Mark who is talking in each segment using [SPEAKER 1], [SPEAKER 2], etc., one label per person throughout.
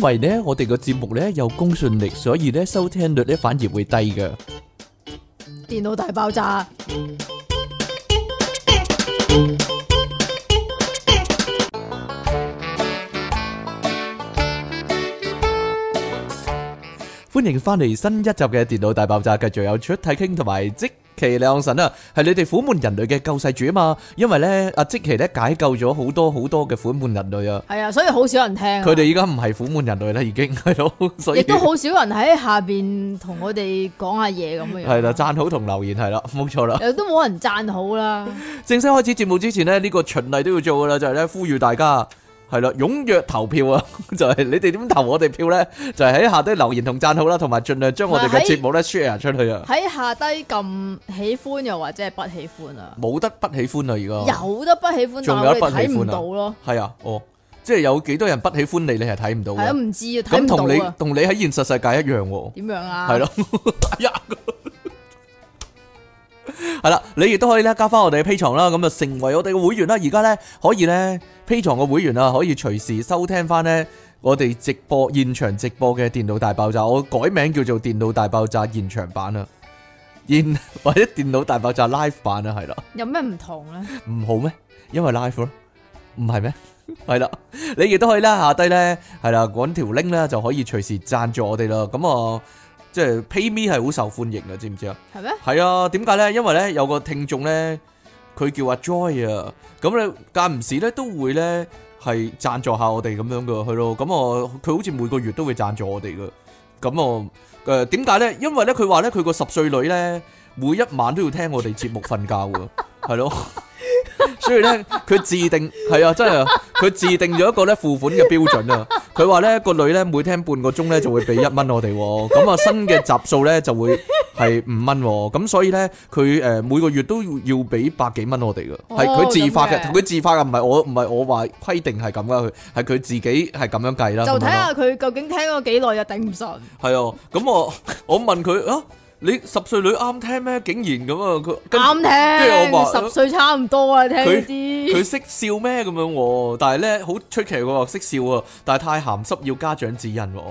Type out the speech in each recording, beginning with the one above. [SPEAKER 1] 為咧我哋個節目咧有公信力，所以咧收聽率咧反而會低嘅。
[SPEAKER 2] 電腦大爆炸，
[SPEAKER 1] 歡迎翻嚟新一集嘅電腦大爆炸，繼續有出體傾同埋即其兩神啊，係你哋苦悶人類嘅救世主啊嘛，因為咧阿即其咧解救咗好多好多嘅苦悶人類啊，
[SPEAKER 2] 係啊，所以好少人聽啊。
[SPEAKER 1] 佢哋依家唔係苦悶人類啦，已經係咯，所以
[SPEAKER 2] 亦都好少人喺下邊同我哋講下嘢咁樣。
[SPEAKER 1] 係啦，讚好同留言係啦，冇錯啦。
[SPEAKER 2] 又都冇人讚好啦。
[SPEAKER 1] 正式開始節目之前呢，呢、個循例都要做噶啦，就係、咧呼籲大家係啦，踴躍投票啊！ 就係你哋點投我哋票咧，就係喺下低留言同讚好啦，同埋盡量將我哋嘅節目咧 share 出去啊！
[SPEAKER 2] 喺下低咁喜歡又或者係不喜歡啊？
[SPEAKER 1] 冇得不喜歡啊！而
[SPEAKER 2] 有得不喜歡，但
[SPEAKER 1] 仲
[SPEAKER 2] 係
[SPEAKER 1] 有
[SPEAKER 2] 我
[SPEAKER 1] 得不
[SPEAKER 2] 哋
[SPEAKER 1] 喜歡啊
[SPEAKER 2] 睇唔到咯，
[SPEAKER 1] 家係啊，哦，即係有幾多人不喜歡你，你係睇唔到
[SPEAKER 2] 係啊，
[SPEAKER 1] 嘅。
[SPEAKER 2] 唔知啊，睇
[SPEAKER 1] 咁同
[SPEAKER 2] 唔
[SPEAKER 1] 你
[SPEAKER 2] 到啊，
[SPEAKER 1] 同你喺現實世界一樣喎，
[SPEAKER 2] 點樣啊？
[SPEAKER 1] 係，咯，哎呀！ 係啦，你亦都可以咧加翻我哋嘅 P 床啦，咁就成為我哋嘅會員啦。而家咧可以咧 P 床嘅會員啊，可以隨時收聽翻咧我哋直播現場直播嘅電腦大爆炸。我改名叫做電腦大爆炸現場版啊，現 或者電腦大爆炸 live 版啊，係啦。
[SPEAKER 2] 有咩唔同咧？
[SPEAKER 1] 唔好咩？因為 live 咯，唔係咩？係啦，你亦都可以啦，下低咧係啦，揾條 link 咧就可以隨時贊助我哋啦。咁啊，即係 PayMe 係好受歡迎嘅，知唔知啊？
[SPEAKER 2] 係咩？
[SPEAKER 1] 係啊，點解咧？因為咧有個聽眾咧，佢叫阿 Joy 啊，咁咧間唔時咧都會咧係贊助下我哋咁樣嘅，係咯。咁啊，佢好似每個月都會贊助我哋嘅。咁啊，誒點解咧？因為咧佢話咧佢個十歲女咧每一晚都要聽我哋節目瞓覺嘅，係咯。 所以咧，佢自定係啊，真係啊，佢自定咗一個咧付款嘅標準啊。佢話咧個女咧每聽半個鐘咧就會俾一蚊我哋喎，咁啊新嘅集數咧就會係五蚊喎，咁所以咧佢誒每個月都要要俾百幾蚊我哋噶，
[SPEAKER 2] 哦
[SPEAKER 1] 係佢自發嘅，
[SPEAKER 2] 咁嘅
[SPEAKER 1] 佢自發啊嘅，唔係我唔係我話規定係咁噶，佢係佢自己係咁樣計啦。
[SPEAKER 2] 就
[SPEAKER 1] 咁樣
[SPEAKER 2] 睇
[SPEAKER 1] 咯
[SPEAKER 2] 下佢究竟聽咗幾耐又頂唔順。
[SPEAKER 1] 係啊，咁我我問佢啊，你十歲女啱聽咩？竟然咁啊，佢跟
[SPEAKER 2] 啱
[SPEAKER 1] 跟住我話
[SPEAKER 2] 聽，十歲差唔多啊，聽呢
[SPEAKER 1] 佢
[SPEAKER 2] 啲
[SPEAKER 1] 識笑咩咁樣喎？但係咧好出奇喎，識笑啊，但係太鹹濕要家長指引喎，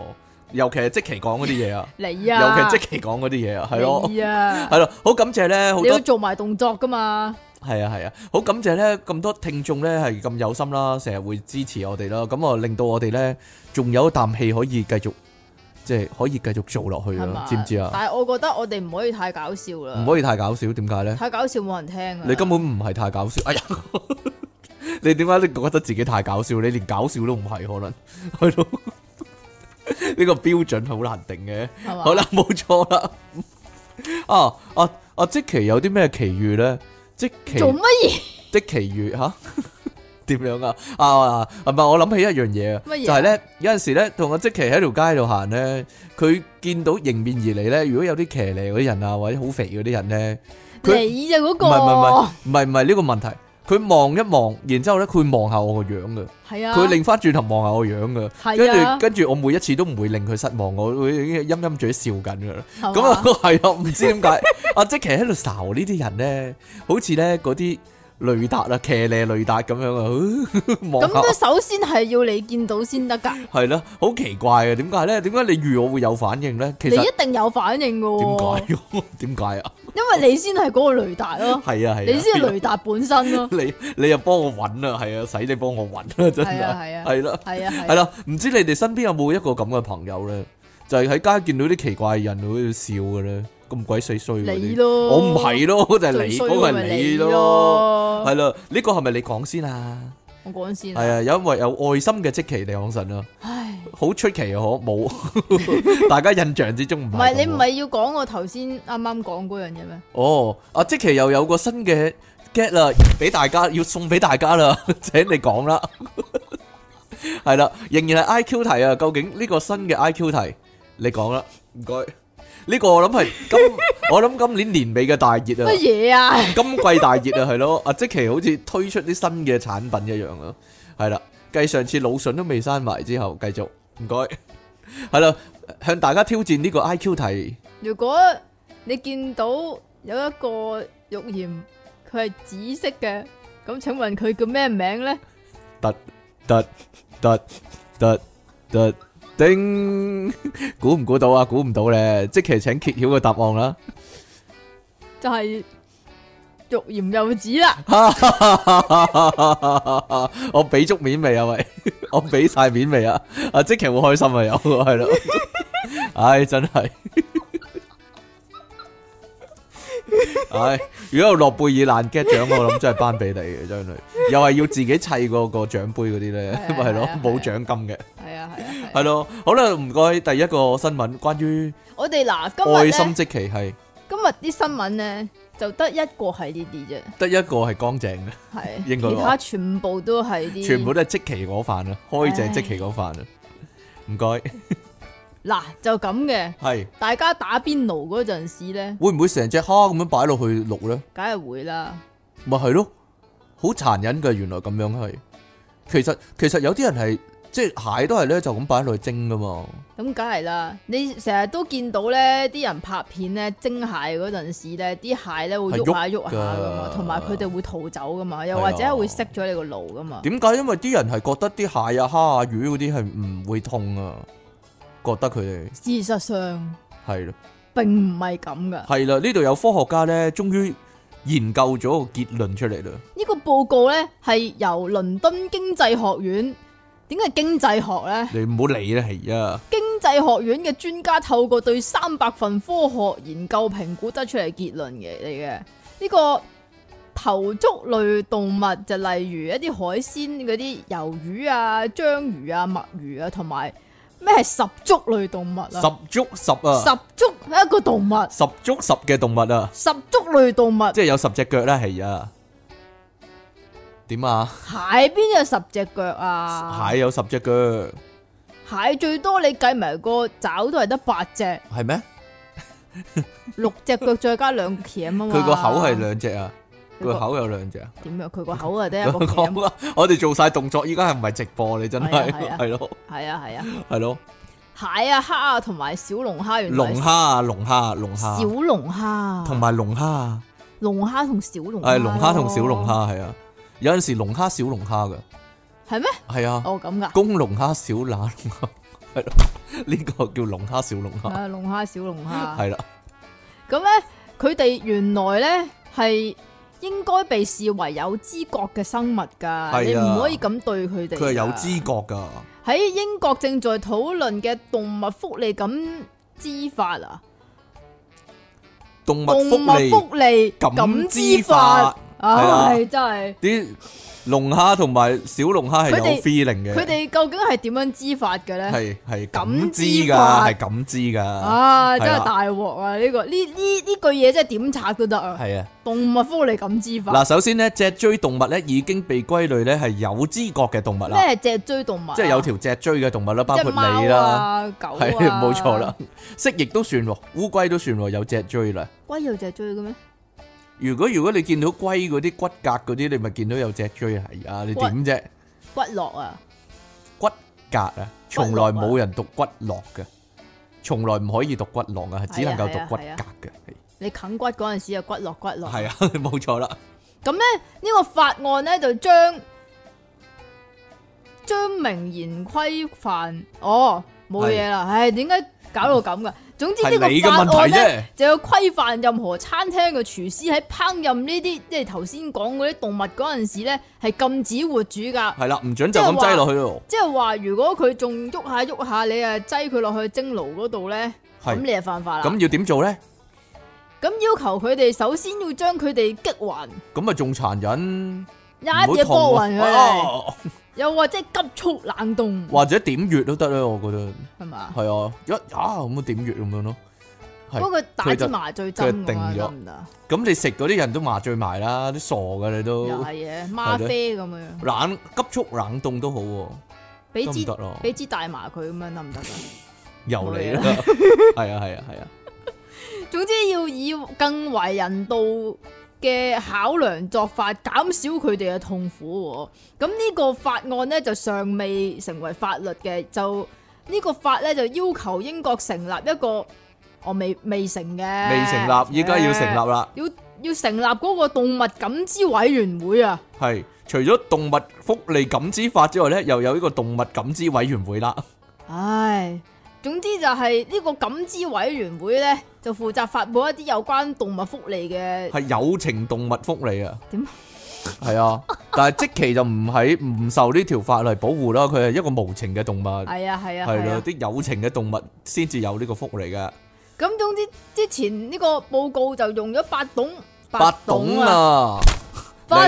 [SPEAKER 1] 尤其係即期講嗰啲嘢 啊，
[SPEAKER 2] 你啊，
[SPEAKER 1] 尤其係即期講嗰啲嘢啊，係咯，
[SPEAKER 2] 你啊，
[SPEAKER 1] 係咯，好感謝咧，好
[SPEAKER 2] 你要
[SPEAKER 1] 多
[SPEAKER 2] 做埋動作噶嘛？
[SPEAKER 1] 係啊係啊，好感謝咧咁多聽眾咧係咁有心啦，成日會支持我哋啦，咁啊令到我哋咧仲有一啖氣可以繼續，即係可以繼續做落去
[SPEAKER 2] 係嘛
[SPEAKER 1] 啊，知唔知啊？
[SPEAKER 2] 但係我覺得我哋唔可以太搞笑啦，
[SPEAKER 1] 唔可以太搞笑，點解咧？
[SPEAKER 2] 太搞笑冇人聽啊！
[SPEAKER 1] 你根本唔係太搞笑，哎呀！ 你點解你覺得自己太搞笑？你連搞笑都唔係，可能 係咯？呢個標準好難定嘅。
[SPEAKER 2] 係嘛
[SPEAKER 1] 好啦，冇錯啦。啊啊啊！即奇有啲咩奇遇咧？即奇
[SPEAKER 2] 做乜嘢？
[SPEAKER 1] 的奇遇吓？ 點樣啊？啊，係咪我諗起一樣嘢啊？
[SPEAKER 2] 乜嘢啊
[SPEAKER 1] 就係咧，有陣時咧，同阿即奇喺條街度行咧，佢見到迎面而嚟咧，如果有啲騎呢嗰啲人啊，或者好肥嗰啲人咧，佢。
[SPEAKER 2] 你啊嗰
[SPEAKER 1] 唔係唔係唔係
[SPEAKER 2] 個
[SPEAKER 1] 唔係唔係呢個問題。佢望一望，然之後咧，佢會望下我個樣嘅，
[SPEAKER 2] 係啊，
[SPEAKER 1] 佢擰翻轉頭望下我個樣嘅，跟
[SPEAKER 2] 係啊
[SPEAKER 1] 住跟住我每一次都唔會令佢失望，我會陰陰嘴笑緊嘅啦。
[SPEAKER 2] 係嘛
[SPEAKER 1] 咁啊係啊，唔知點解 阿即奇喺度睄呢啲人咧，好似咧嗰啲雷達啊， 騎呢雷達咁樣啊，望
[SPEAKER 2] 咁
[SPEAKER 1] 下
[SPEAKER 2] 都首先係要你見到先得㗎，
[SPEAKER 1] 係啦，好奇怪啊！點解咧？點解你預我會有反應咧？其
[SPEAKER 2] 你
[SPEAKER 1] 實
[SPEAKER 2] 一定有反應㗎喎，
[SPEAKER 1] 點 解？點解啊？
[SPEAKER 2] 因為你先係嗰個雷達咯，
[SPEAKER 1] 係啊係啊，
[SPEAKER 2] 你先係雷達本身咯，
[SPEAKER 1] 你你又幫我揾啊，係啊，使你幫我揾啊， 真
[SPEAKER 2] 係啊係
[SPEAKER 1] 係
[SPEAKER 2] 啊
[SPEAKER 1] 係啦，
[SPEAKER 2] 係啊係
[SPEAKER 1] 係
[SPEAKER 2] 啊
[SPEAKER 1] 啦，唔知你哋身邊有冇一個咁嘅朋友咧，就係喺街見到啲奇怪人會喺度笑嘅咧，咁鬼死衰嗰
[SPEAKER 2] 你
[SPEAKER 1] 啲，
[SPEAKER 2] 咯，
[SPEAKER 1] 我唔係咯，就係
[SPEAKER 2] 最
[SPEAKER 1] 你，
[SPEAKER 2] 衰
[SPEAKER 1] 嗰個
[SPEAKER 2] 咪
[SPEAKER 1] 係你
[SPEAKER 2] 你
[SPEAKER 1] 咯，係
[SPEAKER 2] 咯，
[SPEAKER 1] 啦，呢個係咪你講先啊？
[SPEAKER 2] 我講先
[SPEAKER 1] 係
[SPEAKER 2] 啊，
[SPEAKER 1] 啊，因為有愛心嘅即其地講神啊，
[SPEAKER 2] 唉，
[SPEAKER 1] 好出奇啊，可冇，大家印象之中唔
[SPEAKER 2] 唔係
[SPEAKER 1] 係
[SPEAKER 2] 你
[SPEAKER 1] 咁
[SPEAKER 2] 唔
[SPEAKER 1] 喎
[SPEAKER 2] 係要講我頭先啱啱講嗰樣嘢咩？
[SPEAKER 1] 哦，阿即其又有個新嘅 get 啦，俾大家要送俾大家啦， 請你講啦。 係啦，仍然係 I Q 題啊，究竟呢個新嘅 I Q 題，你講啦，唔該。呢個我諗係今，我諗今年年尾嘅大 熱啊
[SPEAKER 2] 乜，嘢啊？
[SPEAKER 1] 今季大熱啊，係咯。阿即其好似推出啲新嘅產品一樣啊，係啦，繼上次腦筍都未閂埋之後，繼續唔該。係啦，向大家挑戰呢個 I Q 題。
[SPEAKER 2] 如果你見到有一個浴鹽，佢係紫色嘅，咁請問佢叫咩名咧？
[SPEAKER 1] 突突突突突叮，估唔估到啊？估唔到咧，即期請揭曉個答案啦。
[SPEAKER 2] 就係欲言又止啦。
[SPEAKER 1] 我俾足面未啊？喂， 我俾晒面未啊？啊，即期好開心啊！有係咯， 唉，真係， 唉，如果有諾貝爾爛 get 獎，我諗真係頒俾你嘅，真係，又係要自己砌個個獎杯嗰啲咧，
[SPEAKER 2] 係啊
[SPEAKER 1] 咪係咯
[SPEAKER 2] 係啊，
[SPEAKER 1] 冇獎金
[SPEAKER 2] 係
[SPEAKER 1] 嘅，
[SPEAKER 2] 係啊係啊係啊。
[SPEAKER 1] 係咯，好啦，唔該，第一個新聞關於
[SPEAKER 2] 我哋嗱今日
[SPEAKER 1] 愛心
[SPEAKER 2] 咧，
[SPEAKER 1] 即期係
[SPEAKER 2] 今日啲新聞咧就得一個係呢啲啫，
[SPEAKER 1] 得一個係乾淨嘅。
[SPEAKER 2] 係
[SPEAKER 1] 應該
[SPEAKER 2] 其
[SPEAKER 1] 話
[SPEAKER 2] 他全部都係啲
[SPEAKER 1] 全部都係即期嗰飯啊，開正即期嗰飯啊，唔該，
[SPEAKER 2] 嗱就咁嘅。
[SPEAKER 1] 係
[SPEAKER 2] 大家打邊爐嗰陣時咧，
[SPEAKER 1] 會唔會成隻蝦咁樣擺落去錄咧？
[SPEAKER 2] 梗係會啦。
[SPEAKER 1] 咪係咯，好殘忍嘅，原來咁樣係。其實其實有啲人係即係蟹都係咧，就咁擺落去蒸噶嘛。
[SPEAKER 2] 咁梗係啦，你成日都見到咧，啲人拍片咧蒸蟹嗰陣時咧，啲蟹咧會
[SPEAKER 1] 係
[SPEAKER 2] 喐下喐下噶
[SPEAKER 1] 喐
[SPEAKER 2] 嘛
[SPEAKER 1] 㗎，
[SPEAKER 2] 同埋佢哋會逃走噶嘛，又
[SPEAKER 1] 係啊
[SPEAKER 2] 或者會熄咗你個腦噶嘛。
[SPEAKER 1] 點解？因為啲人係覺得啲蟹啊、蝦啊、魚嗰啲係唔會痛啊，覺得佢哋
[SPEAKER 2] 事實上
[SPEAKER 1] 係咯，
[SPEAKER 2] 並唔係咁噶，
[SPEAKER 1] 係啦。呢度有科學家咧，終於研究咗個結論出嚟啦。
[SPEAKER 2] 呢個報告咧係由倫敦經濟學院，點解經濟學咧？
[SPEAKER 1] 你唔好理啦，係啊，
[SPEAKER 2] 經濟學院嘅專家透過對三百份科學研究評估得出嚟結論嘅嚟嘅。呢、個頭足類動物就例如一啲海鮮嗰啲魷魚啊、章魚啊、墨魚啊，同埋咩係十足類動物啊？
[SPEAKER 1] 十足十啊，
[SPEAKER 2] 十足係一個動物，
[SPEAKER 1] 十足十嘅動物啊！
[SPEAKER 2] 十足類動物
[SPEAKER 1] 即係有十隻腳啦，係啊。點啊？
[SPEAKER 2] 蟹邊有十隻腳啊？
[SPEAKER 1] 蟹有十隻腳，
[SPEAKER 2] 蟹最多你計埋個爪都係得八隻，
[SPEAKER 1] 係咩？
[SPEAKER 2] 六隻腳再加兩鉗啊嘛。
[SPEAKER 1] 佢個口係兩隻啊，
[SPEAKER 2] 佢
[SPEAKER 1] 個
[SPEAKER 2] 個
[SPEAKER 1] 口有兩隻啊。
[SPEAKER 2] 點啊？佢個口啊得一 個鉗。
[SPEAKER 1] 講啦，我哋做晒動作，依家係唔係直播？你真係
[SPEAKER 2] 係啊
[SPEAKER 1] 係咯，
[SPEAKER 2] 系啊系啊，
[SPEAKER 1] 係咯，
[SPEAKER 2] 蟹啊、蝦啊同埋小龍蝦，原來
[SPEAKER 1] 龍蝦啊，龍蝦啊，龍
[SPEAKER 2] 小
[SPEAKER 1] 蝦啊，
[SPEAKER 2] 龍蝦
[SPEAKER 1] 同埋龍蝦啊，
[SPEAKER 2] 龍蝦同小龍
[SPEAKER 1] 係龍蝦同小龍
[SPEAKER 2] 龍
[SPEAKER 1] 蝦係啊。有陣時龍蝦、小龍蝦噶，
[SPEAKER 2] 係咩？
[SPEAKER 1] 係啊，
[SPEAKER 2] 哦咁噶，
[SPEAKER 1] 公龍蝦、小乸龍蝦，係咯，呢個叫龍蝦、小龍蝦，
[SPEAKER 2] 啊龍蝦小龍蝦，
[SPEAKER 1] 係啦，
[SPEAKER 2] 咁咧佢哋原來咧係應該被視為有知覺嘅生物
[SPEAKER 1] 啊
[SPEAKER 2] 㗎，你唔可以咁對佢哋㗎。
[SPEAKER 1] 佢係有知覺噶。
[SPEAKER 2] 喺英國正在討論嘅動物福利感知法啊，
[SPEAKER 1] 動
[SPEAKER 2] 動
[SPEAKER 1] 物福
[SPEAKER 2] 物
[SPEAKER 1] 利
[SPEAKER 2] 福利
[SPEAKER 1] 感知
[SPEAKER 2] 知
[SPEAKER 1] 法
[SPEAKER 2] 法，
[SPEAKER 1] 啊
[SPEAKER 2] 唉真係
[SPEAKER 1] 啲龍蝦同埋小龍蝦係
[SPEAKER 2] 佢哋
[SPEAKER 1] 有 feeling 嘅，
[SPEAKER 2] 佢哋究竟係點樣知法嘅咧？
[SPEAKER 1] 係係感
[SPEAKER 2] 感
[SPEAKER 1] 知
[SPEAKER 2] 知
[SPEAKER 1] 噶，
[SPEAKER 2] 法
[SPEAKER 1] 係感知噶，
[SPEAKER 2] 啊，
[SPEAKER 1] 係
[SPEAKER 2] 真係
[SPEAKER 1] 啦
[SPEAKER 2] 大鑊啊！呢、個呢呢呢句嘢真係點拆都得啊！
[SPEAKER 1] 係啊。
[SPEAKER 2] 動物福利感知法，
[SPEAKER 1] 嗱，首先呢，脊椎動物咧已經被歸類咧係有知覺嘅動物
[SPEAKER 2] 咩
[SPEAKER 1] 啦，
[SPEAKER 2] 係脊椎動物啊？
[SPEAKER 1] 即係有條脊椎嘅動物啦，包
[SPEAKER 2] 即
[SPEAKER 1] 括
[SPEAKER 2] 係貓
[SPEAKER 1] 你啦，
[SPEAKER 2] 啊、狗啊，
[SPEAKER 1] 係冇錯啦。。蜥蜴都算喎，烏龜都算喎，有脊椎啦。
[SPEAKER 2] 龜有脊椎嘅咩？
[SPEAKER 1] 如果如果你見到龜嗰啲骨骼嗰啲，你咪見到有脊椎係啊？你
[SPEAKER 2] 骨
[SPEAKER 1] 點啫？
[SPEAKER 2] 骨骼啊，
[SPEAKER 1] 骨骼啊，從來冇人讀骨骼嘅，從來唔可以讀骨骼啊，係只能夠讀骨
[SPEAKER 2] 係
[SPEAKER 1] 骼
[SPEAKER 2] 啊
[SPEAKER 1] 嘅。
[SPEAKER 2] 你啃骨嗰陣時啊，骨骼骨骼。
[SPEAKER 1] 係啊， 冇錯啦，
[SPEAKER 2] 咁咧，呢個法案咧就將將明言規範。哦，冇嘢啦。唉，點解搞到咁噶？總之
[SPEAKER 1] 係
[SPEAKER 2] 呢
[SPEAKER 1] 你嘅
[SPEAKER 2] 個
[SPEAKER 1] 問
[SPEAKER 2] 法案
[SPEAKER 1] 題
[SPEAKER 2] 咧。
[SPEAKER 1] 啫。
[SPEAKER 2] 就要規範任何餐廳嘅廚師喺烹飪呢啲，即係頭先講嗰啲動物嗰陣時咧，係禁止活煮㗎。
[SPEAKER 1] 係啦，唔准就咁擠落去咯。
[SPEAKER 2] 即係話，如果佢仲喐下喐下，你啊擠佢落去蒸爐嗰度咧，
[SPEAKER 1] 係
[SPEAKER 2] 咁你就犯法啦。
[SPEAKER 1] 咁要點做咧？
[SPEAKER 2] 咁要求佢哋首先要將佢哋擊暈，
[SPEAKER 1] 咁咪仲殘忍，
[SPEAKER 2] 一
[SPEAKER 1] 唔好
[SPEAKER 2] 嘢
[SPEAKER 1] 痛
[SPEAKER 2] 波
[SPEAKER 1] 啊
[SPEAKER 2] 暈佢哋，
[SPEAKER 1] 哦
[SPEAKER 2] 又或者急速冷凍，
[SPEAKER 1] 或者點穴都得咧，我覺得
[SPEAKER 2] 係嘛？
[SPEAKER 1] 係啊，一啊咁啊點穴咁樣咯。係
[SPEAKER 2] 不過打
[SPEAKER 1] 佢就
[SPEAKER 2] 支麻
[SPEAKER 1] 佢
[SPEAKER 2] 醉
[SPEAKER 1] 就
[SPEAKER 2] 針咁啊，
[SPEAKER 1] 定咗
[SPEAKER 2] 得唔得？
[SPEAKER 1] 咁你食嗰啲人都麻醉埋啦，啲傻噶你都
[SPEAKER 2] 又係嘅，嗎啡咁樣，
[SPEAKER 1] 冷急速冷凍都好喎，
[SPEAKER 2] 俾
[SPEAKER 1] 得唔
[SPEAKER 2] 支
[SPEAKER 1] 得咯？
[SPEAKER 2] 俾支大麻佢咁樣得唔啊 得㗎？
[SPEAKER 1] 又嚟啦， 係啊係啊 係啊。
[SPEAKER 2] 总之要以更为人道嘅考量作法，减少佢哋嘅痛苦喎。咁呢个法案呢，就尚未成为法律嘅，就呢个法呢，就要求英国成立一个，我未未成嘅，
[SPEAKER 1] 未成立，依家要成立啦。
[SPEAKER 2] 要要成立嗰个动物感知委员会啊！
[SPEAKER 1] 係，除咗動物福利感知法之外呢，又有呢個動物感知委員會啦。
[SPEAKER 2] 唉，總之就係呢個感知委員會呢，就負責發布一啲有關動物福利嘅，
[SPEAKER 1] 係有情動物福利啊。
[SPEAKER 2] 點？
[SPEAKER 1] 係啊，但係即期就唔喺唔受呢條法例保護啦，佢係一個無情嘅動物，係
[SPEAKER 2] 係啊係啊係
[SPEAKER 1] 啦，
[SPEAKER 2] 啊。
[SPEAKER 1] 啲有情嘅動物先至有呢個福利嘅。
[SPEAKER 2] 咁總之之前呢個報告就用咗八種，
[SPEAKER 1] 八懂，啊，
[SPEAKER 2] 八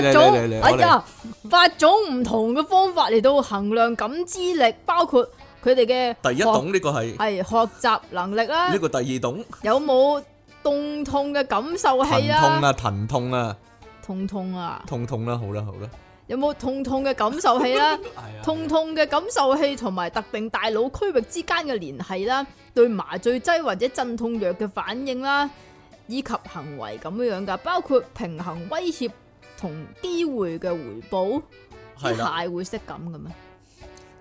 [SPEAKER 1] 嚟嚟
[SPEAKER 2] 種
[SPEAKER 1] 嚟嚟，嚟
[SPEAKER 2] 哎
[SPEAKER 1] 我嚟
[SPEAKER 2] 呀，八種唔同嘅方法嚟到衡量感知力，包括佢哋嘅
[SPEAKER 1] 第一
[SPEAKER 2] 學
[SPEAKER 1] 懂呢個係
[SPEAKER 2] 係學習能力啦
[SPEAKER 1] 呢，個第二懂，
[SPEAKER 2] 有冇凍痛嘅感受
[SPEAKER 1] 疼痛
[SPEAKER 2] 器啦，
[SPEAKER 1] 啊，疼痛啊，
[SPEAKER 2] 痛痛啊，
[SPEAKER 1] 痛痛啦，好啦好啦，
[SPEAKER 2] 有冇痛痛嘅感受器啦？
[SPEAKER 1] 係啊
[SPEAKER 2] 痛痛嘅感受器同埋特定大腦區域之間嘅聯繫啦，對麻醉劑或者鎮痛藥嘅反應啦，以及行為咁樣樣噶，包括平衡威脅同機會嘅回報。啲
[SPEAKER 1] 係啦。
[SPEAKER 2] 蟹會識咁嘅咩？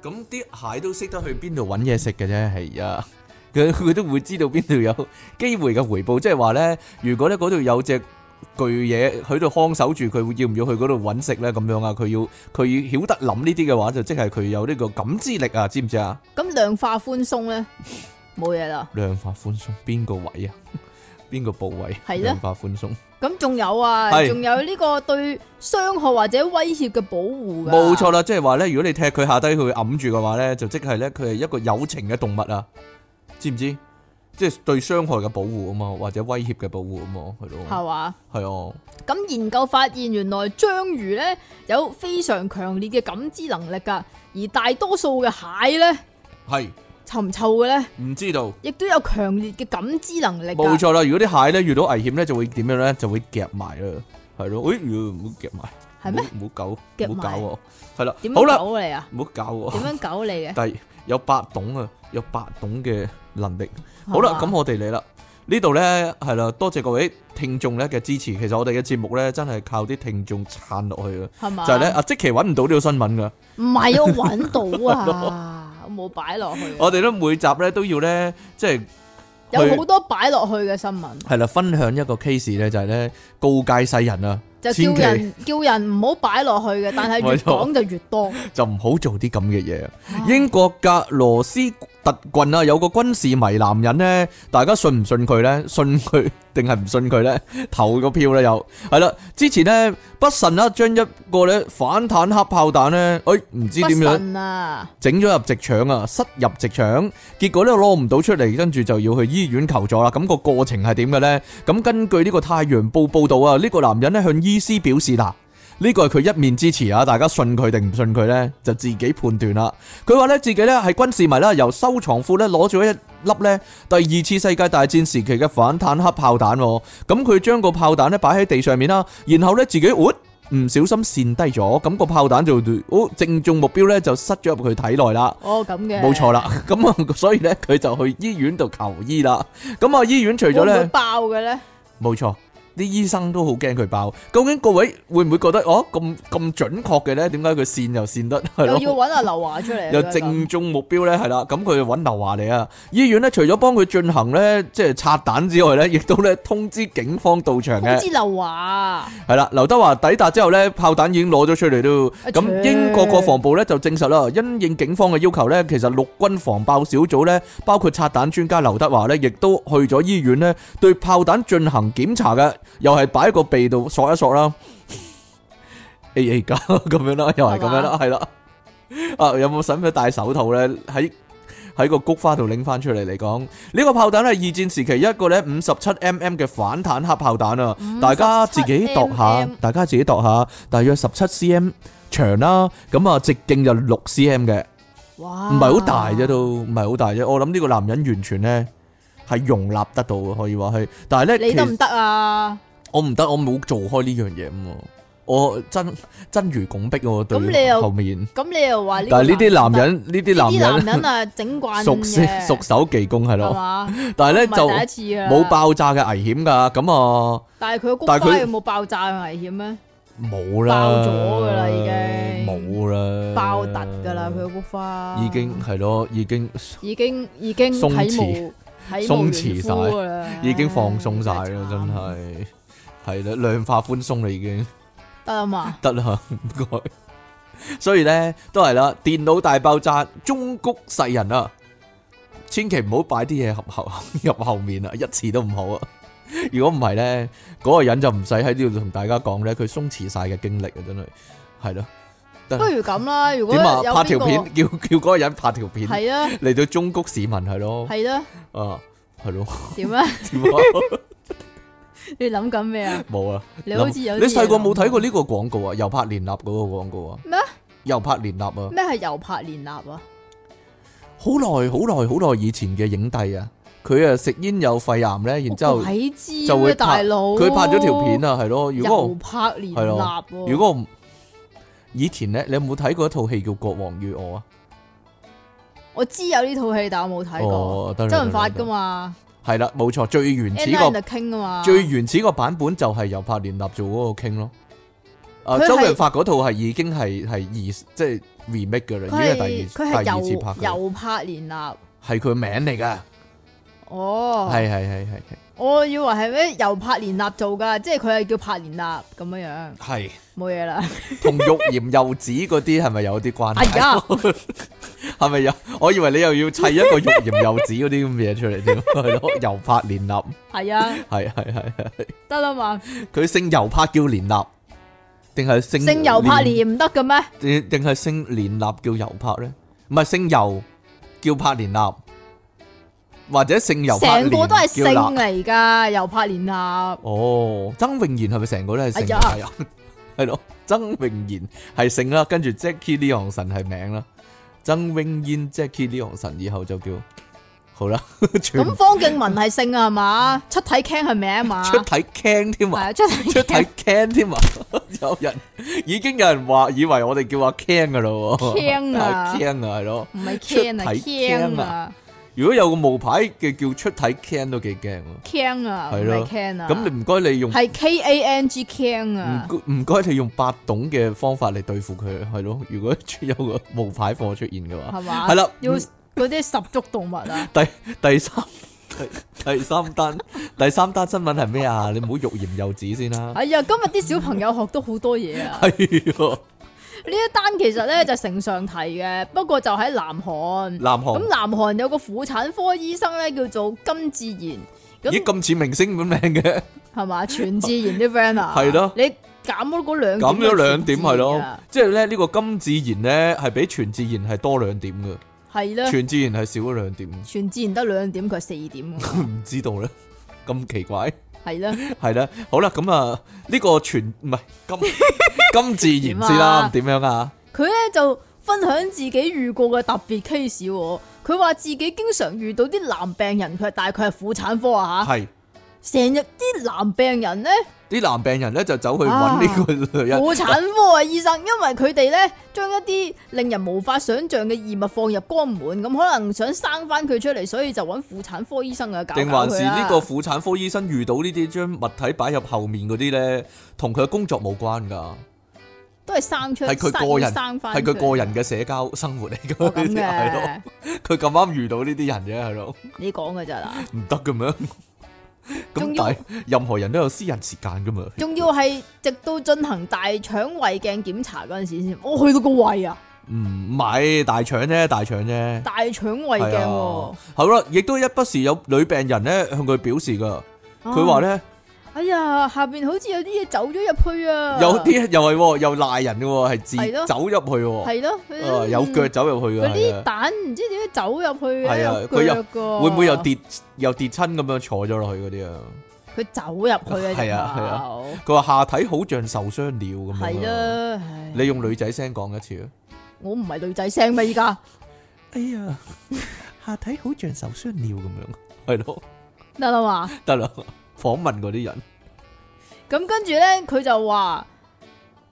[SPEAKER 1] 咁啲蟹都識得去邊度揾嘢食嘅啫，係啊， 佢佢都會知道邊度有機會嘅回報，即係話咧，如果咧嗰度有隻巨嘢喺度看守住，佢會要唔要去嗰度揾食咧？咁樣啊，佢要佢要曉得諗呢啲嘅話，就即係佢有呢個感知力啊，知唔知啊？
[SPEAKER 2] 咁量化寬 鬆咧，冇嘢啦。
[SPEAKER 1] 量化寬鬆邊個位啊？邊個部位？
[SPEAKER 2] 係呢
[SPEAKER 1] 量化寬鬆，
[SPEAKER 2] 咁仲有啊，
[SPEAKER 1] 係
[SPEAKER 2] 仲有呢個對傷害或者威脅嘅保護噶。
[SPEAKER 1] 冇錯啦，即係話咧，如果你踢佢下低，佢會揞住嘅話咧，就即係咧，佢係一個有情嘅動物啊，知唔知？即係對傷害嘅保護啊嘛，或者威脅嘅保護啊嘛，係咯，
[SPEAKER 2] 係嘛？
[SPEAKER 1] 係啊，
[SPEAKER 2] 咁研究發現，原來章魚咧有非常強烈嘅感知能力噶，而大多數嘅蟹咧。
[SPEAKER 1] 係
[SPEAKER 2] 臭唔臭嘅咧，
[SPEAKER 1] 唔知道，
[SPEAKER 2] 亦都有強烈嘅感知能力㗎。
[SPEAKER 1] 冇錯啦。如果啲蟹咧遇到危險咧，就會點樣咧？就會夾埋啦，係咯，誒，哎唔好夾埋，
[SPEAKER 2] 嗯係咩？
[SPEAKER 1] 唔好？唔好搞，
[SPEAKER 2] 夾
[SPEAKER 1] 唔好搞
[SPEAKER 2] 埋
[SPEAKER 1] 我，係啦
[SPEAKER 2] 點，
[SPEAKER 1] 好
[SPEAKER 2] 樣
[SPEAKER 1] 啦，
[SPEAKER 2] 狗你啊？
[SPEAKER 1] 唔好搞我
[SPEAKER 2] 點。樣狗你嘅？
[SPEAKER 1] 第有八懂啊，有八懂嘅能力。好啦，
[SPEAKER 2] 係
[SPEAKER 1] 咁
[SPEAKER 2] 嘛
[SPEAKER 1] 我哋嚟啦。呢度呢，係啦，多謝各位聽眾咧嘅支持。其實我哋嘅節目呢，真係靠啲聽眾撐落去嘅。啊
[SPEAKER 2] 係嘛？
[SPEAKER 1] 就係呢，阿即奇揾唔到呢個新聞噶。
[SPEAKER 2] 唔係我揾到啊，我冇擺落去啊。
[SPEAKER 1] 我哋呢，每集呢都要呢，即係
[SPEAKER 2] 有好多擺落去嘅新聞，
[SPEAKER 1] 係啦，分享一個 case 呢，就係呢，告誡世人啊，
[SPEAKER 2] 就
[SPEAKER 1] 千
[SPEAKER 2] 叫
[SPEAKER 1] 祈
[SPEAKER 2] 人叫人唔好擺落去嘅，但係 越
[SPEAKER 1] 冇錯
[SPEAKER 2] 講就越 多。
[SPEAKER 1] 就唔好做啲咁嘅嘢。
[SPEAKER 2] 啊
[SPEAKER 1] 英國格羅斯特郡啊，有個軍事迷男人呢，大家信唔信佢呢？信佢 定係唔信佢呢？投個票啦，又係啦。之前呢，不慎啦，將一個呢反坦克炮彈呢，哎唔知
[SPEAKER 2] 不
[SPEAKER 1] 點樣
[SPEAKER 2] 信啊！
[SPEAKER 1] 整咗入直腸啊，塞入直腸，結果呢，攞唔到出嚟，跟住就要去醫院求助啦。咁、個過程係點嘅呢？咁根據呢個《太陽報》報導啊，呢、個男人呢，向醫師表示啦。呢個係佢一面之詞啊！大家信佢定唔信佢呢，就自己判斷啦。佢話呢，自己呢係軍事迷啦，由收藏庫呢攞咗一粒呢第二次世界大戰時期嘅反坦克炮彈喎。咁佢將個炮彈呢擺喺地上面啦，然後呢自己喎唔小心跣低咗，咁個炮彈就哦正中目標呢，就塞咗入佢體內啦。
[SPEAKER 2] 哦咁嘅，
[SPEAKER 1] 冇錯。啦， 咁啊，所以呢，佢就去醫院度求醫啦。咁啊，醫院除
[SPEAKER 2] 除
[SPEAKER 1] 咗
[SPEAKER 2] 咗
[SPEAKER 1] 呢。
[SPEAKER 2] 爆嘅咧，
[SPEAKER 1] 冇錯，啲醫生都好驚佢爆。究竟各位會唔會覺得哦咁咁準確嘅咧？點解佢線又線得係
[SPEAKER 2] 又要
[SPEAKER 1] 咯？
[SPEAKER 2] 揾阿劉華出嚟啊。
[SPEAKER 1] 又
[SPEAKER 2] 咁
[SPEAKER 1] 正中目標咧，係啦，咁佢就揾劉華嚟啊！醫院咧，除咗幫佢進行咧，即係拆彈之外咧，亦都咧通知警方到場
[SPEAKER 2] 通
[SPEAKER 1] 嘅，
[SPEAKER 2] 知劉華啊，
[SPEAKER 1] 係啦。劉德華抵達之後咧，炮彈已經攞咗出嚟咯。
[SPEAKER 2] 啊
[SPEAKER 1] 咁
[SPEAKER 2] 切
[SPEAKER 1] 英國國防部咧就證實啦，因應警方嘅要求咧，其實陸軍防爆小組咧，包括拆彈專家劉德華咧，亦都去咗醫院咧，對炮彈進行檢查嘅，又係擺喺個鼻度索一索啦，A A 加咁樣啦，又係咁樣啦，係啦，啊有冇使唔使戴手套咧？喺喺個菊花度拎翻出嚟嚟講，呢、個炮彈係二戰時期一個咧五十七 mm 嘅反坦克炮彈啊！大家自己度下
[SPEAKER 2] 57mm，
[SPEAKER 1] 大家自己度下，大約十七 cm 長啦，咁啊直徑就六 cm 嘅，
[SPEAKER 2] 哇，
[SPEAKER 1] 唔係好大啫，都唔係好大啫。我諗呢個男人完全咧係容納得到嘅，可以話係。但係咧，
[SPEAKER 2] 你
[SPEAKER 1] 其
[SPEAKER 2] 得唔
[SPEAKER 1] 實
[SPEAKER 2] 得啊？
[SPEAKER 1] 我唔得，我冇做開呢樣嘢咁啊，我真真如拱壁喎，
[SPEAKER 2] 咁你
[SPEAKER 1] 對
[SPEAKER 2] 又
[SPEAKER 1] 後面。
[SPEAKER 2] 咁你又話呢個
[SPEAKER 1] 但係呢啲
[SPEAKER 2] 唔得
[SPEAKER 1] 男人，呢啲
[SPEAKER 2] 呢啲
[SPEAKER 1] 男
[SPEAKER 2] 男
[SPEAKER 1] 人
[SPEAKER 2] 人啊，整慣
[SPEAKER 1] 熟悉
[SPEAKER 2] 嘅
[SPEAKER 1] 熟手技工係
[SPEAKER 2] 係
[SPEAKER 1] 咯，
[SPEAKER 2] 嘛？
[SPEAKER 1] 但係咧
[SPEAKER 2] 唔係
[SPEAKER 1] 就
[SPEAKER 2] 第一次啊，
[SPEAKER 1] 冇。爆炸嘅危險㗎，咁啊。
[SPEAKER 2] 但係佢個
[SPEAKER 1] 但
[SPEAKER 2] 菊
[SPEAKER 1] 係佢
[SPEAKER 2] 花有冇爆炸嘅危險咧？
[SPEAKER 1] 冇啦，
[SPEAKER 2] 爆咗㗎啦已經
[SPEAKER 1] 冇啦，
[SPEAKER 2] 爆突㗎啦，佢個菊花
[SPEAKER 1] 已經係咯，已經
[SPEAKER 2] 已經已經
[SPEAKER 1] 鬆
[SPEAKER 2] 體
[SPEAKER 1] 弛
[SPEAKER 2] 無體無完
[SPEAKER 1] 鬆弛
[SPEAKER 2] 膚㗎啦，
[SPEAKER 1] 已經放鬆晒啦，
[SPEAKER 2] 唉
[SPEAKER 1] 真係係啦，量化寬鬆啦，已經
[SPEAKER 2] 得啊嘛。
[SPEAKER 1] 得啦，唔該。所以咧，都係啦，電腦大爆炸，中谷世人啊，千祈唔好擺啲嘢入後 入後面啊，一次都唔好啊！如果唔係咧，嗰、個人就唔使喺呢度同大家講咧，佢鬆弛晒嘅經歷啊，真係係咯。
[SPEAKER 2] 不如咁啦，如果
[SPEAKER 1] 點啊？
[SPEAKER 2] 有
[SPEAKER 1] 拍條
[SPEAKER 2] 邊
[SPEAKER 1] 片，叫叫嗰個人拍條片
[SPEAKER 2] 個，係啊
[SPEAKER 1] 嚟到中谷市民係咯，
[SPEAKER 2] 係啦，
[SPEAKER 1] 啊係咯，
[SPEAKER 2] 點啊？
[SPEAKER 1] 點啊
[SPEAKER 2] 你諗緊咩啊？
[SPEAKER 1] 冇啊！
[SPEAKER 2] 你好似有啲
[SPEAKER 1] 你細個
[SPEAKER 2] 嘢諗
[SPEAKER 1] 冇睇過呢個廣告啊？油拍連立嗰個廣告啊？
[SPEAKER 2] 咩？
[SPEAKER 1] 油拍連立啊！
[SPEAKER 2] 咩係油拍連立啊？
[SPEAKER 1] 好耐好耐好耐以前嘅影帝啊，佢啊食煙有肺癌咧，然之後
[SPEAKER 2] 我鬼知
[SPEAKER 1] 就
[SPEAKER 2] 咩
[SPEAKER 1] 會
[SPEAKER 2] 大
[SPEAKER 1] 拍
[SPEAKER 2] 佬，
[SPEAKER 1] 佢拍咗條片，啊，係咯。如果
[SPEAKER 2] 油
[SPEAKER 1] 我
[SPEAKER 2] 拍連立
[SPEAKER 1] 係
[SPEAKER 2] 喎
[SPEAKER 1] 咯。如果我唔以前咧，你有冇睇過一套戲叫《國王與我》啊？
[SPEAKER 2] 我知有呢套戲，但我冇睇過。
[SPEAKER 1] 哦，得啦
[SPEAKER 2] 周潤發
[SPEAKER 1] 得
[SPEAKER 2] 噶
[SPEAKER 1] 啦
[SPEAKER 2] 嘛
[SPEAKER 1] 係啦，冇錯，最原始
[SPEAKER 2] ，Anna
[SPEAKER 1] 個
[SPEAKER 2] and the King 噶嘛，
[SPEAKER 1] 最原始個版本就係由柏連立做嗰個傾咯。啊，
[SPEAKER 2] 佢係
[SPEAKER 1] 周潤發嗰套係已經係係二即係 remake 嘅啦，已
[SPEAKER 2] 佢
[SPEAKER 1] 經
[SPEAKER 2] 係
[SPEAKER 1] 係第
[SPEAKER 2] 佢
[SPEAKER 1] 二第二
[SPEAKER 2] 係
[SPEAKER 1] 次
[SPEAKER 2] 油
[SPEAKER 1] 拍嘅，
[SPEAKER 2] 油拍連立。
[SPEAKER 1] 係佢名嚟噶，
[SPEAKER 2] 哦，
[SPEAKER 1] 係係係係
[SPEAKER 2] 我以為係咩由拍連立做噶，即係佢係叫拍連立咁樣樣，
[SPEAKER 1] 係係。
[SPEAKER 2] 冇 嘢啦。
[SPEAKER 1] 同欲言又止嗰啲係咪有啲關係？
[SPEAKER 2] 哎呀
[SPEAKER 1] 係咪有？我以為你又要砌一個欲言又止嗰啲咁嘢出嚟添，係 咯？油拍連立，
[SPEAKER 2] 係啊，
[SPEAKER 1] 係係係係，
[SPEAKER 2] 得啦嘛，
[SPEAKER 1] 佢姓油拍叫連立，定係姓
[SPEAKER 2] 姓油拍連唔得嘅咩？
[SPEAKER 1] 定定係姓連立叫油拍咧？唔係姓油叫拍連立，或者姓油拍
[SPEAKER 2] 成個都係姓
[SPEAKER 1] 連叫立
[SPEAKER 2] 嚟噶，油拍連立。
[SPEAKER 1] 哦，曾穎賢係咪成個都係姓
[SPEAKER 2] 哎
[SPEAKER 1] 啊？ 係咯，曾穎賢係姓啦，跟住 Jackie Leon 神係名啦，曾穎賢 Jackie Leon 神以後就叫好啦， 全
[SPEAKER 2] 咁方敬文係姓啊，係嘛？出體 King 係名啊 嘛？
[SPEAKER 1] 出體 can 添
[SPEAKER 2] 係
[SPEAKER 1] 啊，
[SPEAKER 2] 啊，出體
[SPEAKER 1] 出體
[SPEAKER 2] King
[SPEAKER 1] can 添啊， 有人已經有人話以為我哋叫阿 can 噶啦喎
[SPEAKER 2] Ken 啊
[SPEAKER 1] ，can 啊係咯，
[SPEAKER 2] 唔係 King 啊
[SPEAKER 1] 出體 King
[SPEAKER 2] ，King 啊
[SPEAKER 1] 如果有個冒牌嘅叫出體 can 都幾驚喎，
[SPEAKER 2] ，King 啊，唔
[SPEAKER 1] 係咯
[SPEAKER 2] 係 King 啊。
[SPEAKER 1] 咁你唔該你用。
[SPEAKER 2] 係 K A N G King 啊？
[SPEAKER 1] 唔唔該，你用八懂嘅方法嚟對付佢，係咯？如果 有個冒牌貨出現嘅話，
[SPEAKER 2] 係嘛
[SPEAKER 1] 係啦。
[SPEAKER 2] 要
[SPEAKER 1] 嗯
[SPEAKER 2] 嗰啲十足動 物啊！
[SPEAKER 1] 第三第第三單 第三單新聞係咩啊？你唔好欲言又止先啦。
[SPEAKER 2] 哎呀，今日啲小朋友學到好多嘢啊！
[SPEAKER 1] 係喎，
[SPEAKER 2] 呢一單其實咧就成上題嘅，不過就喺南韓。
[SPEAKER 1] 南韓
[SPEAKER 2] 咁南韓有個婦產科醫生咧叫做金智賢，
[SPEAKER 1] 咦
[SPEAKER 2] 咁
[SPEAKER 1] 咁似明星本名嘅，
[SPEAKER 2] 係嘛？全智賢啲 friend 啊，
[SPEAKER 1] 係咯
[SPEAKER 2] 你減咗嗰兩
[SPEAKER 1] 減咗兩點係
[SPEAKER 2] 係
[SPEAKER 1] 咯，即係咧呢個金自然咧係比全自然係多兩點 嘅，
[SPEAKER 2] 係啦，
[SPEAKER 1] 全自然係少咗兩點，
[SPEAKER 2] 全智賢得兩點，佢係四點 㗎，
[SPEAKER 1] 唔知道咧，咁奇怪。
[SPEAKER 2] 係啦，
[SPEAKER 1] 系啦，好啦，咁啊，呢個全唔係 金金自然先啦，點樣啊？
[SPEAKER 2] 佢咧就分享自己遇過嘅特別 case 喎。佢話自己經常遇到啲男病人，佢係大概係婦產科啊
[SPEAKER 1] 係
[SPEAKER 2] 嚇，成日啲男病人咧。
[SPEAKER 1] 啲男病人咧就走去揾呢個女人，
[SPEAKER 2] 婦產科啊，醫生，因為佢哋咧將一啲令人無法想象嘅異物放入肛門，咁可能想生翻佢出嚟，所以就揾婦產科醫生啊搞 搞
[SPEAKER 1] 定還是
[SPEAKER 2] 佢啦
[SPEAKER 1] 呢個婦產科醫生遇到呢啲將物體擺入後面嗰啲咧，同佢嘅工作冇關㗎，
[SPEAKER 2] 都係生出，
[SPEAKER 1] 係佢個人
[SPEAKER 2] 生翻，
[SPEAKER 1] 係佢個人嘅社交生活嚟
[SPEAKER 2] 哦。
[SPEAKER 1] 㗎，
[SPEAKER 2] 咁
[SPEAKER 1] 呢啲係咯，佢
[SPEAKER 2] 嘅，
[SPEAKER 1] 咁啱遇到呢啲人嘅係咯，
[SPEAKER 2] 你講嘅咋啦？
[SPEAKER 1] 唔得咁樣。咁
[SPEAKER 2] 仲要
[SPEAKER 1] 但係任何人都有私人時間㗎嘛，
[SPEAKER 2] 仲要係直到進行大腸胃鏡檢查嗰陣時先，我、去到個胃啊，
[SPEAKER 1] 唔買大腸啫，大腸啫。
[SPEAKER 2] 大腸胃鏡喎、
[SPEAKER 1] 好啦，啊亦都一不時有女病人咧向佢表示
[SPEAKER 2] 哦
[SPEAKER 1] 噶，啊佢話
[SPEAKER 2] 咧，
[SPEAKER 1] 咧
[SPEAKER 2] 啊哎呀，下邊好似有啲嘢走咗入去啊，
[SPEAKER 1] 有啲又係喎又賴人嘅喎，係自
[SPEAKER 2] 係咯
[SPEAKER 1] 走入去喎，
[SPEAKER 2] 係咯，
[SPEAKER 1] 啊有腳走入去嘅，
[SPEAKER 2] 嗰
[SPEAKER 1] 係
[SPEAKER 2] 啲
[SPEAKER 1] 啊
[SPEAKER 2] 蛋唔知點樣走入去
[SPEAKER 1] 係啊
[SPEAKER 2] 嘅，
[SPEAKER 1] 佢又
[SPEAKER 2] 有腳噶，
[SPEAKER 1] 會唔會又？跌又跌親咁樣坐咗落去嗰啲啊？
[SPEAKER 2] 佢走入去啊，
[SPEAKER 1] 係啊係啊
[SPEAKER 2] 啊，
[SPEAKER 1] 佢話下體好像受傷了咁
[SPEAKER 2] 係
[SPEAKER 1] 樣啊，
[SPEAKER 2] 啦，唉
[SPEAKER 1] 你用女仔聲講一次啊！
[SPEAKER 2] 我唔係女仔聲咩？依家
[SPEAKER 1] 哎呀， 下體好像受傷了咁樣，係咯，
[SPEAKER 2] 得啦嘛，
[SPEAKER 1] 得啦，訪問嗰啲人
[SPEAKER 2] 咁跟住咧，佢就話，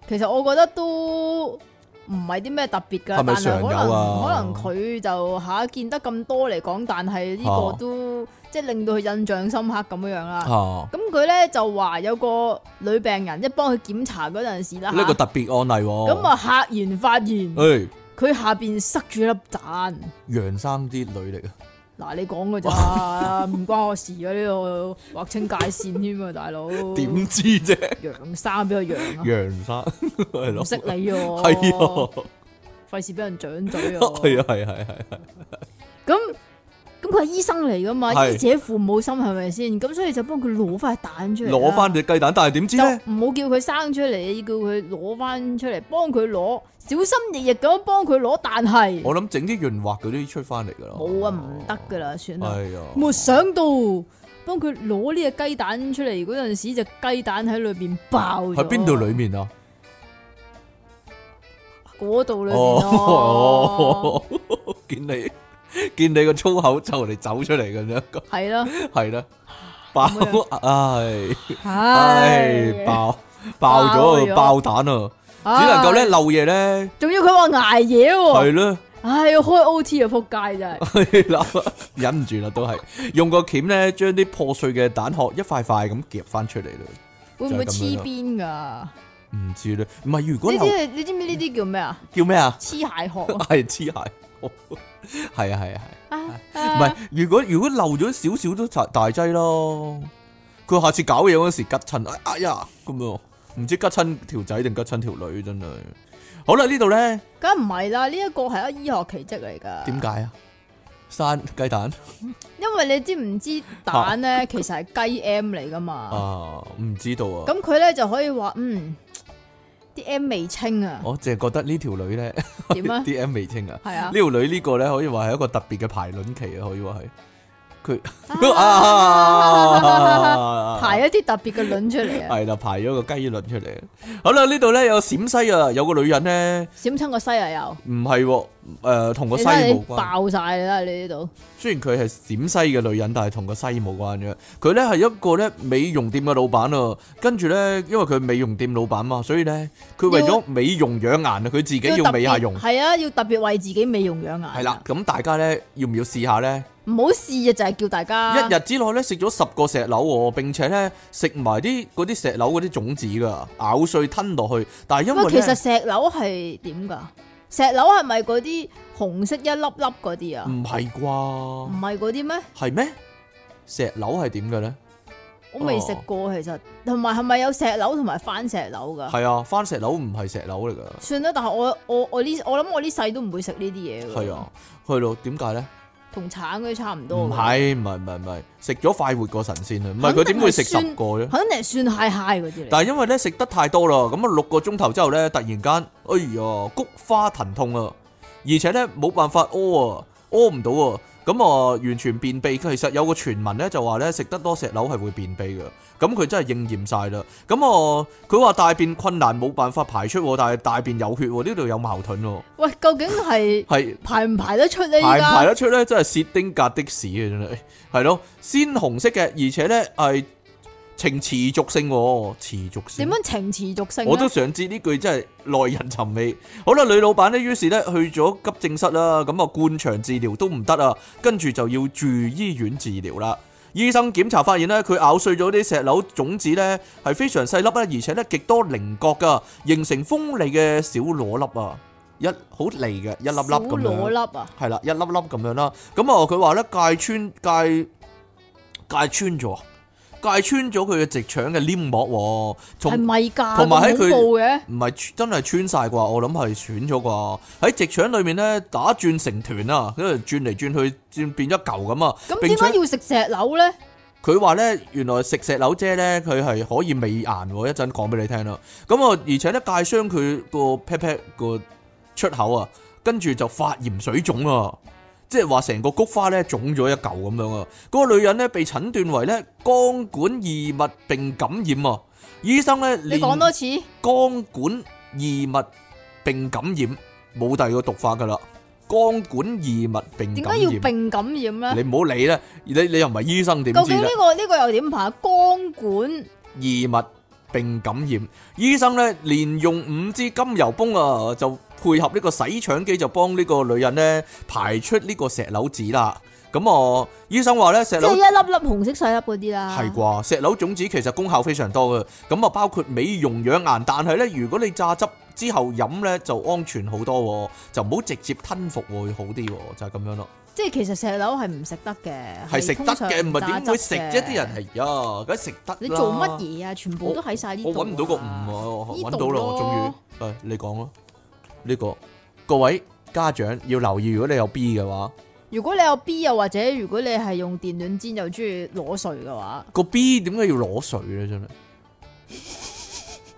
[SPEAKER 2] 其實我覺得都唔係啲咩特別噶，
[SPEAKER 1] 係咪
[SPEAKER 2] 但係可
[SPEAKER 1] 常有
[SPEAKER 2] 能
[SPEAKER 1] 啊
[SPEAKER 2] 可能佢就吓見得咁多嚟講，但係呢個
[SPEAKER 1] 啊
[SPEAKER 2] 都即係令到佢印象深刻咁樣樣啦。
[SPEAKER 1] 啊，
[SPEAKER 2] 咁佢咧就話有個女病人，即係幫佢檢查嗰陣時啦，
[SPEAKER 1] 啊呢個特
[SPEAKER 2] 嚇
[SPEAKER 1] 別案例喎，
[SPEAKER 2] 啊咁啊，赫然發現
[SPEAKER 1] 誒，
[SPEAKER 2] 佢下邊塞住粒蛋。
[SPEAKER 1] 楊生啲女嚟啊。
[SPEAKER 2] 嗱，你講嘅 咋，唔關我事啊！呢度劃清界線添啊，大佬。
[SPEAKER 1] 點知啫？
[SPEAKER 2] 羊生俾個羊啊？
[SPEAKER 1] 楊生 係
[SPEAKER 2] 唔
[SPEAKER 1] 咯，
[SPEAKER 2] 識你喎。
[SPEAKER 1] 係啊，
[SPEAKER 2] 費事俾人掌嘴啊。
[SPEAKER 1] 係啊，係係係係，
[SPEAKER 2] 咁咁佢係醫生嚟噶嘛，
[SPEAKER 1] 係
[SPEAKER 2] 醫者父母心係咪先？咁所以就幫佢攞塊蛋出嚟啦，
[SPEAKER 1] 攞翻只雞蛋，但係點知
[SPEAKER 2] 就
[SPEAKER 1] 咧？
[SPEAKER 2] 唔好叫佢生出嚟，要叫佢攞翻出嚟，幫佢攞，小心翼翼咁樣幫佢攞蛋係。
[SPEAKER 1] 我諗整啲潤滑嗰啲出翻嚟噶啦。
[SPEAKER 2] 冇啊，唔得噶啦，算啦。
[SPEAKER 1] 係啊，
[SPEAKER 2] 沒想到幫佢攞呢只雞蛋出嚟嗰陣時，只雞蛋喺裏边爆咗。
[SPEAKER 1] 喺邊度？裡面啊？
[SPEAKER 2] 嗰度裏边咯，
[SPEAKER 1] 哦， 見你見你個粗口就嚟走出嚟咁樣，
[SPEAKER 2] 係咯，
[SPEAKER 1] 係啦，爆
[SPEAKER 2] 咁
[SPEAKER 1] 唉唉
[SPEAKER 2] 唉，
[SPEAKER 1] 爆爆咗啊爆
[SPEAKER 2] 爆
[SPEAKER 1] 蛋啊！
[SPEAKER 2] 只
[SPEAKER 1] 只能夠咧，漏嘢咧，
[SPEAKER 2] 仲要佢話捱夜喎，
[SPEAKER 1] 係咯。
[SPEAKER 2] 唉，要開 O T 啊，仆街真 係，
[SPEAKER 1] 忍唔住啦，都係用個鉗咧，將啲破碎嘅蛋殼一塊塊咁夾翻出嚟啦。
[SPEAKER 2] 會唔會
[SPEAKER 1] 就係咁樣
[SPEAKER 2] 黐
[SPEAKER 1] 啦
[SPEAKER 2] 邊噶？呢
[SPEAKER 1] 唔知咧，唔係如果
[SPEAKER 2] 啲
[SPEAKER 1] 留
[SPEAKER 2] 係你知唔知呢啲叫咩啊？
[SPEAKER 1] 叫咩啊？
[SPEAKER 2] 黐鞋殼啊
[SPEAKER 1] 係黐鞋，哦係啊係啊係
[SPEAKER 2] 啊！
[SPEAKER 1] 啊，唔
[SPEAKER 2] 啊
[SPEAKER 1] 係如果如果漏咗少少都大大劑咯。佢下次搞嘢嗰時吉親，哎哎呀咁樣，唔知吉親條仔定吉親條女真係。好啦，呢度咧
[SPEAKER 2] 梗唔係啦，呢一個係一個醫學奇蹟嚟㗎。
[SPEAKER 1] 點解啊？生雞蛋
[SPEAKER 2] 因為你知唔知蛋 咧其實係雞 M 嚟㗎嘛？
[SPEAKER 1] 啊，唔知道啊。
[SPEAKER 2] 咁佢咧就可以話嗯啲 M 未清啊，
[SPEAKER 1] 我淨係覺得呢條女咧
[SPEAKER 2] 點啊？
[SPEAKER 1] 哦啲 M 未清啊。
[SPEAKER 2] 係啊
[SPEAKER 1] 呢，條女呢個咧，可以話係一個特別嘅排卵期啊，可以話係啊佢
[SPEAKER 2] 啊
[SPEAKER 1] 啊，
[SPEAKER 2] 排一啲特別嘅卵出嚟啊，
[SPEAKER 1] 係啦，排咗個雞卵出嚟。好啦，呢度咧有陝西啊，有個女人咧，
[SPEAKER 2] 閃親個西啊又，
[SPEAKER 1] 唔係喎，誒同個
[SPEAKER 2] 你
[SPEAKER 1] 西
[SPEAKER 2] 睇下你
[SPEAKER 1] 冇關。
[SPEAKER 2] 爆晒啦你呢度，
[SPEAKER 1] 雖然佢係陝西嘅女人，但係同個西冇關嘅。佢咧係一個咧美容店嘅老闆啊，跟住咧因為佢係美容店老闆嘛，所以咧佢為咗美容養顏啊，佢自己要
[SPEAKER 2] 特
[SPEAKER 1] 美
[SPEAKER 2] 別
[SPEAKER 1] 下容。
[SPEAKER 2] 係啊，要特別為自己美容養顏。啊
[SPEAKER 1] 係啦，，咁大家咧要唔要試下咧？
[SPEAKER 2] 唔好試啊，就係叫大家
[SPEAKER 1] 一日之內咧食咗十個石榴喎，並且咧食埋啲嗰啲石榴嗰啲種子噶，咬碎吞落去。但係因為
[SPEAKER 2] 喂，其實
[SPEAKER 1] 咧
[SPEAKER 2] 石榴係點㗎？石榴係咪嗰啲紅色一粒粒嗰啲啊？
[SPEAKER 1] 唔係
[SPEAKER 2] 唔
[SPEAKER 1] 啩？
[SPEAKER 2] 係嗰啲咩？
[SPEAKER 1] 係咩？石榴係點嘅咧？
[SPEAKER 2] 我
[SPEAKER 1] 哦
[SPEAKER 2] 未食過其實，同埋係咪有石榴同埋番石榴㗎？
[SPEAKER 1] 係啊，番石榴唔係石榴嚟噶，
[SPEAKER 2] 算啦，但係我我我呢，我諗我呢世都唔會食呢啲嘢㗎。
[SPEAKER 1] 係啊，係咯？點解咧？
[SPEAKER 2] 同橙嗰啲差唔多。
[SPEAKER 1] 唔，係唔係唔係唔係，食咗快活過神仙啊！唔係佢點會食十個啫？
[SPEAKER 2] 肯定係酸嗨嗨嗰啲嚟。
[SPEAKER 1] 但係因為咧食得太多啦，咁啊六個鐘頭之後咧，突然間，哎呀，菊花疼痛啊，而且咧冇辦法屙啊，屙唔到啊，咁啊完全便秘。其實有個傳聞咧就話咧食得多石榴係會便秘嘅，咁佢真係應驗晒啦。咁啊佢話大便困難冇辦法排出喎，但係大便有血喎，呢度有矛盾喎，
[SPEAKER 2] 喂，究竟係
[SPEAKER 1] 係。
[SPEAKER 2] 排唔排得出呢？依
[SPEAKER 1] 排唔排
[SPEAKER 2] 家
[SPEAKER 1] 得出咧，真係薛丁格的士啊！真係係咯，鮮紅色嘅，而且咧係呈持續性喎，持續性
[SPEAKER 2] 點。樣情持續性啊
[SPEAKER 1] 我都
[SPEAKER 2] 咧？
[SPEAKER 1] 想知呢句真係耐人尋味。好啦，女老闆呢，於是呢去咗急症室啦，咁啊灌腸治療都唔得啊，跟住就要住醫院治療啦。醫生檢查發現呢，佢咬碎咗啲石榴種子呢，係非常細粒啦，而且呢極多棱角噶，形成鋒利嘅小螺粒啊，一好利嘅一粒粒
[SPEAKER 2] 小
[SPEAKER 1] 咁樣
[SPEAKER 2] 裸。粒啊！
[SPEAKER 1] 係啦，一粒粒咁樣啦。咁啊，佢話咧界穿界界穿咗，界穿咗佢嘅直腸嘅黏膜喎，
[SPEAKER 2] 係
[SPEAKER 1] 從
[SPEAKER 2] 咪㗎？
[SPEAKER 1] 同埋喺佢
[SPEAKER 2] 咁恐怖嘅，
[SPEAKER 1] 唔係真係穿晒啩？我諗係損咗啩。喺直腸裏面咧打轉成團啊，跟住轉嚟轉去，轉變一嚿咁啊。
[SPEAKER 2] 咁
[SPEAKER 1] 並
[SPEAKER 2] 點解
[SPEAKER 1] 且
[SPEAKER 2] 要食石榴咧？
[SPEAKER 1] 佢話咧，原來食石榴姐咧，佢係可以美顏喎。一陣講俾你聽啦。咁啊，而且咧界傷佢個 pat pat 個出口啊，跟住就發炎水腫啊，即係話成個菊花咧腫咗一嚿咁樣啊。嗰、個女人咧被診斷為咧肝管異物並感染啊。醫生咧，
[SPEAKER 2] 你講多次，
[SPEAKER 1] 肝管異物並感染，冇第二個讀法噶啦。肝管異物並
[SPEAKER 2] 點
[SPEAKER 1] 感
[SPEAKER 2] 解要
[SPEAKER 1] 染，
[SPEAKER 2] 並感染咧？
[SPEAKER 1] 你唔好理啦，你你又唔係醫生點
[SPEAKER 2] 究
[SPEAKER 1] 知
[SPEAKER 2] 竟
[SPEAKER 1] 啫
[SPEAKER 2] 呢、？個呢、個又點排？光管
[SPEAKER 1] 異物並感染。醫生咧連用五支金油泵啊，就配合呢個洗腸機，就幫呢個女人咧排出呢個石榴籽啦。咁啊，醫生話咧石
[SPEAKER 2] 即係
[SPEAKER 1] 榴
[SPEAKER 2] 一粒粒紅色細粒嗰啲啦。
[SPEAKER 1] 係啩，石榴種子其實功效非常多嘅，咁啊包括美容養顏，但係咧如果你榨汁之後飲咧就安全好多喎，就唔好直接吞服喎會好啲喎，就係、咁樣咯。
[SPEAKER 2] 即係其實石榴係唔食得嘅，
[SPEAKER 1] 係食得嘅，唔係點會食啫？啲人係
[SPEAKER 2] 係通常榨汁嘅
[SPEAKER 1] 哎呀，梗係食得啦
[SPEAKER 2] 你做乜嘢啊？全部都喺晒呢度
[SPEAKER 1] 我
[SPEAKER 2] 啊。
[SPEAKER 1] 揾唔到個五啊，我
[SPEAKER 2] 呢
[SPEAKER 1] 揾
[SPEAKER 2] 度
[SPEAKER 1] 到啦，我
[SPEAKER 2] 咯
[SPEAKER 1] 終於。誒，你講咯，呢個各位家長要留意，如果你有 B 嘅話，
[SPEAKER 2] 如果你有 B 又或者如果你係用電暖氈又中意攞水嘅話，
[SPEAKER 1] 個 B 點解要攞水咧？ 真係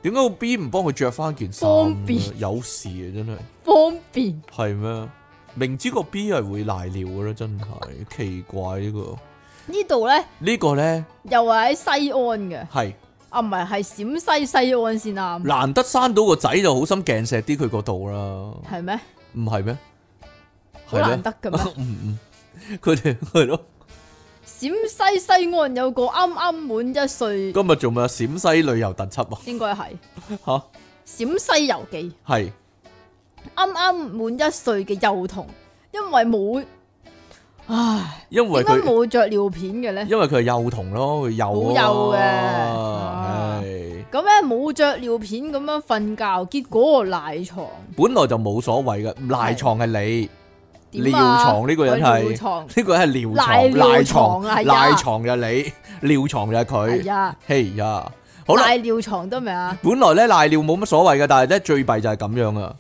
[SPEAKER 1] 點解個 B 唔幫佢着翻件衫咧？
[SPEAKER 2] 方便
[SPEAKER 1] 有事啊！真係
[SPEAKER 2] 方便
[SPEAKER 1] 係咩？明知個 B 係會賴尿嘅啦，真係奇怪呢、個
[SPEAKER 2] 呢度咧
[SPEAKER 1] 呢個咧
[SPEAKER 2] 又係喺西安嘅，
[SPEAKER 1] 係
[SPEAKER 2] 啊唔係係陝西西安先啱，
[SPEAKER 1] 難得生到個仔就好心鏡石啲佢嗰度啦，
[SPEAKER 2] 係咩？
[SPEAKER 1] 唔係咩？
[SPEAKER 2] 好
[SPEAKER 1] 係
[SPEAKER 2] 難
[SPEAKER 1] 咩？
[SPEAKER 2] 得嘅咩？
[SPEAKER 1] 嗯嗯，佢哋係咯。
[SPEAKER 2] 陝西西安有個啱啱滿一歲，
[SPEAKER 1] 今日做咩啊？陝西旅遊特輯啊？
[SPEAKER 2] 應該係
[SPEAKER 1] 吓
[SPEAKER 2] 陝西遊記，
[SPEAKER 1] 係
[SPEAKER 2] 啱啱滿一歲嘅幼童，因為冇，唉，
[SPEAKER 1] 因為
[SPEAKER 2] 點解
[SPEAKER 1] 佢
[SPEAKER 2] 冇着尿片嘅咧？
[SPEAKER 1] 因為佢係幼童咯，佢幼
[SPEAKER 2] 好
[SPEAKER 1] 啊
[SPEAKER 2] 幼嘅啊
[SPEAKER 1] 嘛係
[SPEAKER 2] 咁咧冇着尿片咁樣瞓覺，結果賴床。
[SPEAKER 1] 本來就冇所謂嘅，賴床係你，
[SPEAKER 2] 點
[SPEAKER 1] 你尿
[SPEAKER 2] 啊
[SPEAKER 1] 床呢個人
[SPEAKER 2] 我尿
[SPEAKER 1] 係
[SPEAKER 2] 床，
[SPEAKER 1] 呢個人係
[SPEAKER 2] 賴
[SPEAKER 1] 尿床，賴
[SPEAKER 2] 尿床
[SPEAKER 1] 床
[SPEAKER 2] 啊係呀
[SPEAKER 1] 賴床就係你，尿床就係
[SPEAKER 2] 係
[SPEAKER 1] 佢，
[SPEAKER 2] 啊，
[SPEAKER 1] 嘿呀，好啦，
[SPEAKER 2] 賴尿床得未啊？
[SPEAKER 1] 本來咧賴尿冇乜所謂嘅，但係咧最弊就係咁樣啊，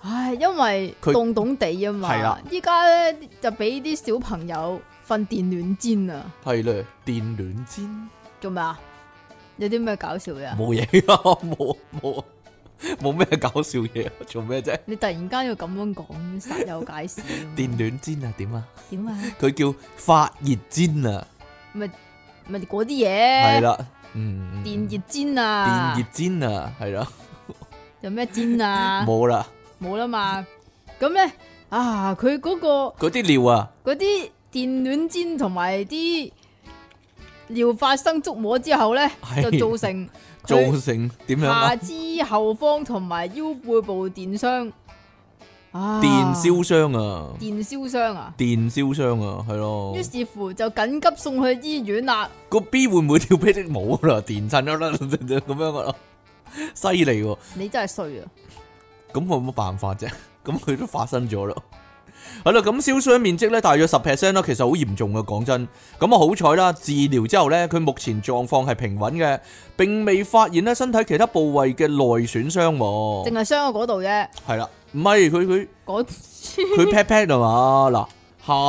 [SPEAKER 2] 唉，因為
[SPEAKER 1] 佢
[SPEAKER 2] 凍凍地啊
[SPEAKER 1] 係啦
[SPEAKER 2] 嘛，依家咧就俾啲小朋友瞓電暖氈啊，
[SPEAKER 1] 係咧電暖氈
[SPEAKER 2] 做咩啊？有啲咩搞笑嘅啊？
[SPEAKER 1] 冇嘢 啊，冇冇冇咩搞笑嘢啊，做咩啫？
[SPEAKER 2] 你突然間要咁樣講，實有解釋啊。
[SPEAKER 1] 電暖氈啊，點啊？
[SPEAKER 2] 點啊？
[SPEAKER 1] 佢叫發熱氈啊，
[SPEAKER 2] 咪咪嗰啲
[SPEAKER 1] 係
[SPEAKER 2] 嘢，
[SPEAKER 1] 啦，嗯，
[SPEAKER 2] 電熱氈
[SPEAKER 1] 電
[SPEAKER 2] 啊
[SPEAKER 1] 熱，氈啊，係啦，
[SPEAKER 2] 有咩氈啊？
[SPEAKER 1] 冇啦，
[SPEAKER 2] 冇啦嘛。咁咧啊，佢嗰個。
[SPEAKER 1] 嗰啲尿啊，
[SPEAKER 2] 嗰啲電暖氈同埋啲療法生觸摸之後咧，
[SPEAKER 1] 係
[SPEAKER 2] 就造成
[SPEAKER 1] 造
[SPEAKER 2] 佢
[SPEAKER 1] 成點樣啊
[SPEAKER 2] 下？肢後方同埋腰背部電傷，啊，
[SPEAKER 1] 電燒傷啊，
[SPEAKER 2] 電燒傷啊！
[SPEAKER 1] 電燒傷啊，係咯
[SPEAKER 2] 於。是乎就緊急送去醫院啦。
[SPEAKER 1] 個 B 會唔會跳霹靂舞啦？電震咗啦，咁樣噶啦，犀利喎！
[SPEAKER 2] 你真係衰啊！
[SPEAKER 1] 咁我有乜辦法啫？ 咁佢都發生咗咯。係啦，咁燒傷面積咧大約十 percent 啦，其實好嚴重嘅，講真。咁啊好彩啦，治療之後咧，佢目前狀況係平穩嘅，並未發現咧身體其他部位嘅內損傷
[SPEAKER 2] 淨
[SPEAKER 1] 喎。
[SPEAKER 2] 係傷我嗰度啫，
[SPEAKER 1] 係啦，唔係佢佢
[SPEAKER 2] 嗰
[SPEAKER 1] 佢 pat pat 係嘛？嗱，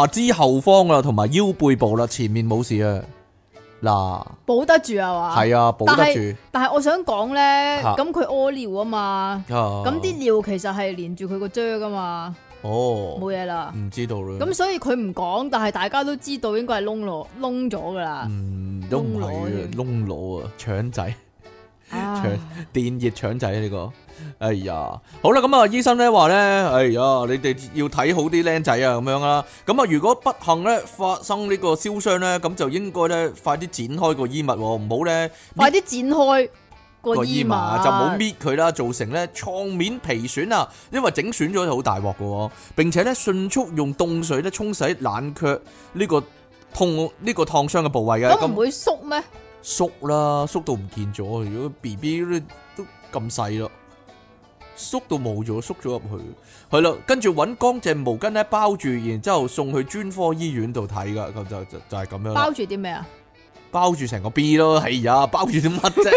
[SPEAKER 1] 下肢後方啦，同埋腰背部啦，前面冇事啊。嗱，
[SPEAKER 2] 保得住啊嘛。
[SPEAKER 1] 係啊，保
[SPEAKER 2] 但
[SPEAKER 1] 得
[SPEAKER 2] 係
[SPEAKER 1] 住。
[SPEAKER 2] 但係我想講咧，
[SPEAKER 1] 嚇哦
[SPEAKER 2] 咁佢屙尿啊嘛，咁
[SPEAKER 1] 咁
[SPEAKER 2] 啲尿其實係連住佢個啫噶嘛，
[SPEAKER 1] 哦，
[SPEAKER 2] 冇嘢啦。
[SPEAKER 1] 唔知道啦。
[SPEAKER 2] 咁所以佢唔講，但係大家都知道應該係窿落窿咗噶啦。
[SPEAKER 1] 嗯，都唔係啊，窿腦啊，腸仔。
[SPEAKER 2] 啊
[SPEAKER 1] 腸電熱腸仔啊呢個，哎呀，好啦，咁啊，醫生咧話咧，哎呀，你哋要睇好啲僆仔啊，咁樣啦，咁啊，如果不幸咧發生呢個燒傷咧，咁就應該咧快啲剪開個衣物喎，唔好咧
[SPEAKER 2] 快啲剪開個
[SPEAKER 1] 個
[SPEAKER 2] 衣
[SPEAKER 1] 衣
[SPEAKER 2] 物，
[SPEAKER 1] 麻就冇搣佢啦，造成咧創面皮損啊，因為整損咗就好大鑊嘅喎，並且咧迅速用凍水咧沖洗冷卻呢個痛呢、個燙傷嘅部位嘅，
[SPEAKER 2] 咁唔會縮咩？
[SPEAKER 1] 縮啦，縮到唔見咗。如果 B B 都咁細咯，縮到冇咗，縮咗入去。係啦，跟住揾乾淨毛巾咧包住，然之後送去專科醫院度睇噶。咁就就就係咁樣啦
[SPEAKER 2] 包，住啲咩啊？
[SPEAKER 1] 包住成個 B 咯。係呀，包住啲乜 啫？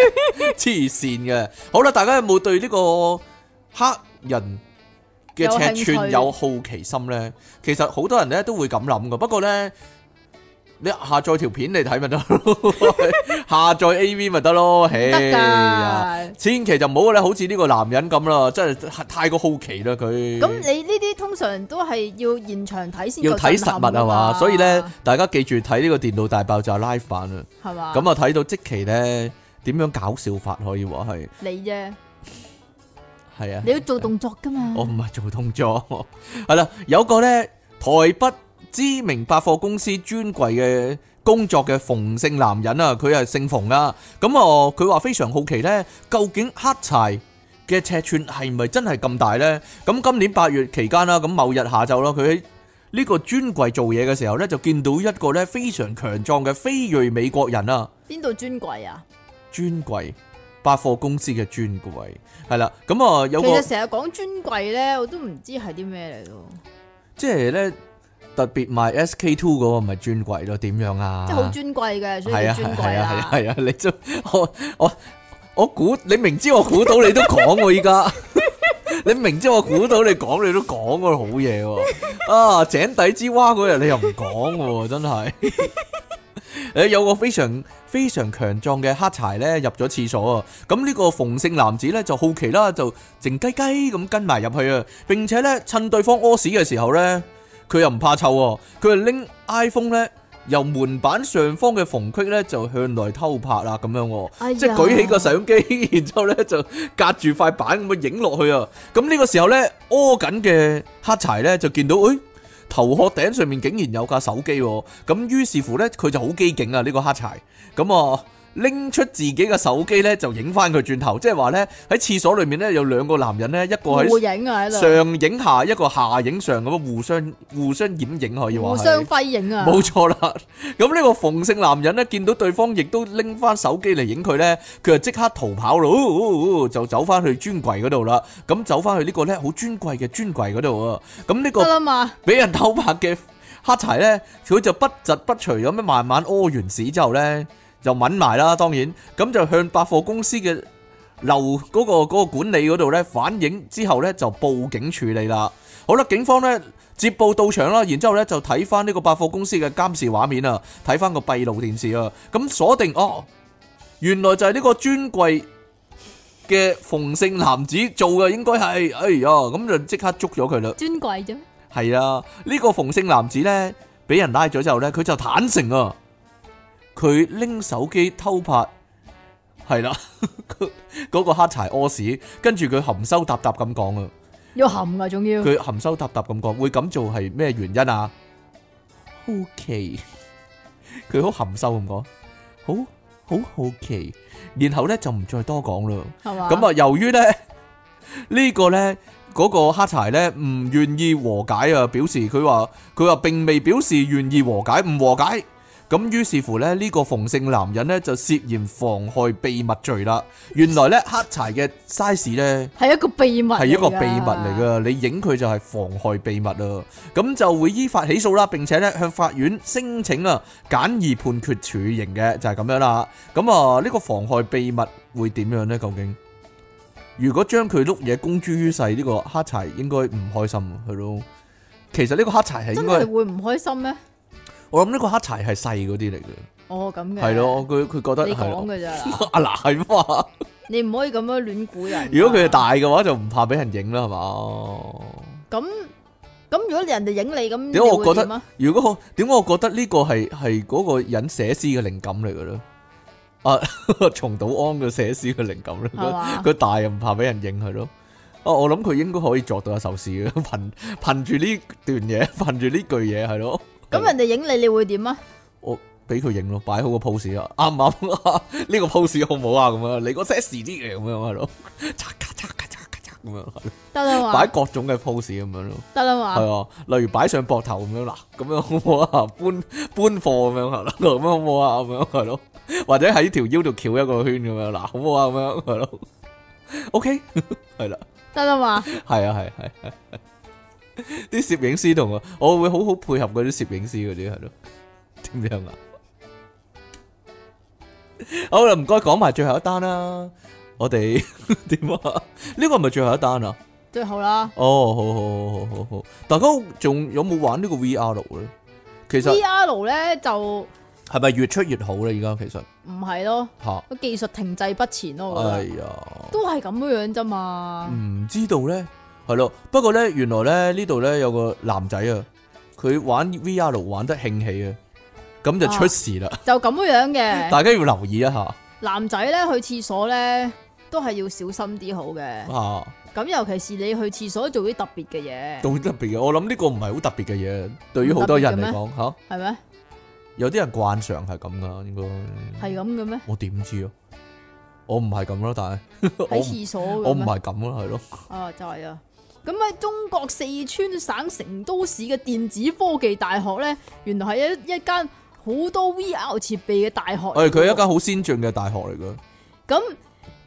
[SPEAKER 1] 黐線嘅。好啦，大家有冇對呢個黑人
[SPEAKER 2] 有
[SPEAKER 1] 嘅尺
[SPEAKER 2] 興
[SPEAKER 1] 寸
[SPEAKER 2] 趣
[SPEAKER 1] 有好奇心咧？其實好多人咧都會咁諗噶。不過咧。你下載條片嚟睇咪得 咯，下載 A V 咪得咯，
[SPEAKER 2] 唔
[SPEAKER 1] 唉
[SPEAKER 2] 得
[SPEAKER 1] 呀，
[SPEAKER 2] 㗎。
[SPEAKER 1] 千祈就唔好咧，好似呢個男人咁啦，真係太過好奇啦佢。
[SPEAKER 2] 咁你呢啲通常都係要現場睇先
[SPEAKER 1] 要
[SPEAKER 2] 夠
[SPEAKER 1] 睇
[SPEAKER 2] 震
[SPEAKER 1] 實
[SPEAKER 2] 撼
[SPEAKER 1] 物
[SPEAKER 2] 㗎
[SPEAKER 1] 啊嘛，所以咧大家記住睇呢個電腦大爆炸 live 版啊，
[SPEAKER 2] 係嘛？
[SPEAKER 1] 咁啊睇到即期咧點樣搞笑法可以話係
[SPEAKER 2] 你啫，
[SPEAKER 1] 係啊
[SPEAKER 2] 你。要做動作㗎嘛？
[SPEAKER 1] 我唔係做動作， 係啦，有個咧台北知名百貨公司專櫃嘅工作嘅馮姓男人啊，佢係姓馮啊，咁啊佢話非常好奇呢，究竟黑柴嘅尺寸係咪真係咁大呢？咁今年八月期間啦，咁某日下晝啦，佢喺呢個專櫃做嘢嘅時候呢，就見到一個呢非常強壯嘅非裔美國人啊。
[SPEAKER 2] 邊度專櫃啊？
[SPEAKER 1] 專櫃百貨公司嘅專櫃係啦，咁啊有
[SPEAKER 2] 其
[SPEAKER 1] 個
[SPEAKER 2] 實成日講專櫃咧，我都唔知係啲咩嚟咯，
[SPEAKER 1] 即係咧特別賣 SK Two 嗰個咪專櫃咯，點樣啊？
[SPEAKER 2] 即係好專櫃嘅，所以
[SPEAKER 1] 係
[SPEAKER 2] 叫
[SPEAKER 1] 啊
[SPEAKER 2] 專
[SPEAKER 1] 係
[SPEAKER 2] 櫃
[SPEAKER 1] 啊
[SPEAKER 2] 啦。
[SPEAKER 1] 係啊係啊！你都我我我估你明知我估到你 都講喎，依家你明知我估到你講你都講喎，好嘢喎！啊，井底之蛙嗰日你又唔講喎，真係。 誒有個非常非常強壯嘅黑柴咧入咗廁所啊！咁呢個馮姓男子咧就好奇啦，就靜雞雞咁跟埋入去啊！並且咧趁對方屙屎嘅時候咧，佢又唔怕臭喎，佢就拎 iPhone 咧由門板上方嘅縫隙咧就向內偷拍啦咁樣喎。
[SPEAKER 2] 哎呀
[SPEAKER 1] 即係舉起個相機，然之後咧就隔住塊板咁樣影落去啊！咁呢個時候咧，屙緊嘅黑柴咧就見到，誒、頭殼頂上面竟然有架手機喎！咁於是乎咧，佢就好機警啊！呢、個黑柴咁啊，拎出自己嘅手機咧就影翻佢轉頭，即係話咧喺廁所裏面咧有兩個男人咧，一個
[SPEAKER 2] 互
[SPEAKER 1] 喺
[SPEAKER 2] 影啊喺度，
[SPEAKER 1] 上影下，一個下影上咁樣互相互相掩影可以話
[SPEAKER 2] 互
[SPEAKER 1] 係。
[SPEAKER 2] 相輝影啊，
[SPEAKER 1] 冇錯啦，咁呢個馮姓男人呢，見到對方亦都拎翻手機嚟影佢呢，佢就即刻逃跑咯，哦哦哦就走翻去專櫃嗰度啦。咁走翻去呢個呢，好尊貴嘅專櫃嗰度啊。咁呢
[SPEAKER 2] 得
[SPEAKER 1] 個
[SPEAKER 2] 啦嘛，
[SPEAKER 1] 俾人偷拍嘅黑柴呢，佢就不疾不徐咁樣慢慢屙完屎之後呢，就揾埋啦。當然，咁就向百貨公司嘅樓嗰、個嗰個管理嗰度呢反映之後呢，就報警處理啦。好啦，警方呢接報到場啦，然之後呢就睇翻呢個百貨公司嘅監視畫面啊，睇翻個閉路電視啊，咁鎖定哦，原來就係呢個專櫃嘅馮姓男子做嘅，應該係，哎呀，咁就即刻捉咗佢啦。
[SPEAKER 2] 尊貴啫，
[SPEAKER 1] 係啊，呢、個馮姓男子呢，俾人拉咗之後呢，佢就坦誠啊，佢拎手機偷拍，係啦、 嗰嗰個黑柴屙屎，跟住佢含羞答答咁講啊。
[SPEAKER 2] 要含噶仲要，
[SPEAKER 1] 佢含羞答答咁講，會咁做係咩原因啊？好奇，佢好含羞咁講，好好好奇，然後咧就唔再多講啦。
[SPEAKER 2] 係嘛？
[SPEAKER 1] 咁啊，由於咧 呢個咧嗰個黑柴咧唔願意和解啊，表示佢話佢話並未表示願意和解，唔和解。咁於是乎咧，呢個馮姓男人咧就涉嫌妨害秘密罪啦。原來咧黑柴嘅 size 咧。
[SPEAKER 2] 係一啊個秘密嚟㗎，
[SPEAKER 1] 係一個秘密嚟噶，你影佢就係妨害秘密啊！咁就會依法起訴啦，並且咧向法院聲請啊簡易判決處刑嘅，就係、咁樣啦。咁啊，呢個妨害秘密會點樣呢？究竟如果將佢碌嘢公諸於世，呢、個黑柴應該唔開心係咯。其實呢個黑柴係
[SPEAKER 2] 真
[SPEAKER 1] 應
[SPEAKER 2] 係
[SPEAKER 1] 該，
[SPEAKER 2] 會唔開心咩？
[SPEAKER 1] 我諗呢個黑柴係細嗰啲嚟嘅，
[SPEAKER 2] 哦咁嘅，
[SPEAKER 1] 係咯，，佢佢覺得
[SPEAKER 2] 你
[SPEAKER 1] 係咯
[SPEAKER 2] 講噶咋，
[SPEAKER 1] 啊嗱係嘛，
[SPEAKER 2] 你唔可以咁樣亂估人。
[SPEAKER 1] 如果佢係，大嘅話就唔怕俾人影啦係嘛。
[SPEAKER 2] 咁咁如果人哋影你
[SPEAKER 1] 點
[SPEAKER 2] 咁，
[SPEAKER 1] 解我覺
[SPEAKER 2] 你會點
[SPEAKER 1] 得
[SPEAKER 2] 啊？
[SPEAKER 1] 如果我點解我覺得呢個係係嗰個人寫詩嘅靈感嚟嘅咧？啊， 松島安嘅寫詩嘅靈感咧，
[SPEAKER 2] 係嘛
[SPEAKER 1] 佢佢大又唔怕俾人認佢咯。啊，我諗佢應該可以作到一首詩嘅， 憑憑住呢段嘢，憑住呢句嘢係咯。
[SPEAKER 2] 咁人哋影你，你會點啊？
[SPEAKER 1] 我俾佢影咯，擺好個 pose 啊，啱唔啱 啊？呢個 pose 好唔好啊？咁樣你嗰些時啲嘢咁樣係咯， 嚓咔嚓咔嚓咔嚓咁樣，
[SPEAKER 2] 得啦
[SPEAKER 1] 擺
[SPEAKER 2] 嘛，
[SPEAKER 1] 各種嘅 pose 咁樣咯。
[SPEAKER 2] 得啦嘛，
[SPEAKER 1] 係啊，例如擺上膊頭咁樣嗱，咁樣好唔好啊？搬搬貨咁樣係咯，咁樣好唔好啊？咁樣係咯，或者喺條腰度翹一個圈咁樣嗱，好唔好啊？咁樣係咯，OK 係啦，
[SPEAKER 2] 得啦嘛，
[SPEAKER 1] 係啊，係係係係啲攝影師同我，我會好好配合嗰啲攝影師嗰啲係咯，點樣啊？好啦，唔該，講埋最後一單啦，我哋 點啊？呢個係咪最後一單啊？
[SPEAKER 2] 最後啦
[SPEAKER 1] 哦，好好好好好好，大家仲有冇玩呢個 VR 咧？其實
[SPEAKER 2] ，V R 咧就唔
[SPEAKER 1] 係咪越出越好咧？而家其實
[SPEAKER 2] 係咯，
[SPEAKER 1] 吓，
[SPEAKER 2] 個技術停滯不前咯，我覺
[SPEAKER 1] 哎
[SPEAKER 2] 得
[SPEAKER 1] 呀，
[SPEAKER 2] 都係咁樣樣咋嘛，
[SPEAKER 1] 唔知道咧，係咯。不過咧，原來咧呢度咧有個男仔啊，佢玩 VR 玩得興起啊，咁就出事啦。
[SPEAKER 2] 就咁樣 樣嘅。
[SPEAKER 1] 大家要留意一下
[SPEAKER 2] 男仔咧去廁所咧都係要小心啲好嘅，
[SPEAKER 1] 啊，
[SPEAKER 2] 咁尤其是你去廁所做啲特別嘅嘢，
[SPEAKER 1] 到特別嘅。我諗呢個唔係好特別嘅嘢，對於好多人嚟講吓，
[SPEAKER 2] 係咩？
[SPEAKER 1] 有啲人慣常係咁噶，應該
[SPEAKER 2] 係咁嘅咩？
[SPEAKER 1] 我點知啊？我唔係咁咯，但係我
[SPEAKER 2] 喺
[SPEAKER 1] 唔
[SPEAKER 2] 廁所
[SPEAKER 1] 我
[SPEAKER 2] 嘅
[SPEAKER 1] 唔
[SPEAKER 2] 咩？
[SPEAKER 1] 係咁咯，係咯。
[SPEAKER 2] 啊，就係啊。咁喺中國四川省成都市嘅電子科技大學咧，原來係一一間好多 VR 設備嘅大學
[SPEAKER 1] 誒，
[SPEAKER 2] 嚟嘅喎。
[SPEAKER 1] 哎佢係一間好先進嘅大學嚟噶，
[SPEAKER 2] 咁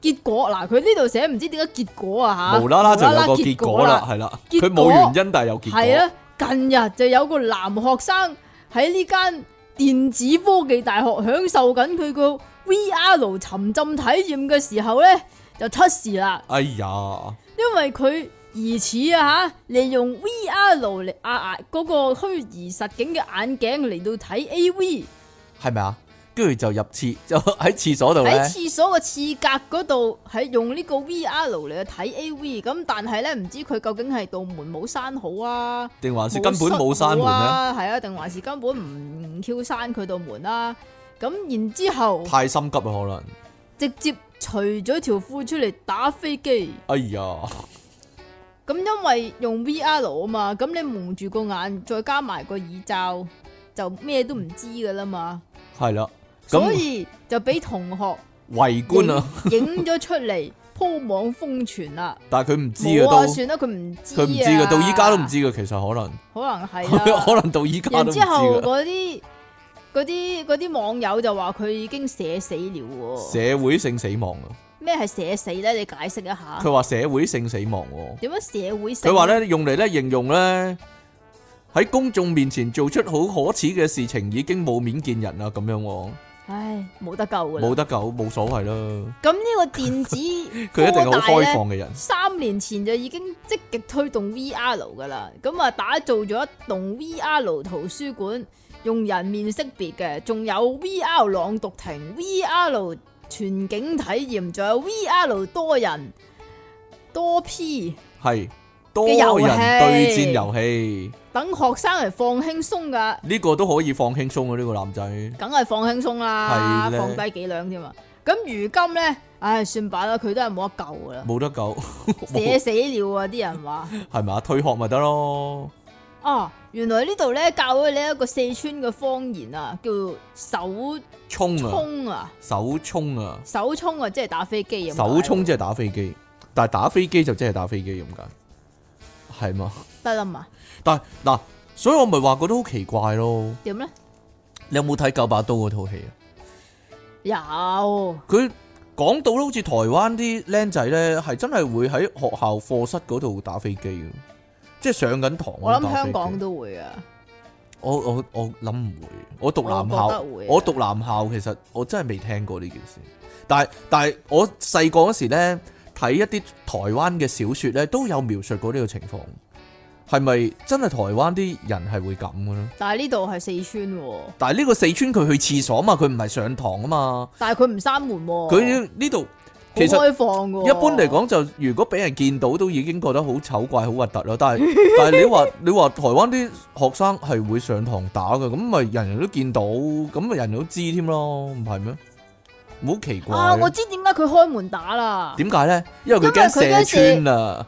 [SPEAKER 2] 結果嗱，佢呢度寫唔知點解結果啊嚇，
[SPEAKER 1] 無啦啦就有個
[SPEAKER 2] 無
[SPEAKER 1] 結果啦，。係啦，
[SPEAKER 2] 結
[SPEAKER 1] 佢
[SPEAKER 2] 果
[SPEAKER 1] 冇原因，但係有結
[SPEAKER 2] 係
[SPEAKER 1] 果。
[SPEAKER 2] 啊，近日就有個男學生喺呢間電子科技大學享受緊佢個 VR 沉浸體驗嘅時候咧，就出事啦。
[SPEAKER 1] 哎呀，
[SPEAKER 2] 因為佢疑似啊吓，利用 VR AR 嚟啊啊嗰個虛擬實境嘅眼鏡嚟到睇 AV，
[SPEAKER 1] 系咪啊？跟住就入廁，就喺廁所度咧
[SPEAKER 2] 喺，廁所個廁格嗰度係用呢個 VR 嚟去睇 AV，咁但係咧唔知佢究竟係道門冇閂好啊，
[SPEAKER 1] 定還是根本冇閂門咧？
[SPEAKER 2] 啊，係啊，定還是根本唔唔 Q 閂佢道門啦？咁然之後
[SPEAKER 1] 太心急啊，可能。
[SPEAKER 2] 直接除咗條褲出嚟打飛機。
[SPEAKER 1] 哎呀，
[SPEAKER 2] 咁因為用 VR 啊嘛，咁你蒙住個眼，再加埋個耳罩，就咩都唔知噶啦嘛。
[SPEAKER 1] 係啦，
[SPEAKER 2] 所
[SPEAKER 1] 咁
[SPEAKER 2] 以就俾同學
[SPEAKER 1] 圍
[SPEAKER 2] 影
[SPEAKER 1] 觀啊，
[SPEAKER 2] 影咗出嚟，鋪網瘋傳啦。
[SPEAKER 1] 但係佢唔知嘅
[SPEAKER 2] 冇啊，
[SPEAKER 1] 都，
[SPEAKER 2] 算啦，佢唔知
[SPEAKER 1] 佢唔知嘅，到依家都唔知，嘅，其實可能，
[SPEAKER 2] 可能係 啦。
[SPEAKER 1] 可能到依家
[SPEAKER 2] 然
[SPEAKER 1] 都唔知
[SPEAKER 2] 之
[SPEAKER 1] 嘅。
[SPEAKER 2] 後嗰啲嗰啲嗰啲網友就話佢已經寫死了喎。
[SPEAKER 1] 社會性死亡啊！
[SPEAKER 2] 咩係寫死咧？你解釋一下。
[SPEAKER 1] 佢話社會性死亡喎。
[SPEAKER 2] 點樣社會性？
[SPEAKER 1] 佢話咧用嚟咧形容咧喺公眾面前做出好可恥嘅事情，已經冇面見人啦，咁樣喎，
[SPEAKER 2] 唉，冇得救噶啦
[SPEAKER 1] 冇。得救，冇所謂啦。
[SPEAKER 2] 咁呢個電子
[SPEAKER 1] 佢一定係好
[SPEAKER 2] 科大
[SPEAKER 1] 開
[SPEAKER 2] 呢
[SPEAKER 1] 放嘅人，
[SPEAKER 2] 三年前就已經積極推動 VR 噶啦，咁啊打造咗一棟 VR 圖書館，用人面識別嘅，仲有 VR 朗讀亭、VR 全景體驗，仲有 VR 多人多 P，
[SPEAKER 1] 係
[SPEAKER 2] 嘅
[SPEAKER 1] 多
[SPEAKER 2] 遊戲
[SPEAKER 1] 人對戰遊戲，
[SPEAKER 2] 等學生嚟放輕鬆噶，
[SPEAKER 1] 呢個都可以放輕鬆啊！呢個男仔
[SPEAKER 2] 梗係放輕鬆啦，
[SPEAKER 1] 係咧
[SPEAKER 2] 放低幾兩添啊！咁如今呢，唉，算罷啦，佢都係冇得救噶啦，
[SPEAKER 1] 冇得救，
[SPEAKER 2] 寫
[SPEAKER 1] 冇
[SPEAKER 2] 死了啊！啲人話。
[SPEAKER 1] 係咪啊？退學咪得咯，
[SPEAKER 2] 哦，原來呢度咧教咗你一個四川嘅方言啊，叫手
[SPEAKER 1] 衝啊，
[SPEAKER 2] 衝啊，
[SPEAKER 1] 手衝啊，
[SPEAKER 2] 手衝啊，即係打飛機啊，
[SPEAKER 1] 手衝即係打飛機，但係打飛機就即係打飛機咁解，係嘛？
[SPEAKER 2] 得啦嘛？
[SPEAKER 1] 但係嗱，所以我咪話覺得好奇怪咯。
[SPEAKER 2] 點咧？
[SPEAKER 1] 你有冇睇《九把刀》嗰套戲啊？佢
[SPEAKER 2] 有係
[SPEAKER 1] 講到咧，好似台灣啲僆仔咧，係真係會喺學校課室嗰度打飛機嘅，即係上緊堂。
[SPEAKER 2] 我諗香港，都會啊，
[SPEAKER 1] 我我我諗唔會。我讀男
[SPEAKER 2] 我覺得
[SPEAKER 1] 校
[SPEAKER 2] 會啊，
[SPEAKER 1] 我讀男校其實我真係未聽過呢件事。但係但係我細個嗰時咧睇一啲台灣嘅小説咧，都有描述過呢個情況。係咪真係台灣啲人係會咁嘅咧？
[SPEAKER 2] 但係呢度係四川喎，
[SPEAKER 1] 但係呢個四川佢去廁所嘛，佢唔係上堂啊嘛，
[SPEAKER 2] 但係佢唔閂門喎，
[SPEAKER 1] 佢呢度
[SPEAKER 2] 好
[SPEAKER 1] 其實。
[SPEAKER 2] 開放嘅喎。
[SPEAKER 1] 一般嚟，講就如果俾人見到都已經覺得好醜怪、好核突咯。但係但係你話你話台灣啲學生係會上堂打嘅，咁咪人人都見到，咁咪人人都知添咯，唔係咩？唔好奇怪。
[SPEAKER 2] 啊，我知點解佢開門打啦，
[SPEAKER 1] 點解咧？因為佢驚
[SPEAKER 2] 因為
[SPEAKER 1] 射
[SPEAKER 2] 佢驚射
[SPEAKER 1] 穿啊！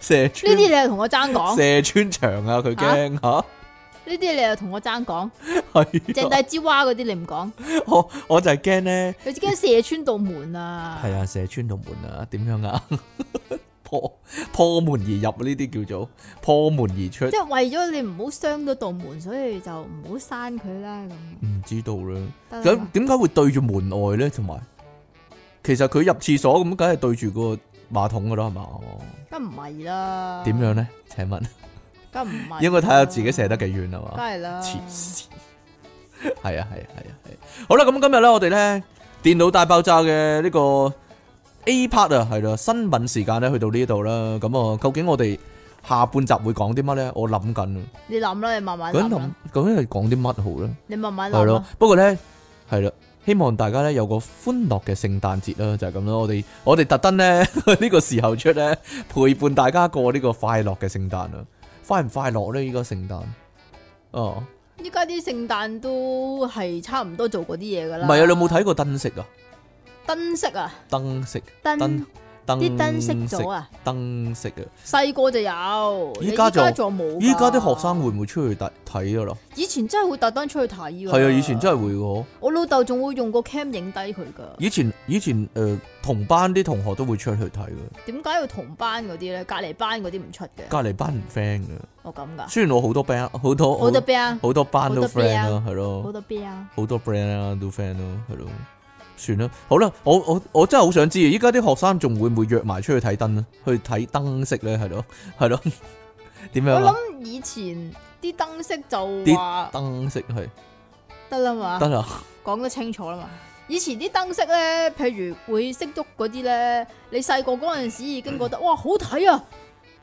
[SPEAKER 1] 射
[SPEAKER 2] 呢啲
[SPEAKER 1] 穿
[SPEAKER 2] 你又同我爭講，呢
[SPEAKER 1] 射穿牆啊！佢驚吓
[SPEAKER 2] 啲你又同我爭 講，淨
[SPEAKER 1] 係啊
[SPEAKER 2] 低之蛙嗰啲你唔講，
[SPEAKER 1] 我我就係驚咧。
[SPEAKER 2] 佢自己射穿道門啊，
[SPEAKER 1] 系啊，射穿道門啊，點樣啊？ 破破門而入啊呢啲叫做破門而出
[SPEAKER 2] 即，係為咗你唔好傷到道門，所以就唔好閂佢啦咁。
[SPEAKER 1] 唔知道啦。
[SPEAKER 2] 得啦
[SPEAKER 1] 咁
[SPEAKER 2] 嘛
[SPEAKER 1] 點解會對住門外咧？同埋，其實佢入廁所咁，梗係對住個馬桶噶啦，係嘛？
[SPEAKER 2] 梗唔係啦。
[SPEAKER 1] 點樣？咧？請問
[SPEAKER 2] 梗唔係啦。
[SPEAKER 1] 啊應該睇下自己射得幾遠啊係
[SPEAKER 2] 梗
[SPEAKER 1] 嘛？
[SPEAKER 2] 係啦。
[SPEAKER 1] 黐線，係啊係啊係啊係。好啦，咁今日咧，我哋咧電腦大爆炸嘅呢個 A part 啊，係啦，新聞時間咧去到呢度啦。咁啊，究竟我哋下半集會講啲乜咧？我諗緊啊，
[SPEAKER 2] 你諗啦，你慢慢
[SPEAKER 1] 究竟
[SPEAKER 2] 諗啦
[SPEAKER 1] 諗，究竟係講啲乜好咧？
[SPEAKER 2] 你慢慢
[SPEAKER 1] 係
[SPEAKER 2] 諗啊
[SPEAKER 1] 咯
[SPEAKER 2] 啦。，
[SPEAKER 1] 不過咧係啦。希望大家咧有個歡樂嘅聖誕節啦，就係咁啦。我哋我哋特登咧呢 個時候出咧，陪伴大家過呢個快樂嘅聖誕啊！快唔快樂咧？依家聖誕哦。
[SPEAKER 2] 依家啲聖誕都係差唔多做嗰啲嘢㗎
[SPEAKER 1] 唔
[SPEAKER 2] 啦。
[SPEAKER 1] 係啊，你有冇睇過燈飾啊？
[SPEAKER 2] 燈飾啊？
[SPEAKER 1] 燈飾，燈
[SPEAKER 2] 燈
[SPEAKER 1] 燈
[SPEAKER 2] 啲燈飾咗啊？
[SPEAKER 1] 燈飾啊！
[SPEAKER 2] 細個就有，
[SPEAKER 1] 依
[SPEAKER 2] 你
[SPEAKER 1] 家
[SPEAKER 2] 依
[SPEAKER 1] 就
[SPEAKER 2] 家仲冇㗎。
[SPEAKER 1] 依家啲學生會唔會出去睇睇噶咯？
[SPEAKER 2] 以前真係會特登出去睇㗎。
[SPEAKER 1] 係啊，以前真係會嘅喎。
[SPEAKER 2] 我老豆仲會用個 cam 影低佢㗎。
[SPEAKER 1] 以前以前誒同班啲同學都會出去睇嘅，
[SPEAKER 2] 點解要同班嗰啲咧？隔離班嗰啲唔出嘅。
[SPEAKER 1] 隔離班唔 friend 嘅。
[SPEAKER 2] 我咁㗎。
[SPEAKER 1] 雖然我好多 band，好多
[SPEAKER 2] 啊好多 b 啊，
[SPEAKER 1] 好多班都
[SPEAKER 2] 好多 band
[SPEAKER 1] friend 啦，係
[SPEAKER 2] 好
[SPEAKER 1] 咯，
[SPEAKER 2] 多 b 啊。
[SPEAKER 1] 好多 friend 啦都 friend 咯，係咯。算啦，好啦，我我我真係好想知，啊依家啲學生仲會唔會約埋出去睇燈啊？去睇燈飾咧，係咯，係咯，點
[SPEAKER 2] 我
[SPEAKER 1] 樣啊？
[SPEAKER 2] 諗以前啲燈飾就
[SPEAKER 1] 啲
[SPEAKER 2] 話
[SPEAKER 1] 燈飾係
[SPEAKER 2] 得啦嘛，啊
[SPEAKER 1] 得啦。
[SPEAKER 2] 講得清楚啦嘛。以前啲燈飾咧，譬如會識喐嗰啲咧，你細個嗰陣時已經
[SPEAKER 1] 嗯
[SPEAKER 2] 覺得哇好睇啊，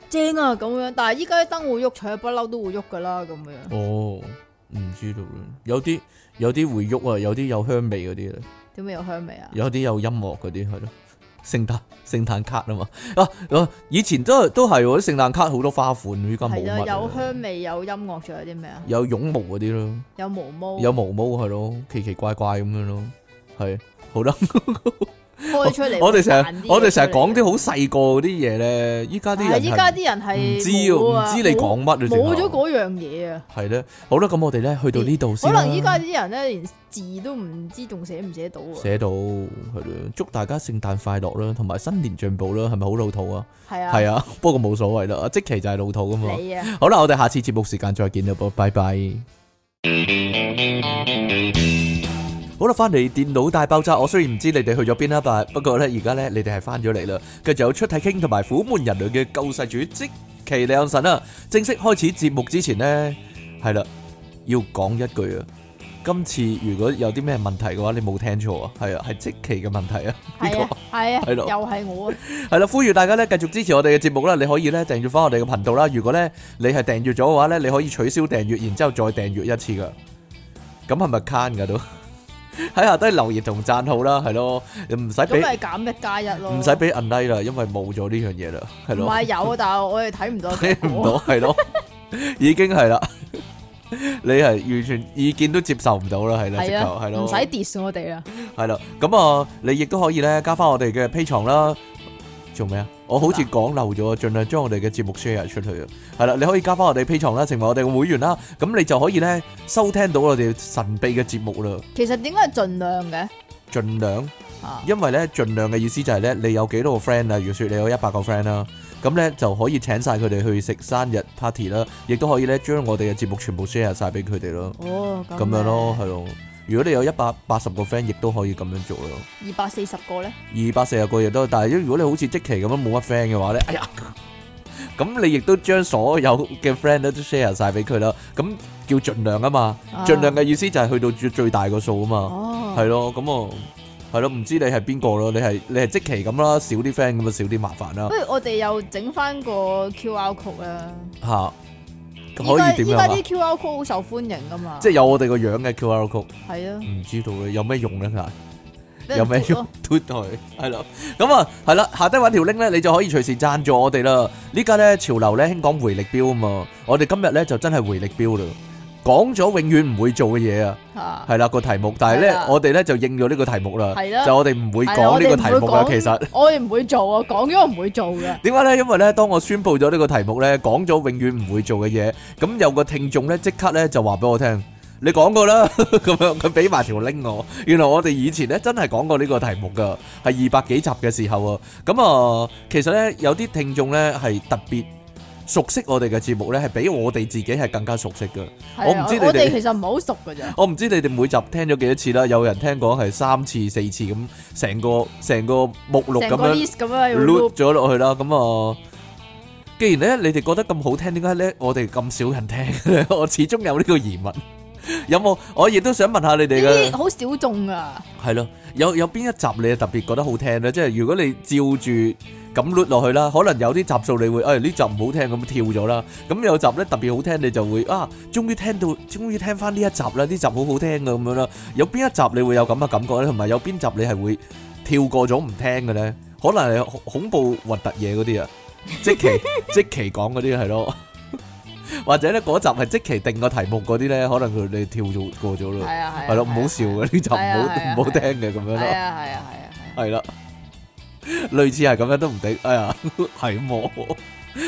[SPEAKER 2] 正啊咁樣。但係依家啲燈會喐，除不嬲都會喐噶啦咁樣。
[SPEAKER 1] 哦，唔知道啦。有啲有啲會喐啊，有啲有香味嗰啲咧，
[SPEAKER 2] 點解有香味啊？
[SPEAKER 1] 有啲有音樂嗰啲係咯。聖誕聖誕卡啊嘛，啊啊以前都都係喎，啲聖誕卡好多花款，依家冇
[SPEAKER 2] 係
[SPEAKER 1] 乜
[SPEAKER 2] 啊，有
[SPEAKER 1] 啦。
[SPEAKER 2] 香味，有音樂，仲有啲咩啊？
[SPEAKER 1] 有絨毛嗰啲咯，
[SPEAKER 2] 有毛毛，
[SPEAKER 1] 有毛毛係咯，奇奇怪怪咁樣咯，係好啦。
[SPEAKER 2] 開出嚟會彈啲嘢出嚟。
[SPEAKER 1] 我哋成日我哋成日講啲好細個嗰啲嘢咧，依家啲
[SPEAKER 2] 係
[SPEAKER 1] 人
[SPEAKER 2] 依家
[SPEAKER 1] 係
[SPEAKER 2] 啲人
[SPEAKER 1] 唔
[SPEAKER 2] 係
[SPEAKER 1] 知
[SPEAKER 2] 冇
[SPEAKER 1] 啊
[SPEAKER 2] 啊
[SPEAKER 1] 唔知你
[SPEAKER 2] 冇
[SPEAKER 1] 講乜啊，
[SPEAKER 2] 冇
[SPEAKER 1] 直
[SPEAKER 2] 咗
[SPEAKER 1] 頭
[SPEAKER 2] 嗰樣嘢啊！
[SPEAKER 1] 係咧，好啦，咁我哋咧去到呢度先
[SPEAKER 2] 可
[SPEAKER 1] 啦
[SPEAKER 2] 能依家啲人咧連字都唔知仲寫唔寫到啊！
[SPEAKER 1] 寫到係咯，祝大家聖誕快樂啦，同埋新年進步啦，係咪好老土啊？
[SPEAKER 2] 係啊，
[SPEAKER 1] 係啊，不過冇所謂啦，即期就係老土噶嘛。
[SPEAKER 2] 你啊，
[SPEAKER 1] 好啦，我哋下次節目時間再見啦，噃拜拜。好啦，翻嚟電腦大爆炸，我雖然唔知你哋去咗邊啦，但不過呢，而家呢，你哋係翻咗嚟啦，繼續有出體傾同埋苦悶人類嘅救世主即其兩神啊！正式開始節目之前呢，係啦，要講一句啊，今次如果有啲咩問題嘅話，你冇聽錯啊，係啊，係即其嘅問題啊，呢
[SPEAKER 2] 係
[SPEAKER 1] 個
[SPEAKER 2] 啊。，係啊，
[SPEAKER 1] 係咯
[SPEAKER 2] 又 係我啊，
[SPEAKER 1] 系啦，呼籲大家咧繼續支持我哋嘅節目啦，你可以咧訂閱翻我哋嘅頻道啦。如果咧你係訂閱咗嘅話咧，你可以取消訂閱，然之後再訂閱一次噶。咁係咪 can 噶都？ 喺下低留言同讚好啦，係咯，唔使
[SPEAKER 2] 咁
[SPEAKER 1] 俾
[SPEAKER 2] 咪減一加一咯。
[SPEAKER 1] 唔使俾 unlike 啦，因為冇咗呢樣嘢啦，係
[SPEAKER 2] 唔
[SPEAKER 1] 咯，
[SPEAKER 2] 係有，但係我哋睇唔到
[SPEAKER 1] 睇
[SPEAKER 2] 結果。
[SPEAKER 1] 唔到啊係咯，已經係啦，你係完全意見都接受唔到啦，係啦，直
[SPEAKER 2] 係
[SPEAKER 1] 頭
[SPEAKER 2] 啊
[SPEAKER 1] 係，咯，
[SPEAKER 2] 唔使 diss 我哋啦，
[SPEAKER 1] 系啦，咁啊，你亦都可以咧加翻我哋嘅 P 床啦。做咩啊？我好似講漏咗，盡量將我哋嘅節目 share 出去啊。係啦，你可以加翻我哋 P 床啦，成為我哋嘅會員啦。咁你就可以咧收聽到我哋神秘嘅節目啦。
[SPEAKER 2] 其實點解係盡量嘅
[SPEAKER 1] 盡量，
[SPEAKER 2] 啊？
[SPEAKER 1] 因為咧盡量嘅意思就係咧，你有幾多個 friend 啊？如說你有一百個 friend 啦，咁咧就可以請晒佢哋去食生日 party 啦，亦都可以咧將我哋嘅節目全部 share 晒俾佢哋咯。
[SPEAKER 2] 哦，咁
[SPEAKER 1] 咁樣咯，，係咯。如果你有一百八十個 friend，亦都可以咁樣做咯。
[SPEAKER 2] 二百四十個咧，
[SPEAKER 1] 二百四十個亦都，但係如果你好似即期咁樣冇乜 friend 嘅話咧，哎呀， 咁你亦都將所有嘅 friend 咧都 share 晒俾佢啦，咁叫盡量啊嘛，
[SPEAKER 2] 啊
[SPEAKER 1] 盡量嘅意思就係去到最最大個數啊嘛，
[SPEAKER 2] 哦，
[SPEAKER 1] 係咯，咁啊，係咯，唔知你係邊個咯，你係你係即期咁啦，少啲 friend 咁啊，少啲麻煩啦
[SPEAKER 2] 不，如我哋又整翻個 QR code 啦。
[SPEAKER 1] 吓，
[SPEAKER 2] 依家
[SPEAKER 1] 可以
[SPEAKER 2] 依
[SPEAKER 1] 點樣
[SPEAKER 2] 家
[SPEAKER 1] 啊
[SPEAKER 2] 啲？QR code 好受歡迎噶嘛，
[SPEAKER 1] 即係有我哋個樣嘅 QR code，
[SPEAKER 2] 係啊，
[SPEAKER 1] 唔知道咧有咩用咧，但係
[SPEAKER 2] 俾人
[SPEAKER 1] 有咩
[SPEAKER 2] 撥
[SPEAKER 1] 用
[SPEAKER 2] 咯？
[SPEAKER 1] 推佢係咯，咁啊係啦，下低揾條 link 咧，你就可以隨時贊助我哋啦。呢家咧潮流咧興講回力標啊嘛，我哋今日咧就真係回力標啦，講咗永遠唔會做嘅嘢啊，
[SPEAKER 2] 嚇
[SPEAKER 1] 係啦個題目，但係咧
[SPEAKER 2] 係啦
[SPEAKER 1] 我哋咧就應咗呢個題目啦，
[SPEAKER 2] 係啦
[SPEAKER 1] 就我哋唔會
[SPEAKER 2] 係啊
[SPEAKER 1] 講
[SPEAKER 2] 我哋
[SPEAKER 1] 呢
[SPEAKER 2] 唔
[SPEAKER 1] 個
[SPEAKER 2] 會
[SPEAKER 1] 題目啊，
[SPEAKER 2] 講
[SPEAKER 1] 其實。
[SPEAKER 2] 我哋唔會做啊，講咗唔會做 嘅。
[SPEAKER 1] 點解咧？因為咧，當我宣布咗呢個題目咧，講咗永遠唔會做嘅嘢，咁有個聽眾咧即刻咧就話俾我聽，你講過啦，咁樣佢俾埋條 link 我。原來我哋以前咧真係講過呢個題目噶，係二百幾集嘅時候啊。咁啊，其實咧有啲聽眾咧係特別熟悉我哋嘅節目咧，係比我哋自己係更加熟悉嘅。
[SPEAKER 2] 係啊
[SPEAKER 1] 我唔知你哋
[SPEAKER 2] 我哋其實唔係好熟嘅咋。
[SPEAKER 1] 我唔知你哋每集聽咗幾多次啦，有人聽講係三次、四次咁，成個成個目錄咁
[SPEAKER 2] 成個
[SPEAKER 1] 樣。
[SPEAKER 2] list 咁樣要
[SPEAKER 1] loop
[SPEAKER 2] loop，
[SPEAKER 1] 咗落去啦。咁啊，既然咧你哋覺得咁好聽，點解咧我哋咁少人聽咧？我始終有呢 個疑問。有冇？我亦都想問下你哋
[SPEAKER 2] 呢
[SPEAKER 1] 嘅
[SPEAKER 2] 啲好小眾啊。
[SPEAKER 1] 係咯，有有邊一集你係特別覺得好聽咧？即係如果你照住咁 loop 落去啦，可能有啲集數你會誒呢、集唔好聽咁跳咗啦。咁有集咧特別好聽，你就會啊，終於聽到，終於聽翻呢一集啦，呢集好好聽啊嘅咁樣啦。有邊一集你會有咁嘅感覺咧？同埋有邊集你係會跳過咗唔聽嘅咧？可能係恐恐怖核突嘢嗰啲啊，即期即期講嗰啲係咯， 或者咧嗰集係即期定個題目嗰啲咧，可能佢哋跳咗過咗咯，
[SPEAKER 2] 係啊係啊。
[SPEAKER 1] 係咯，唔好笑嘅呢集唔
[SPEAKER 2] 係啊係啊
[SPEAKER 1] 好唔好
[SPEAKER 2] 係
[SPEAKER 1] 聽
[SPEAKER 2] 啊
[SPEAKER 1] 嘅咁樣
[SPEAKER 2] 係啊係
[SPEAKER 1] 咯，
[SPEAKER 2] 啊係啊係啊。
[SPEAKER 1] 係啦，類似係咁樣都唔定，哎呀， 係喎 我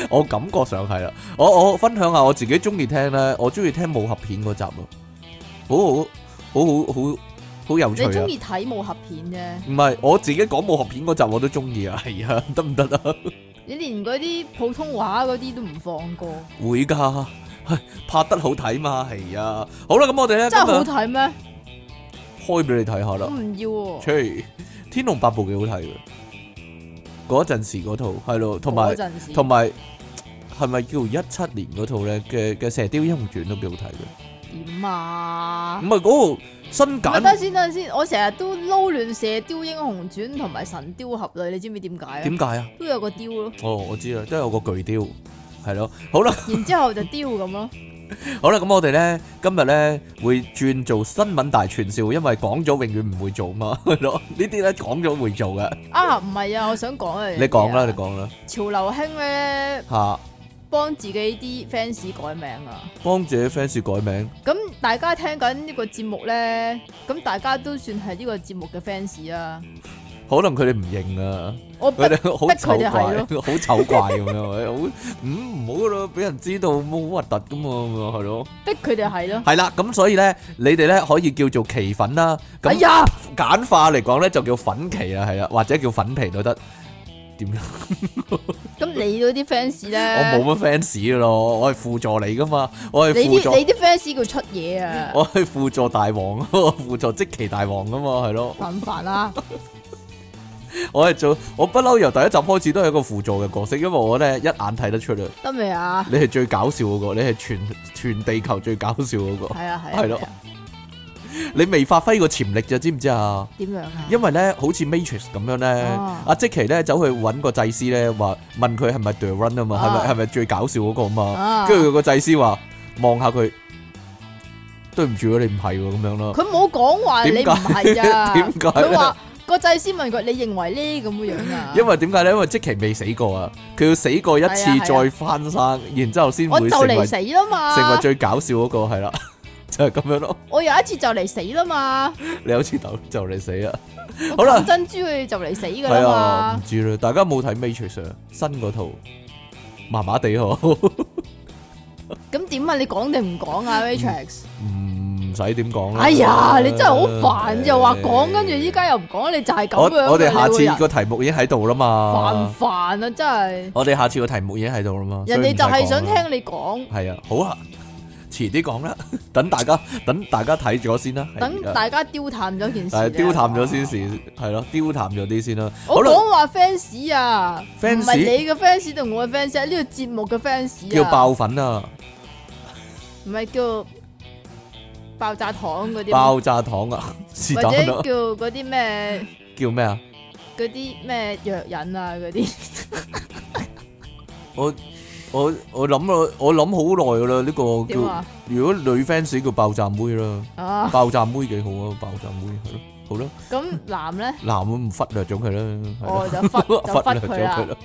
[SPEAKER 1] 我感覺上係啦，我我分享下我自己中意聽咧，我中意聽武俠片嗰集咯，好好好好好好有趣
[SPEAKER 2] 你
[SPEAKER 1] 啊
[SPEAKER 2] 中！意睇武俠片
[SPEAKER 1] 唔係，我自己講武俠片嗰集我都中意啊， 係啊，得唔得啊？
[SPEAKER 2] 啫，你連嗰啲普通話嗰啲都唔放過，
[SPEAKER 1] 會噶，係拍得好睇嘛，係啊。好啦，咁我哋咧
[SPEAKER 2] 真係好
[SPEAKER 1] 今
[SPEAKER 2] 睇咩？
[SPEAKER 1] 日開俾你睇下
[SPEAKER 2] 我
[SPEAKER 1] 啦。
[SPEAKER 2] 唔要喎。
[SPEAKER 1] 吹《天龍八部》幾好睇嘅，嗰陣時嗰套係咯，同
[SPEAKER 2] 嗰
[SPEAKER 1] 埋
[SPEAKER 2] 陣時，
[SPEAKER 1] 同埋係咪叫一七年嗰套咧嘅嘅《射雕英雄傳》都幾好睇嘅，
[SPEAKER 2] 點啊？
[SPEAKER 1] 唔係嗰個新
[SPEAKER 2] 唔係等陣
[SPEAKER 1] 簡
[SPEAKER 2] 先，等陣先，我成日都撈亂射雕英雄傳同埋神雕俠侶，你知唔知點解啊？
[SPEAKER 1] 點解啊？
[SPEAKER 2] 都有個雕咯，
[SPEAKER 1] 哦，我知啦，都有個巨雕，係咯，好啦。
[SPEAKER 2] 然之後就雕咁咯。
[SPEAKER 1] 好啦，咁我哋咧今日咧會轉做新聞大串燒，因為講咗永遠唔會做嘛， 係咯？呢啲咧講咗會做嘅，
[SPEAKER 2] 啊，唔係啊，我想講一樣嘢啊。
[SPEAKER 1] 你講啦，你講啦，
[SPEAKER 2] 潮流興咧，
[SPEAKER 1] 吓，
[SPEAKER 2] 幫自己啲 fans 改名啊。
[SPEAKER 1] 幫自己 fans 改名，
[SPEAKER 2] 咁大家聽緊呢個節目咧，咁大家都算係呢個節目嘅 fans 啊。
[SPEAKER 1] 可能佢哋唔認啊，
[SPEAKER 2] 我
[SPEAKER 1] 佢
[SPEAKER 2] 逼
[SPEAKER 1] 哋好
[SPEAKER 2] 逼佢哋
[SPEAKER 1] 醜怪，
[SPEAKER 2] 係咯
[SPEAKER 1] 好醜怪咁樣，哎好嗯唔好咯，俾人知道冇好核突噶嘛，咁樣係咯，
[SPEAKER 2] 逼佢哋係咯。
[SPEAKER 1] 係啦，咁所以咧，你哋咧可以叫做奇粉啦，
[SPEAKER 2] 哎
[SPEAKER 1] 咁
[SPEAKER 2] 呀，
[SPEAKER 1] 簡化嚟講咧就叫粉奇啦，係啦，啊或者叫粉皮都得，點樣？
[SPEAKER 2] 咁你嗰啲 fans 咧，
[SPEAKER 1] 我冇乜 fans 咯，我係輔助你噶嘛，我係
[SPEAKER 2] 你
[SPEAKER 1] 輔助
[SPEAKER 2] 啲，你啲 fans 叫出嘢啊，
[SPEAKER 1] 我係輔助大王， 我輔助即奇大王噶嘛，係咯，
[SPEAKER 2] 煩唔煩啊？
[SPEAKER 1] 我係做，我不嬲由第一集開始都係一個輔助嘅角色，因為我咧一眼睇得出啦，
[SPEAKER 2] 得未啊？
[SPEAKER 1] 你係最搞笑嗰、個，你係全全地球最搞笑嗰、個，
[SPEAKER 2] 係啊係啊，
[SPEAKER 1] 係咯
[SPEAKER 2] 係啊，
[SPEAKER 1] 你未發揮個潛力咋，知唔知啊？
[SPEAKER 2] 點樣啊？
[SPEAKER 1] 因為咧，好似 Matrix 咁樣咧，
[SPEAKER 2] 啊
[SPEAKER 1] 阿即奇咧走去揾個祭司咧，話問佢係咪 The Run 啊嘛，係咪
[SPEAKER 2] 啊
[SPEAKER 1] 係咪最搞笑嗰個啊嘛？
[SPEAKER 2] 啊
[SPEAKER 1] 跟住個祭司話望下佢，對唔住啊，你唔係喎咁樣咯。
[SPEAKER 2] 佢冇講話你唔係咋，
[SPEAKER 1] 點解
[SPEAKER 2] 佢話個祭司問佢你認為呢咁嘅樣啊？
[SPEAKER 1] 因為點解咧？因為即期未死過啊，佢要死過一
[SPEAKER 2] 係啊
[SPEAKER 1] 次
[SPEAKER 2] 係啊
[SPEAKER 1] 再翻生，然之後先
[SPEAKER 2] 我
[SPEAKER 1] 會
[SPEAKER 2] 就
[SPEAKER 1] 成
[SPEAKER 2] 嚟
[SPEAKER 1] 為
[SPEAKER 2] 死啦
[SPEAKER 1] 成為
[SPEAKER 2] 嘛，
[SPEAKER 1] 最搞笑嗰個係啦， 就係咁樣咯。
[SPEAKER 2] 我有一次就嚟死 啦嘛，
[SPEAKER 1] 你好似就就嚟死啦，好
[SPEAKER 2] 我
[SPEAKER 1] 啦
[SPEAKER 2] 冚珍珠佢就嚟死噶
[SPEAKER 1] 係啊，
[SPEAKER 2] 啦
[SPEAKER 1] 唔
[SPEAKER 2] 嘛，
[SPEAKER 1] 知啦。大家冇睇 Matrix 啊新嗰套，麻麻地嗬，
[SPEAKER 2] 咁點啊？你講定唔講啊？Matrix，
[SPEAKER 1] 唔使點講啦。
[SPEAKER 2] 哎呀，你真係好煩，又話講，跟住依家又唔講，你就係
[SPEAKER 1] 我
[SPEAKER 2] 咁樣啊。
[SPEAKER 1] 我哋下
[SPEAKER 2] 你個人
[SPEAKER 1] 次個題目已經喺度啦
[SPEAKER 2] 煩唔
[SPEAKER 1] 嘛。
[SPEAKER 2] 煩啊？真係，
[SPEAKER 1] 我哋下次個題目已經喺度啦嘛。
[SPEAKER 2] 人哋就
[SPEAKER 1] 係
[SPEAKER 2] 係想聽你講，
[SPEAKER 1] 系啊，好啊，遲啲講啦， 等大家等大家睇咗先啦，係
[SPEAKER 2] 等
[SPEAKER 1] 而家
[SPEAKER 2] 大家丟淡咗件事
[SPEAKER 1] 係啊
[SPEAKER 2] 啫。
[SPEAKER 1] 丟淡咗先事，係咯，丟淡咗啲先啦。好
[SPEAKER 2] 我
[SPEAKER 1] 啦，
[SPEAKER 2] 講話 fans 啊，唔
[SPEAKER 1] fans？
[SPEAKER 2] 係你嘅 fans 同我嘅 fans，係呢個節目嘅 fans 啊，
[SPEAKER 1] 叫爆粉啊，
[SPEAKER 2] 唔係叫爆炸糖嗰啲，
[SPEAKER 1] 爆炸糖啊，是
[SPEAKER 2] 或
[SPEAKER 1] 但
[SPEAKER 2] 者
[SPEAKER 1] 啦，
[SPEAKER 2] 叫嗰啲咩
[SPEAKER 1] 叫咩啊？
[SPEAKER 2] 嗰啲咩藥引啊 嗰啲，
[SPEAKER 1] 我我我諗咗我諗好耐噶啦，呢個
[SPEAKER 2] 點
[SPEAKER 1] 叫
[SPEAKER 2] 啊？
[SPEAKER 1] 如果女 fans 叫爆炸妹啦，
[SPEAKER 2] 啊，
[SPEAKER 1] 爆炸妹幾好啊，爆炸妹係咯，好啦，
[SPEAKER 2] 咁男咧，
[SPEAKER 1] 男會唔忽略咗佢啦，係
[SPEAKER 2] 我
[SPEAKER 1] 咯
[SPEAKER 2] 就忽就忽
[SPEAKER 1] 忽略
[SPEAKER 2] 佢
[SPEAKER 1] 咗佢
[SPEAKER 2] 啦。
[SPEAKER 1] 啦，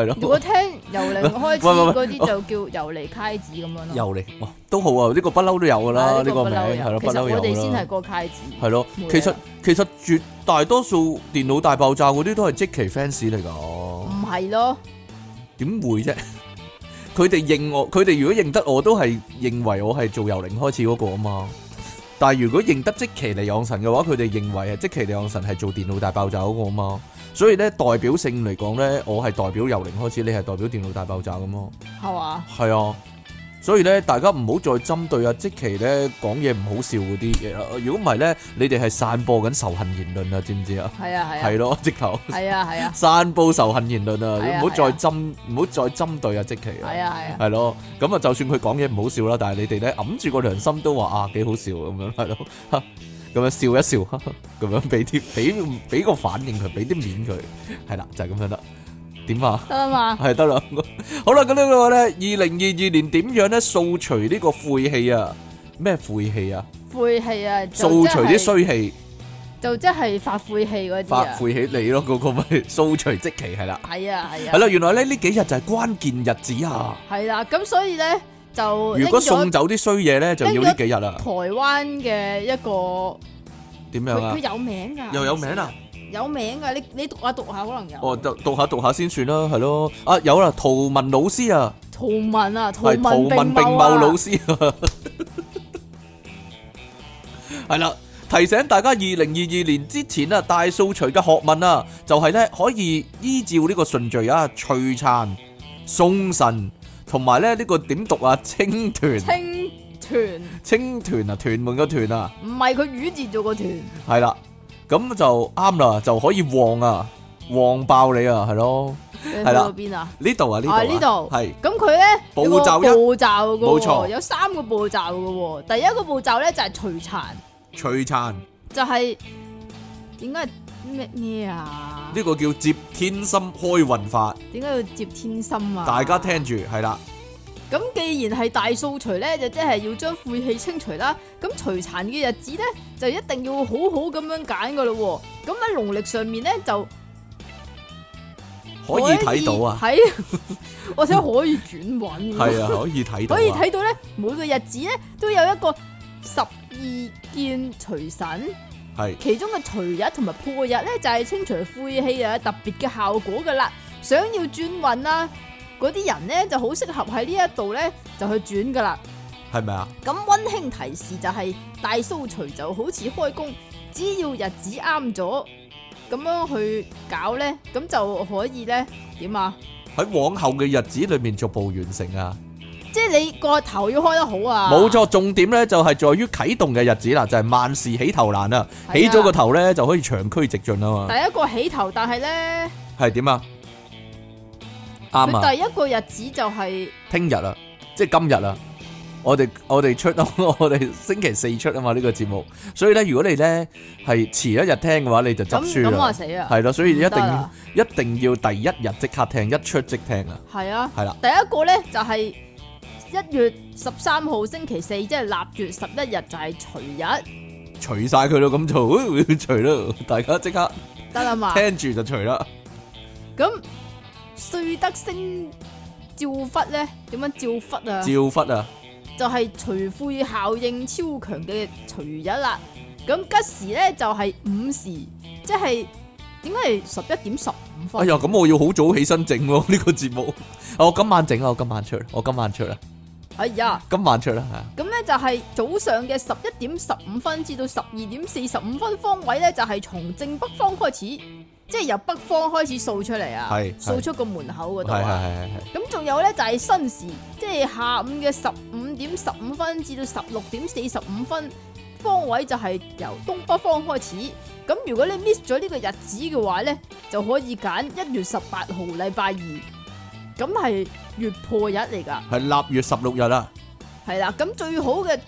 [SPEAKER 1] 係咯。
[SPEAKER 2] 如果聽由零開 始
[SPEAKER 1] 喂喂喂
[SPEAKER 2] 嗰啲就叫游離啓子咁樣咯，
[SPEAKER 1] 又嚟，哇，都好啊！呢、個不嬲都有噶啦，
[SPEAKER 2] 啊
[SPEAKER 1] 呢、個
[SPEAKER 2] 不
[SPEAKER 1] 名
[SPEAKER 2] 嬲有
[SPEAKER 1] 係咯，
[SPEAKER 2] 其
[SPEAKER 1] 不
[SPEAKER 2] 實
[SPEAKER 1] 嬲
[SPEAKER 2] 我哋先
[SPEAKER 1] 有
[SPEAKER 2] 係
[SPEAKER 1] 啦，
[SPEAKER 2] 個啓子。
[SPEAKER 1] 係咯。
[SPEAKER 2] 冇嘢
[SPEAKER 1] 其實
[SPEAKER 2] 啦
[SPEAKER 1] 其實絕大多數電腦大爆炸嗰啲都係即期 fans 嚟
[SPEAKER 2] 唔
[SPEAKER 1] 㗎，
[SPEAKER 2] 係咯，
[SPEAKER 1] 點會啫？ 佢哋認我，佢哋如果認得我，都係認為我係做由零開始嗰個啊嘛。但係如果認得即期嚟養神嘅話，佢哋認為啊係即期嚟養神係做電腦大爆炸嗰個啊嘛。所以咧代表性嚟講咧，我係代表由零開始，你係代表電腦大爆炸咁咯。
[SPEAKER 2] 係嘛？
[SPEAKER 1] 系啊，所以咧，大家唔好再針對啊，即其咧講嘢唔好笑嗰啲嘢啦。如果唔係咧，你哋係散播緊仇恨言論啊，知唔知啊？
[SPEAKER 2] 係啊係啊
[SPEAKER 1] 係咯，直頭
[SPEAKER 2] 係啊係啊
[SPEAKER 1] 散播仇恨言論
[SPEAKER 2] 係
[SPEAKER 1] 啊，唔
[SPEAKER 2] 啊
[SPEAKER 1] 好再
[SPEAKER 2] 係啊
[SPEAKER 1] 針，唔好再針對啊，即其啊
[SPEAKER 2] 係。啊係啊，
[SPEAKER 1] 係咯，咁啊，就算佢講嘢唔好笑啦，但係你哋咧揞住個良心都話啊幾好笑咁樣，係咯，哈咁樣笑一笑，哈哈咁樣俾啲俾俾個反應佢，俾啲面佢，係啦，就係咁 樣啦。點啊？
[SPEAKER 2] 得啦嘛，
[SPEAKER 1] 系得啦。 好啦，咁呢個咧，二零二二年點樣咧掃除呢個晦氣啊？咩晦氣啊？
[SPEAKER 2] 晦氣啊，就
[SPEAKER 1] 掃
[SPEAKER 2] 即
[SPEAKER 1] 除
[SPEAKER 2] 係
[SPEAKER 1] 啲衰氣，
[SPEAKER 2] 就即係發晦氣嗰啲
[SPEAKER 1] 發
[SPEAKER 2] 啊，
[SPEAKER 1] 晦氣你咯，嗰、個咪掃除即期係啦，
[SPEAKER 2] 係啊係
[SPEAKER 1] 係
[SPEAKER 2] 啊，
[SPEAKER 1] 啦。原來咧呢幾日就係關鍵日子啊！
[SPEAKER 2] 係啦，咁所以咧就
[SPEAKER 1] 如果送走啲衰嘢咧，就要呢幾日
[SPEAKER 2] 哦拎咗
[SPEAKER 1] 啦
[SPEAKER 2] 台。灣嘅一個
[SPEAKER 1] 點樣
[SPEAKER 2] 佢
[SPEAKER 1] 啊
[SPEAKER 2] 佢？有名㗎，
[SPEAKER 1] 又有名啦，
[SPEAKER 2] 有名㗎，你你讀下讀下可能有。
[SPEAKER 1] 哦，讀讀下讀下先算啦，係咯。啊，有啦，圖文老師啊，
[SPEAKER 2] 陶文啊，陶
[SPEAKER 1] 係圖
[SPEAKER 2] 文
[SPEAKER 1] 文並
[SPEAKER 2] 並
[SPEAKER 1] 茂
[SPEAKER 2] 茂
[SPEAKER 1] 老
[SPEAKER 2] 啊，
[SPEAKER 1] 師 啊，係啦。提醒大家，二零二二年之前啊，大掃除嘅學問啊，就係咧可以依照呢個順序啊，璀璨、送神，同埋咧呢個點讀啊，青團、
[SPEAKER 2] 青團
[SPEAKER 1] 青團啊，屯門嘅團啊，
[SPEAKER 2] 唔係佢魚字做個團，
[SPEAKER 1] 係啦，咁就啱啦，就可以旺啊，旺爆你啊，係咯，
[SPEAKER 2] 你去
[SPEAKER 1] 係啦
[SPEAKER 2] 到邊啊？
[SPEAKER 1] 呢度啊，呢度
[SPEAKER 2] 啊
[SPEAKER 1] 啊
[SPEAKER 2] 呢度
[SPEAKER 1] 係
[SPEAKER 2] 咁佢咧
[SPEAKER 1] 步
[SPEAKER 2] 有個
[SPEAKER 1] 驟一
[SPEAKER 2] 步驟
[SPEAKER 1] 冇
[SPEAKER 2] 嘅
[SPEAKER 1] 錯
[SPEAKER 2] 喎，有三個步驟嘅喎。第一個步驟咧就係除殘，
[SPEAKER 1] 除殘
[SPEAKER 2] 就係點解咩咩啊？
[SPEAKER 1] 呢個叫接天心開運法，
[SPEAKER 2] 點解要接天心啊？
[SPEAKER 1] 大家聽住係啦，
[SPEAKER 2] 咁既然係大掃除咧，就即係要將晦氣清除啦。咁除殘嘅日子咧，就一定要好好咁樣揀噶咯喎。咁喺農曆上面咧，就
[SPEAKER 1] 可以睇到 啊，
[SPEAKER 2] 可以睇我想可以轉運喎。
[SPEAKER 1] 係啊，可以睇到
[SPEAKER 2] 可以
[SPEAKER 1] 啊，
[SPEAKER 2] 睇到咧，每個日子咧都有一個十二件除神，
[SPEAKER 1] 係
[SPEAKER 2] 其中嘅除日同埋破日咧就係、清除晦氣啊，有特別嘅效果噶啦。想要轉運啦，嗰啲人咧就好適合喺呢一度咧就去轉噶啦。
[SPEAKER 1] 係咪啊？
[SPEAKER 2] 咁温馨提示就係、大掃除就好似開工，只要日子啱咗咁樣去搞咧，咁就可以咧點啊？
[SPEAKER 1] 喺往後嘅日子裏面逐步完成啊。
[SPEAKER 2] 即係你個頭要開得好啊！
[SPEAKER 1] 冇錯，重點咧就係在於啟動嘅日子啦，就係、萬事起頭難啊！
[SPEAKER 2] 係啊，
[SPEAKER 1] 起咗個頭咧就可以長驅直進啊嘛，
[SPEAKER 2] 第一個起頭，但係咧。
[SPEAKER 1] 係點啊？啱啊！
[SPEAKER 2] 佢第一個日子就係
[SPEAKER 1] 聽日啊，即係今日啊，我哋我哋出 我哋星期四出啊嘛呢、個節目，所以咧如果你咧係遲一日聽嘅話，你就執
[SPEAKER 2] 咁
[SPEAKER 1] 輸
[SPEAKER 2] 咁話
[SPEAKER 1] 啦，
[SPEAKER 2] 死啊，
[SPEAKER 1] 係咯，所以一
[SPEAKER 2] 唔得
[SPEAKER 1] 定
[SPEAKER 2] 啦
[SPEAKER 1] 一定要第一日即刻聽，一出即聽啊，
[SPEAKER 2] 係啊，
[SPEAKER 1] 係啦，
[SPEAKER 2] 第一個咧就係一月十三號星期四，即係立月十一日就係除日，
[SPEAKER 1] 除晒佢咯，咁就 除咯，大家即刻
[SPEAKER 2] 得啦 嘛。
[SPEAKER 1] 聽住就除啦。
[SPEAKER 2] 咁歲德星照忽咧，點樣照忽啊？
[SPEAKER 1] 照忽啊，
[SPEAKER 2] 就係除晦效應超強嘅除日啦。咁吉時咧就係午時，即係點解係十一點十五
[SPEAKER 1] 哎
[SPEAKER 2] 分？
[SPEAKER 1] 呀，咁我要好早起身整喎 呢個節目。我今晚整啊，我今晚出，我今晚出啦，
[SPEAKER 2] 哎呀！
[SPEAKER 1] 今晚出啦，係啊
[SPEAKER 2] 咁咧就係早上嘅十一點十五分至到十二點四十五分方位咧，就係從正北方開始，即係由北方開始掃出嚟啊，
[SPEAKER 1] 係係
[SPEAKER 2] 掃出個門口嗰度
[SPEAKER 1] 係
[SPEAKER 2] 啊。
[SPEAKER 1] 係係係
[SPEAKER 2] 咁仲有咧就係申時，即係下午嘅十五點十五分至到十六點四十五分方位就係由東北方開始。咁如果你 miss 咗呢個日子嘅話咧，就可以揀一月十八號禮拜二，咁係月破日嚟㗎。
[SPEAKER 1] 係臘月十六日啦，
[SPEAKER 2] 系啦，咁最好嘅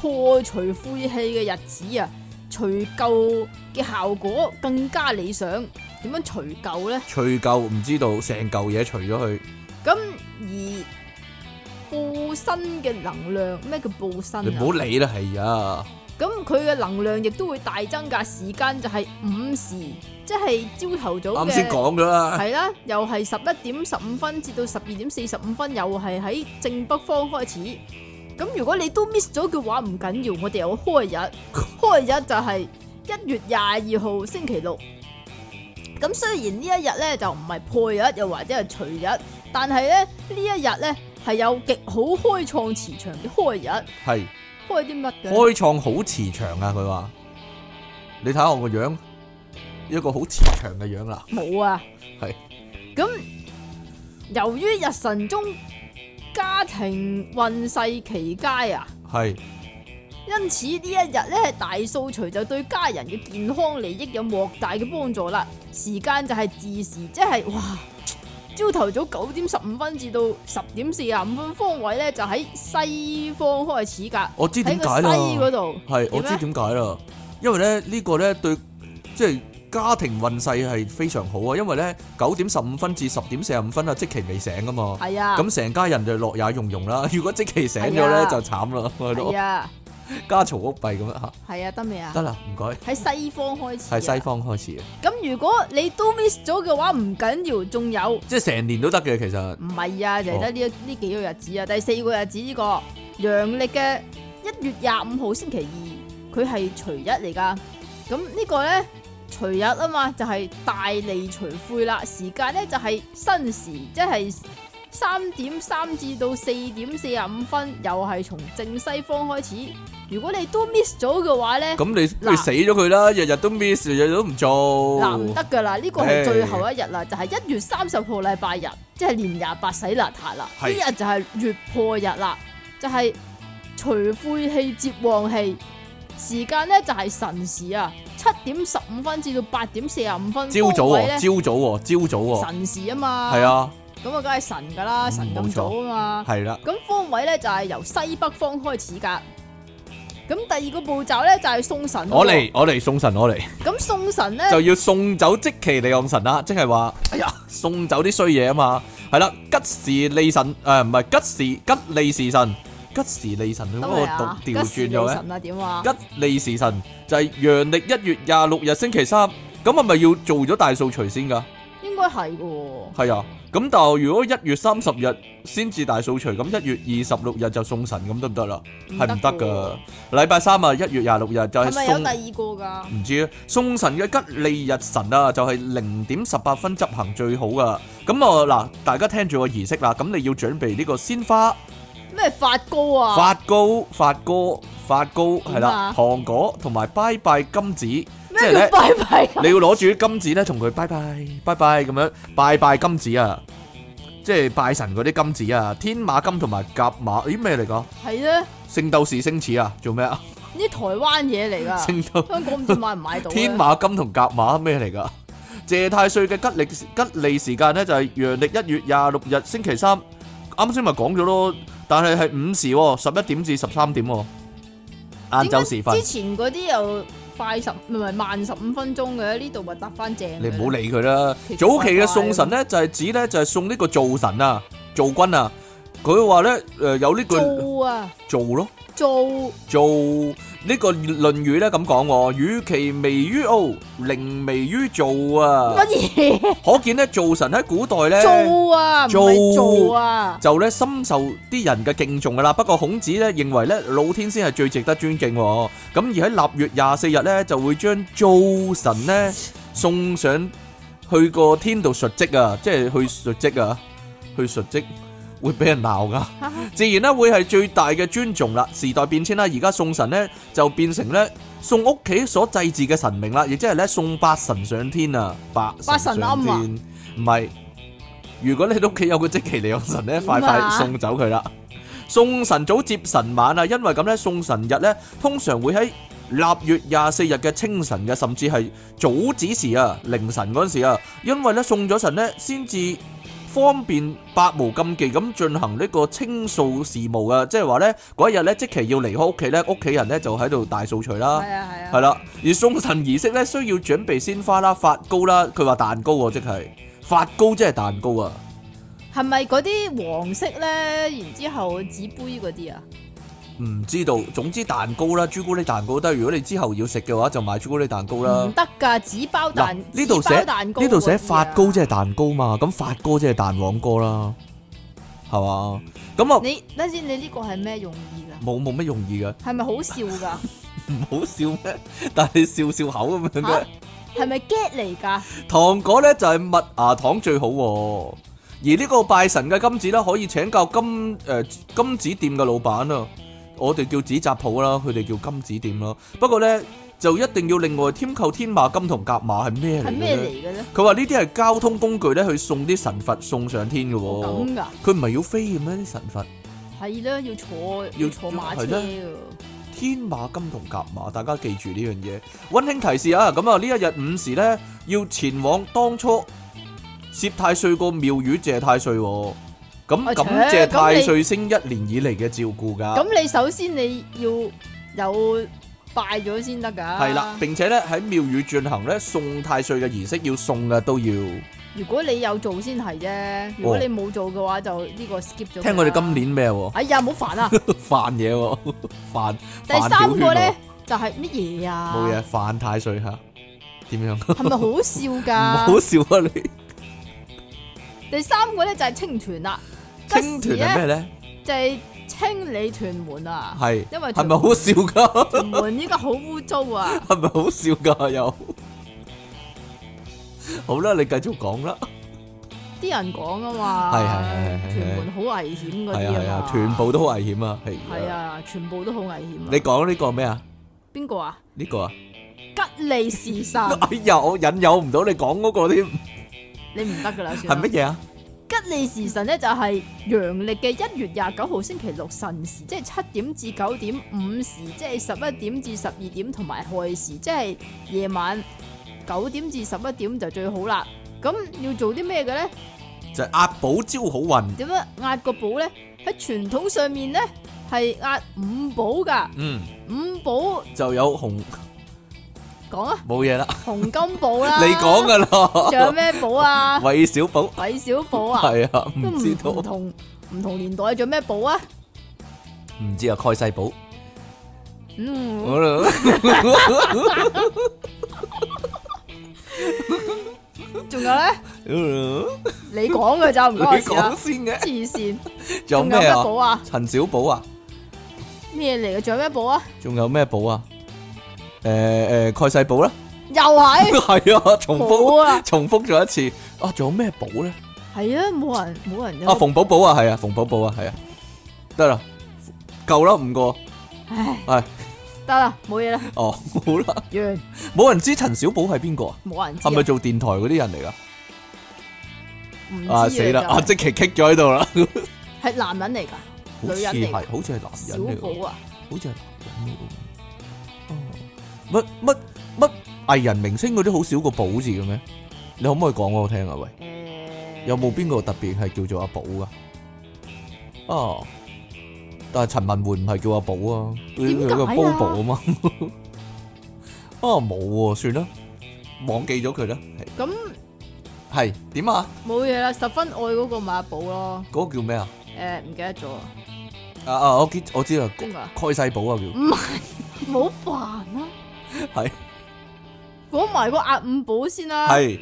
[SPEAKER 2] 破除晦氣嘅日子啊，除舊嘅效果更加理想。點樣除舊呢？
[SPEAKER 1] 除舊唔知道成嚿嘢除咗佢，
[SPEAKER 2] 咁而報新嘅能量，咩叫報新
[SPEAKER 1] 你唔
[SPEAKER 2] 啊
[SPEAKER 1] 好？理啦，係啊，
[SPEAKER 2] 咁佢嘅能量亦都會大增噶，時間就係午時，即係朝頭早
[SPEAKER 1] 啱先
[SPEAKER 2] 嘅。
[SPEAKER 1] 講咗 啦，
[SPEAKER 2] 系啦，又係十一點十五分至到十二點四十五分，又係喺正北方開始。咁如果你都 miss 咗嘅話，唔緊要，我哋有開日，開日就係一月廿二號星期六。咁雖然呢一日咧就唔係破日，又或者係除日，但係咧呢一日咧係有極好開創磁場嘅開日，
[SPEAKER 1] 係
[SPEAKER 2] 開啲乜嘅呢？
[SPEAKER 1] 開創好磁場啊！佢話，你睇下我個樣，一個好磁場嘅樣啦，
[SPEAKER 2] 冇啊，
[SPEAKER 1] 係
[SPEAKER 2] 咁由於日神中家庭運勢奇佳啊！
[SPEAKER 1] 係
[SPEAKER 2] 因此呢一日咧，大掃除就對家人嘅健康利益有莫大嘅幫助啦。時間就係自時，即係哇，朝頭早九點十五分至到十點四十五分方位咧，就喺西方開始㗎，
[SPEAKER 1] 我知
[SPEAKER 2] 喺
[SPEAKER 1] 點
[SPEAKER 2] 個
[SPEAKER 1] 解
[SPEAKER 2] 西
[SPEAKER 1] 啦
[SPEAKER 2] 嗰。度。
[SPEAKER 1] 係，我
[SPEAKER 2] 點
[SPEAKER 1] 知
[SPEAKER 2] 咧
[SPEAKER 1] 點解啦，因為咧呢個咧對即係家庭運勢係非常好啊，因為咧九點十五分至十點四十五分啊，即期未醒啊嘛，
[SPEAKER 2] 係啊，
[SPEAKER 1] 咁成家人就樂也融融啦。如 果即期醒咗
[SPEAKER 2] 係
[SPEAKER 1] 咧
[SPEAKER 2] 啊
[SPEAKER 1] 就慘啦，係
[SPEAKER 2] 係
[SPEAKER 1] 咯，
[SPEAKER 2] 啊，
[SPEAKER 1] 家嘈屋閉咁樣嚇，
[SPEAKER 2] 係啊，得未啊？
[SPEAKER 1] 得啦，唔該，
[SPEAKER 2] 喺西方開始啊。
[SPEAKER 1] 係西方開始嘅，
[SPEAKER 2] 咁如果你都 miss 咗嘅話，唔緊要，仲有
[SPEAKER 1] 即係成年都得嘅其實，
[SPEAKER 2] 唔係啊，就係得呢一呢幾個日子啊。第四個日子呢、個陽歷嘅一月廿五號星期二，佢係除日嚟噶。咁呢個呢，除日啊嘛，就係、大利除晦啦。時間呢，就係、新時，即係三點三至到四點四十五分，又係從正西方開始。如果你都 miss 咗嘅話呢，
[SPEAKER 1] 咁你不如死咗佢啦，日日都 miss，日日都唔
[SPEAKER 2] 嗱唔
[SPEAKER 1] 做，
[SPEAKER 2] 得噶啦，呢個
[SPEAKER 1] 哦唉
[SPEAKER 2] 係最後一日啦，就係一月三十號禮拜日，即係年廿八洗邋遢啦。呢
[SPEAKER 1] 係
[SPEAKER 2] 日就係月破日啦，就係除晦氣接旺氣，時間咧就係晨時啊，七點十五分至到八點四十五分。
[SPEAKER 1] 朝早
[SPEAKER 2] 方位
[SPEAKER 1] 喎，
[SPEAKER 2] 咧
[SPEAKER 1] 朝早喎，朝早喎，
[SPEAKER 2] 晨時啊嘛。
[SPEAKER 1] 係。啊，
[SPEAKER 2] 咁啊，梗係晨噶啦，
[SPEAKER 1] 嗯
[SPEAKER 2] 晨
[SPEAKER 1] 冇錯
[SPEAKER 2] 咁早啊嘛。
[SPEAKER 1] 係啦，
[SPEAKER 2] 咁方位咧就係由西北方開始噶。咁第二個步驟咧就係送神。
[SPEAKER 1] 我。嚟，我嚟送神，我 嚟。
[SPEAKER 2] 咁送神咧
[SPEAKER 1] 就要送走即其利昂神啦，即係話，哎呀，送走啲衰嘢啊嘛，係啦，吉時利神，誒唔係吉時吉利時神，吉時利神，咁
[SPEAKER 2] 都
[SPEAKER 1] 我
[SPEAKER 2] 係啊，
[SPEAKER 1] 讀調轉咗咧，
[SPEAKER 2] 神啊點啊？
[SPEAKER 1] 吉利時神就係陽歷一月廿六日星期三，咁係咪要做咗大掃除先㗎？
[SPEAKER 2] 應該係噶喎。
[SPEAKER 1] 係啊，咁但係如果一月三十日先至大掃除，咁一月二十六日就送神，咁得唔得啦？係唔得㗎，禮拜三啊，一月廿六日就係
[SPEAKER 2] 係咪有
[SPEAKER 1] 送
[SPEAKER 2] 第。二個㗎？
[SPEAKER 1] 唔知啊，送神嘅吉利日神啊，就係零點十八分執行最好噶。咁啊嗱，大家聽住個儀式啦，咁你要準備呢個鮮花、
[SPEAKER 2] 咩發糕啊？
[SPEAKER 1] 發糕、發糕、發糕係
[SPEAKER 2] 點
[SPEAKER 1] 啦
[SPEAKER 2] 啊，
[SPEAKER 1] 糖果同埋拜拜金紙，即係
[SPEAKER 2] 咩叫
[SPEAKER 1] 咧
[SPEAKER 2] 拜拜啊？
[SPEAKER 1] 你要攞住啲金紙咧，同佢拜拜拜拜咁樣拜拜金紙啊，即係拜神嗰啲金紙啊，天馬金同埋甲馬，咦咩嚟㗎？
[SPEAKER 2] 係咧，
[SPEAKER 1] 聖鬥士星矢啊，做咩啊？
[SPEAKER 2] 呢台灣嘢嚟 㗎，
[SPEAKER 1] 聖鬥
[SPEAKER 2] 香港唔知買唔 買到啊
[SPEAKER 1] 天馬金同甲馬咩嚟㗎？謝太歲嘅吉利吉利時間呢，就係陽歷一月廿六日星期三，啱先咪講咗咯，但係係午時喎，十一點至十三點喎，晏晝時分
[SPEAKER 2] 點解之，前嗰啲又快十唔係慢十五分鐘嘅，呢度咪搭翻正。
[SPEAKER 1] 你唔好。理佢啦。
[SPEAKER 2] 奇奇怪
[SPEAKER 1] 早
[SPEAKER 2] 怪
[SPEAKER 1] 期嘅送神呢，就係指呢，就係送呢個灶神啊、灶君啊，佢話呢，誒有呢句
[SPEAKER 2] 做啊
[SPEAKER 1] 灶咯。
[SPEAKER 2] 做，
[SPEAKER 1] 做呢個《論語》咧咁講喎，與其微於傲，凌微於造啊！
[SPEAKER 2] 乜嘢
[SPEAKER 1] 可見咧，灶神喺古代咧。
[SPEAKER 2] 做啊？唔係做啊？
[SPEAKER 1] 就咧深受啲人嘅敬重噶啦，不過孔子咧認為咧老天先係最值得尊敬喎，咁而喺臘月廿四日咧就會將灶神咧送上去個天度述職啊，即係去述職啊，去述職會俾人鬧 噶，自然咧會係最大嘅尊重啦。時代變遷啦，而家送神咧就變成咧送屋企所祭祀嘅神明啦，亦即係咧送八神上天啊，八
[SPEAKER 2] 八
[SPEAKER 1] 神
[SPEAKER 2] 神
[SPEAKER 1] 上
[SPEAKER 2] 庵啊
[SPEAKER 1] 天唔係。如果你屋企有個即其利用神咧，
[SPEAKER 2] 點
[SPEAKER 1] 快
[SPEAKER 2] 啊
[SPEAKER 1] 快送走佢啦！送神早接神晚啊，因為咁咧送神日咧通常會喺臘月廿四日嘅清晨嘅，甚至係早子時啊、凌晨嗰陣時啊，因為咧送咗神咧先至。方便百無禁忌咁進行呢個清掃事務啊，即係話咧嗰一日咧即期要離開屋企咧，屋企人咧就喺度大掃除啦。
[SPEAKER 2] 係啊係啊。
[SPEAKER 1] 系啦，而送神儀式咧，需要準備鮮花啦、發糕啦。佢話蛋糕喎，即係發糕，即係蛋糕啊！
[SPEAKER 2] 係咪嗰啲黃色咧？然之後紙杯嗰啲啊？
[SPEAKER 1] 唔知道，總之蛋糕啦，朱古力蛋糕都係。如果你之後要食嘅話，就買朱古力蛋糕啦
[SPEAKER 2] 唔。得㗎，紙包蛋。
[SPEAKER 1] 呢度
[SPEAKER 2] 寫
[SPEAKER 1] 寫
[SPEAKER 2] 蛋糕嗰啲啊。
[SPEAKER 1] 呢度寫發糕即係蛋糕嘛，咁發糕即係蛋黃哥啦，係嘛？咁啊，
[SPEAKER 2] 你等陣先，你呢個係咩用意㗎？
[SPEAKER 1] 冇冇乜用意噶，
[SPEAKER 2] 係咪好笑 㗎？
[SPEAKER 1] 唔好笑咩？但係你笑笑口咁樣嘅。
[SPEAKER 2] 嚇係咪 get 嚟㗎？
[SPEAKER 1] 糖果咧就係蜜芽糖最好、喎，而呢個拜神嘅金子咧可以請教金誒、呃金子店嘅老闆啊，我哋叫紙紮鋪啦，佢哋叫金子店啦。不過咧就一定要另外添購天馬金同甲馬係咩嚟
[SPEAKER 2] 係
[SPEAKER 1] 嘅
[SPEAKER 2] 咩嚟
[SPEAKER 1] 咧？
[SPEAKER 2] 嘅咧？
[SPEAKER 1] 佢話呢啲係交通工具咧去送啲神佛送上天嘅、喎，
[SPEAKER 2] 哦咁噶，
[SPEAKER 1] 佢唔係要飛嘅咩？啲神佛
[SPEAKER 2] 係啦，要坐
[SPEAKER 1] 要
[SPEAKER 2] 要坐馬車
[SPEAKER 1] 係啦
[SPEAKER 2] 㗎。
[SPEAKER 1] 天馬金同甲馬，大家記住呢樣嘢。温馨提示啊，咁啊呢一日午時呢，要前往當初涉太歲個廟宇謝太歲、喎。咁
[SPEAKER 2] 啊
[SPEAKER 1] 感
[SPEAKER 2] 切
[SPEAKER 1] 謝太
[SPEAKER 2] 咁你
[SPEAKER 1] 歲星一年以嚟嘅照顧㗎，
[SPEAKER 2] 咁你首先你要有拜咗先得㗎。
[SPEAKER 1] 係啦。並且呢，喺廟宇進行呢送太歲嘅儀式，要送嘅都要。
[SPEAKER 2] 如果你有做先係啫，如果你冇做嘅話，就呢個 skip 咗。
[SPEAKER 1] 聽我哋今。年咩、 喎？
[SPEAKER 2] 哎呀，唔好 煩啊！
[SPEAKER 1] 犯嘢喎， 犯
[SPEAKER 2] 第
[SPEAKER 1] 犯
[SPEAKER 2] 三
[SPEAKER 1] 小
[SPEAKER 2] 個
[SPEAKER 1] 圈
[SPEAKER 2] 咧就係乜嘢
[SPEAKER 1] 喎
[SPEAKER 2] 啊？
[SPEAKER 1] 冇嘢，犯太歲嚇點樣？
[SPEAKER 2] 係咪好 笑
[SPEAKER 1] 唔
[SPEAKER 2] 㗎
[SPEAKER 1] 好？笑啊你！
[SPEAKER 2] 第三個咧就係青團啦，啊
[SPEAKER 1] 青團係咩呢？
[SPEAKER 2] 就係清理屯門啊，
[SPEAKER 1] 係
[SPEAKER 2] 因為
[SPEAKER 1] 係
[SPEAKER 2] 屯
[SPEAKER 1] 咪好笑㗎？
[SPEAKER 2] 屯門依家好污糟啊！
[SPEAKER 1] 系咪 好笑噶又？好啦，你繼續講啦。
[SPEAKER 2] 啲人講啊嘛，
[SPEAKER 1] 係係係係係
[SPEAKER 2] 屯門好危險嗰
[SPEAKER 1] 係啊
[SPEAKER 2] 啲
[SPEAKER 1] 係
[SPEAKER 2] 啊
[SPEAKER 1] 啊
[SPEAKER 2] 嘛，，
[SPEAKER 1] 全部都好危險啊，係。
[SPEAKER 2] 係。啊，全部都好危險啊！
[SPEAKER 1] 你講呢個咩啊？
[SPEAKER 2] 邊個啊？
[SPEAKER 1] 呢個啊？
[SPEAKER 2] 吉利時辰，
[SPEAKER 1] 哎呀，我引誘唔到你講嗰個添，
[SPEAKER 2] 你唔得噶啦，
[SPEAKER 1] 係
[SPEAKER 2] 算啦
[SPEAKER 1] 乜嘢啊？
[SPEAKER 2] 吉利時辰咧就係陽历嘅一月廿九號星期六辰時，即係七點至九點午時，即係十一點至十二點，同埋亥時，即係夜晚九點至十一點就最好啦。咁要做啲咩嘅咧？
[SPEAKER 1] 就係壓寶招好運。
[SPEAKER 2] 點樣壓個寶咧？喺傳統上面咧係壓五寶噶，
[SPEAKER 1] 嗯，
[SPEAKER 2] 五寶
[SPEAKER 1] 就有紅
[SPEAKER 2] 講啊，
[SPEAKER 1] 冇嘢啦，
[SPEAKER 2] 紅金寶啦，
[SPEAKER 1] 你講噶
[SPEAKER 2] 仲有
[SPEAKER 1] 啦，
[SPEAKER 2] 咩寶啊？
[SPEAKER 1] 韋小寶
[SPEAKER 2] 韋小寶啊？
[SPEAKER 1] 係啊，
[SPEAKER 2] 都
[SPEAKER 1] 唔
[SPEAKER 2] 唔
[SPEAKER 1] 知
[SPEAKER 2] 唔
[SPEAKER 1] 道，
[SPEAKER 2] 同唔同年代做咩寶啊？
[SPEAKER 1] 唔知啊，蓋世寶。
[SPEAKER 2] 嗯，
[SPEAKER 1] 好啦，
[SPEAKER 2] 仲有咧，
[SPEAKER 1] 你
[SPEAKER 2] 你講嘅咋唔關我事
[SPEAKER 1] 講
[SPEAKER 2] 啊！
[SPEAKER 1] 先嘅，
[SPEAKER 2] 黐線，
[SPEAKER 1] 仲有
[SPEAKER 2] 仲有
[SPEAKER 1] 咩
[SPEAKER 2] 咩
[SPEAKER 1] 啊？
[SPEAKER 2] 寶啊？
[SPEAKER 1] 陳小寶啊，
[SPEAKER 2] 咩嚟嘅？仲有咩寶啊？
[SPEAKER 1] 仲有咩寶啊？誒誒，蓋世寶啦，
[SPEAKER 2] 又係
[SPEAKER 1] 係啊，重複
[SPEAKER 2] 寶啊！
[SPEAKER 1] 重複咗一次。啊，仲有咩寶咧？
[SPEAKER 2] 係啊，冇人冇人有。
[SPEAKER 1] 啊，馮寶寶啊，係啊，馮寶寶啊，係啊，得啦，夠啦，五個。
[SPEAKER 2] 唉，
[SPEAKER 1] 係
[SPEAKER 2] 得啦，冇嘢啦，
[SPEAKER 1] 哦，好啦，
[SPEAKER 2] 完
[SPEAKER 1] 冇人知陳小寶係邊個啊？
[SPEAKER 2] 冇人知
[SPEAKER 1] 係咪
[SPEAKER 2] 啊。
[SPEAKER 1] 做電台嗰啲人嚟噶？
[SPEAKER 2] 唔知
[SPEAKER 1] 啊死啦！啊
[SPEAKER 2] 啊！
[SPEAKER 1] 即其棘咗喺度啦，
[SPEAKER 2] 係男人嚟㗎，
[SPEAKER 1] 好
[SPEAKER 2] 女
[SPEAKER 1] 似
[SPEAKER 2] 人嚟
[SPEAKER 1] 係，
[SPEAKER 2] 㗎
[SPEAKER 1] 好似係男
[SPEAKER 2] 小
[SPEAKER 1] 人嚟㗎。
[SPEAKER 2] 寶啊，
[SPEAKER 1] 好似係男人嚟嘅喎。哦，乜乜乜藝人明星嗰啲好少個寶字嘅咩？你可唔可以講俾我聽啊？喂，
[SPEAKER 2] 誒，
[SPEAKER 1] 有冇邊個特別係叫做阿寶噶？哦，但係陳文媛唔係叫阿寶啊，佢佢叫
[SPEAKER 2] 點解啊
[SPEAKER 1] Bobo 啊嘛。 哦，冇喎，算啦，忘記咗佢啦。
[SPEAKER 2] 咁
[SPEAKER 1] 係係點啊？
[SPEAKER 2] 冇嘢啦，十分愛嗰個咪阿寶咯。
[SPEAKER 1] 嗰個叫咩啊？
[SPEAKER 2] 誒，唔記得咗啊
[SPEAKER 1] 啊啊！我知我知啦，
[SPEAKER 2] 邊個啊？
[SPEAKER 1] 蓋世寶啊叫。
[SPEAKER 2] 唔係，冇煩啊啦。
[SPEAKER 1] 係
[SPEAKER 2] 講埋個壓五寶先啦。
[SPEAKER 1] 係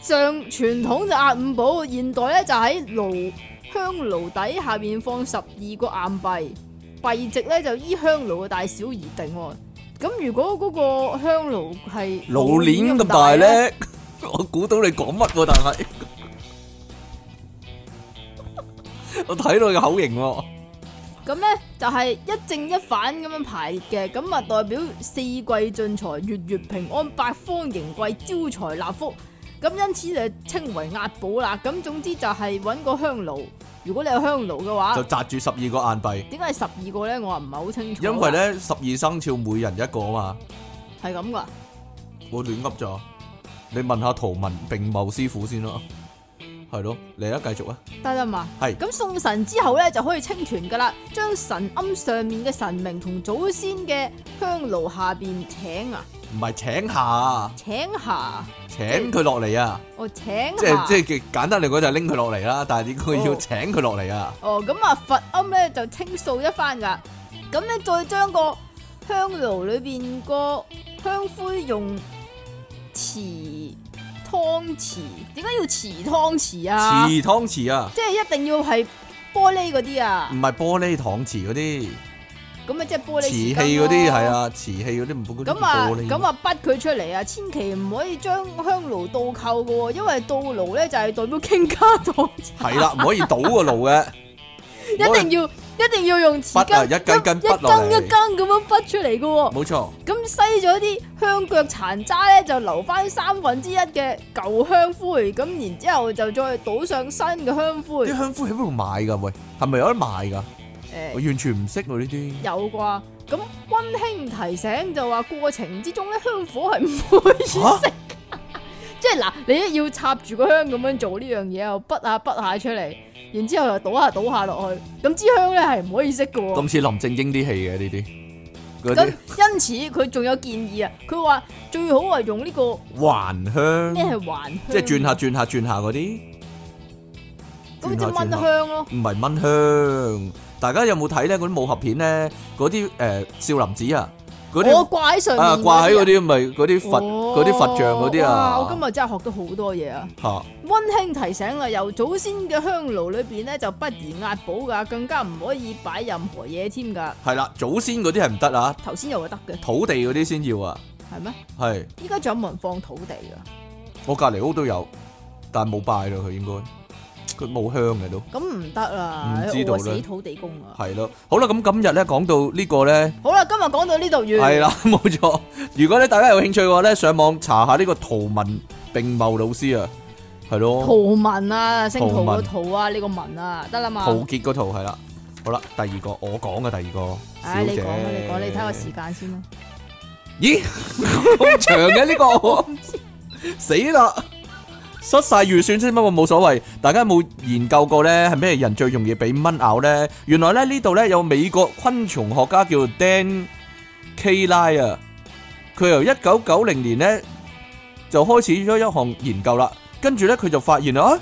[SPEAKER 2] 上傳統就壓五寶，現代咧就喺爐香爐底下面放十二個硬幣，幣值咧就依香爐嘅大小而定喎。咁如果嗰個香爐係
[SPEAKER 1] 老鏈咁大，咧，我估到你講乜喎，但 係我睇到你個口型喎，
[SPEAKER 2] 咁咧就係一正一反咁樣排列嘅，咁啊代表四季進財、月月平安、八方迎貴、招財納福。咁因此就稱為壓寶啦。咁總之就係揾個香爐，如果你有香爐嘅話
[SPEAKER 1] 就，擲住十二個硬幣，
[SPEAKER 2] 點解係十二個咧？我話唔係好清楚啊。
[SPEAKER 1] 因為咧十二生肖每人一個啊嘛，
[SPEAKER 2] 係咁噶。
[SPEAKER 1] 我亂噏咗，你問下圖文並茂師傅先咯，係咯，你而家繼續啊，
[SPEAKER 2] 得啦嘛，
[SPEAKER 1] 係
[SPEAKER 2] 咁送神之後咧就可以清團噶啦，將神龛上面嘅神明同祖先嘅香爐下邊請啊，
[SPEAKER 1] 唔係請下，
[SPEAKER 2] 請下，
[SPEAKER 1] 請佢落嚟啊，
[SPEAKER 2] 哦請
[SPEAKER 1] 即係
[SPEAKER 2] 下，
[SPEAKER 1] 即係極簡單嚟講就係拎佢落嚟啦，但係呢個要
[SPEAKER 2] 哦
[SPEAKER 1] 請佢落嚟啊，
[SPEAKER 2] 哦咁啊佛龛咧就清掃一番噶，咁咧再將個香爐裏邊個香灰用匙湯匙，點解要匙湯匙啊？
[SPEAKER 1] 瓷湯匙啊，
[SPEAKER 2] 即係一定要係玻璃嗰啲啊
[SPEAKER 1] 唔，係玻璃搪瓷嗰啲。
[SPEAKER 2] 咁啊即係玻璃
[SPEAKER 1] 嗯瓷器
[SPEAKER 2] 匙
[SPEAKER 1] 嗰啲
[SPEAKER 2] 羹咯
[SPEAKER 1] 係。啊，瓷器嗰啲唔好嗰啲
[SPEAKER 2] 咁啊，
[SPEAKER 1] 玻璃。
[SPEAKER 2] 咁啊，滗佢出嚟啊！千祈唔可以將香爐倒扣噶喎，因為倒爐咧就係代表傾家蕩產，
[SPEAKER 1] 係啦，唔可以倒個爐嘅，
[SPEAKER 2] 一定要一定要用匙
[SPEAKER 1] 滗啊
[SPEAKER 2] 羹
[SPEAKER 1] 一根根
[SPEAKER 2] 一
[SPEAKER 1] 滗落嚟
[SPEAKER 2] 羹一羹咁樣滗出嚟噶喎。
[SPEAKER 1] 冇錯，
[SPEAKER 2] 咁篩咗啲香腳殘渣咧，就留翻三分之一嘅舊香灰，咁然之後就再倒上新嘅香
[SPEAKER 1] 啲
[SPEAKER 2] 灰。
[SPEAKER 1] 香灰喺邊度買㗎？喂，係咪有得賣㗎？
[SPEAKER 2] 誒
[SPEAKER 1] 我完全唔識喎呢 啲。
[SPEAKER 2] 有啩？咁温馨提醒就話過程之中咧，香火係唔可以
[SPEAKER 1] 嚇
[SPEAKER 2] 熄， 即係嗱，你要插住個香咁樣做呢樣嘢，又滗下滗下出嚟，然之後又倒下倒下落去，咁支香咧係唔可以熄嘅喎。
[SPEAKER 1] 咁似林正英啲戲嘅呢啲，嗰
[SPEAKER 2] 咁因此佢仲有建議啊，佢話最好係用呢、個
[SPEAKER 1] 啲環
[SPEAKER 2] 咩
[SPEAKER 1] 香，
[SPEAKER 2] 係環香，
[SPEAKER 1] 即係轉下轉下轉下嗰啲，
[SPEAKER 2] 咁
[SPEAKER 1] 轉
[SPEAKER 2] 即係
[SPEAKER 1] 下轉
[SPEAKER 2] 蚊
[SPEAKER 1] 下
[SPEAKER 2] 香咯。
[SPEAKER 1] 唔係蚊香。大家有冇睇咧嗰啲武俠片咧？嗰啲誒少林寺啊，嗰啲
[SPEAKER 2] 我掛喺上面
[SPEAKER 1] 啊掛喺嗰
[SPEAKER 2] 啲
[SPEAKER 1] 啲咪嗰啲佛
[SPEAKER 2] 哦
[SPEAKER 1] 嗰啲佛像嗰啲
[SPEAKER 2] 哇我
[SPEAKER 1] 啊
[SPEAKER 2] 今日真係學到好多嘢啊！
[SPEAKER 1] 嚇。
[SPEAKER 2] 温馨提醒啊，由祖先嘅香爐裏边咧就不宜壓寶噶，更加唔可以擺任何嘢添噶。
[SPEAKER 1] 係啦，祖先嗰啲係唔得啊，
[SPEAKER 2] 頭先又話得嘅，
[SPEAKER 1] 土地嗰啲先要啊，
[SPEAKER 2] 係咩？
[SPEAKER 1] 係。
[SPEAKER 2] 依家仲有冇人放土地噶？
[SPEAKER 1] 我隔離屋都有，但係冇拜啦，佢應該佢冇香嘅都
[SPEAKER 2] 咁唔得啦，
[SPEAKER 1] 唔知道
[SPEAKER 2] 餓
[SPEAKER 1] 咧
[SPEAKER 2] 死土地公啊！
[SPEAKER 1] 係咯。好啦，咁今日咧講到呢個咧
[SPEAKER 2] 好啦，今日講到呢度完。
[SPEAKER 1] 係啦， 冇錯。如果咧大家有興趣嘅話咧，上網查下呢個圖文並茂老師啊，係咯，
[SPEAKER 2] 圖文啊，星圖
[SPEAKER 1] 圖
[SPEAKER 2] 個
[SPEAKER 1] 文
[SPEAKER 2] 圖啊，呢個文啊，得啦嘛。
[SPEAKER 1] 陶傑嗰套係啦。好啦，第二個我講嘅第二個，
[SPEAKER 2] 唉，
[SPEAKER 1] 小
[SPEAKER 2] 你
[SPEAKER 1] 姐
[SPEAKER 2] 講啊，你講，你睇個時間先啦。
[SPEAKER 1] 咦，咁長嘅呢個，死啦！失晒預算先，不過冇所謂。大家有冇研究過呢？係咩人最容易俾蚊咬呢？原來呢呢度呢有美國昆蟲學家叫 Dan K 拉啊，佢由一九九零年呢就開始咗一項研究啦。跟住呢，佢就發現啊，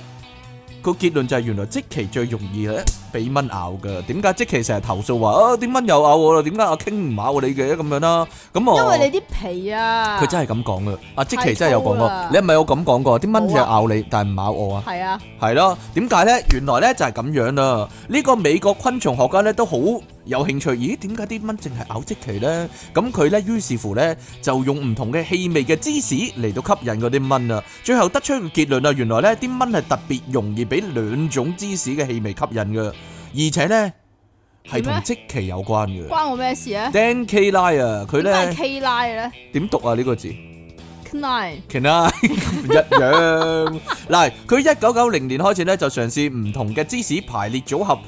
[SPEAKER 1] 個結論就係原來即期最容易咧俾蚊咬嘅。點解即期成日投訴話啊啲蚊又咬我啦？點解阿 King 唔咬你嘅咁樣啦？咁我
[SPEAKER 2] 因為你啲皮啊，
[SPEAKER 1] 哦佢真係咁講噶，阿即奇真係有講
[SPEAKER 2] 太粗
[SPEAKER 1] 過
[SPEAKER 2] 啦，
[SPEAKER 1] 你係咪有咁講過？啲蚊隻
[SPEAKER 2] 冇啊
[SPEAKER 1] 咬你，但係唔咬我啊？
[SPEAKER 2] 係啊，
[SPEAKER 1] 係咯，點解呢？原來呢就係咁樣啦。呢個美國昆蟲學家呢都好有興趣，咦？點解啲蚊淨係咬即奇呢？咁佢呢，於是乎呢，就用唔同嘅氣味嘅芝士嚟到吸引嗰啲蚊啊。最後得出個結論啊，原來呢啲蚊係特別容易俾兩種芝士嘅氣味吸引嘅，而且呢，係
[SPEAKER 2] 點
[SPEAKER 1] 同
[SPEAKER 2] 呢
[SPEAKER 1] 即奇有關嘅。
[SPEAKER 2] 關我咩事啊？
[SPEAKER 1] Dan K 拉啊，佢
[SPEAKER 2] 點解係
[SPEAKER 1] 呢
[SPEAKER 2] K 拉咧
[SPEAKER 1] 點讀啊呢個字？
[SPEAKER 2] ？Nine
[SPEAKER 1] 其啦， 一樣。嗱，佢一九九零年開始咧，就嘗試唔同嘅芝士排列組合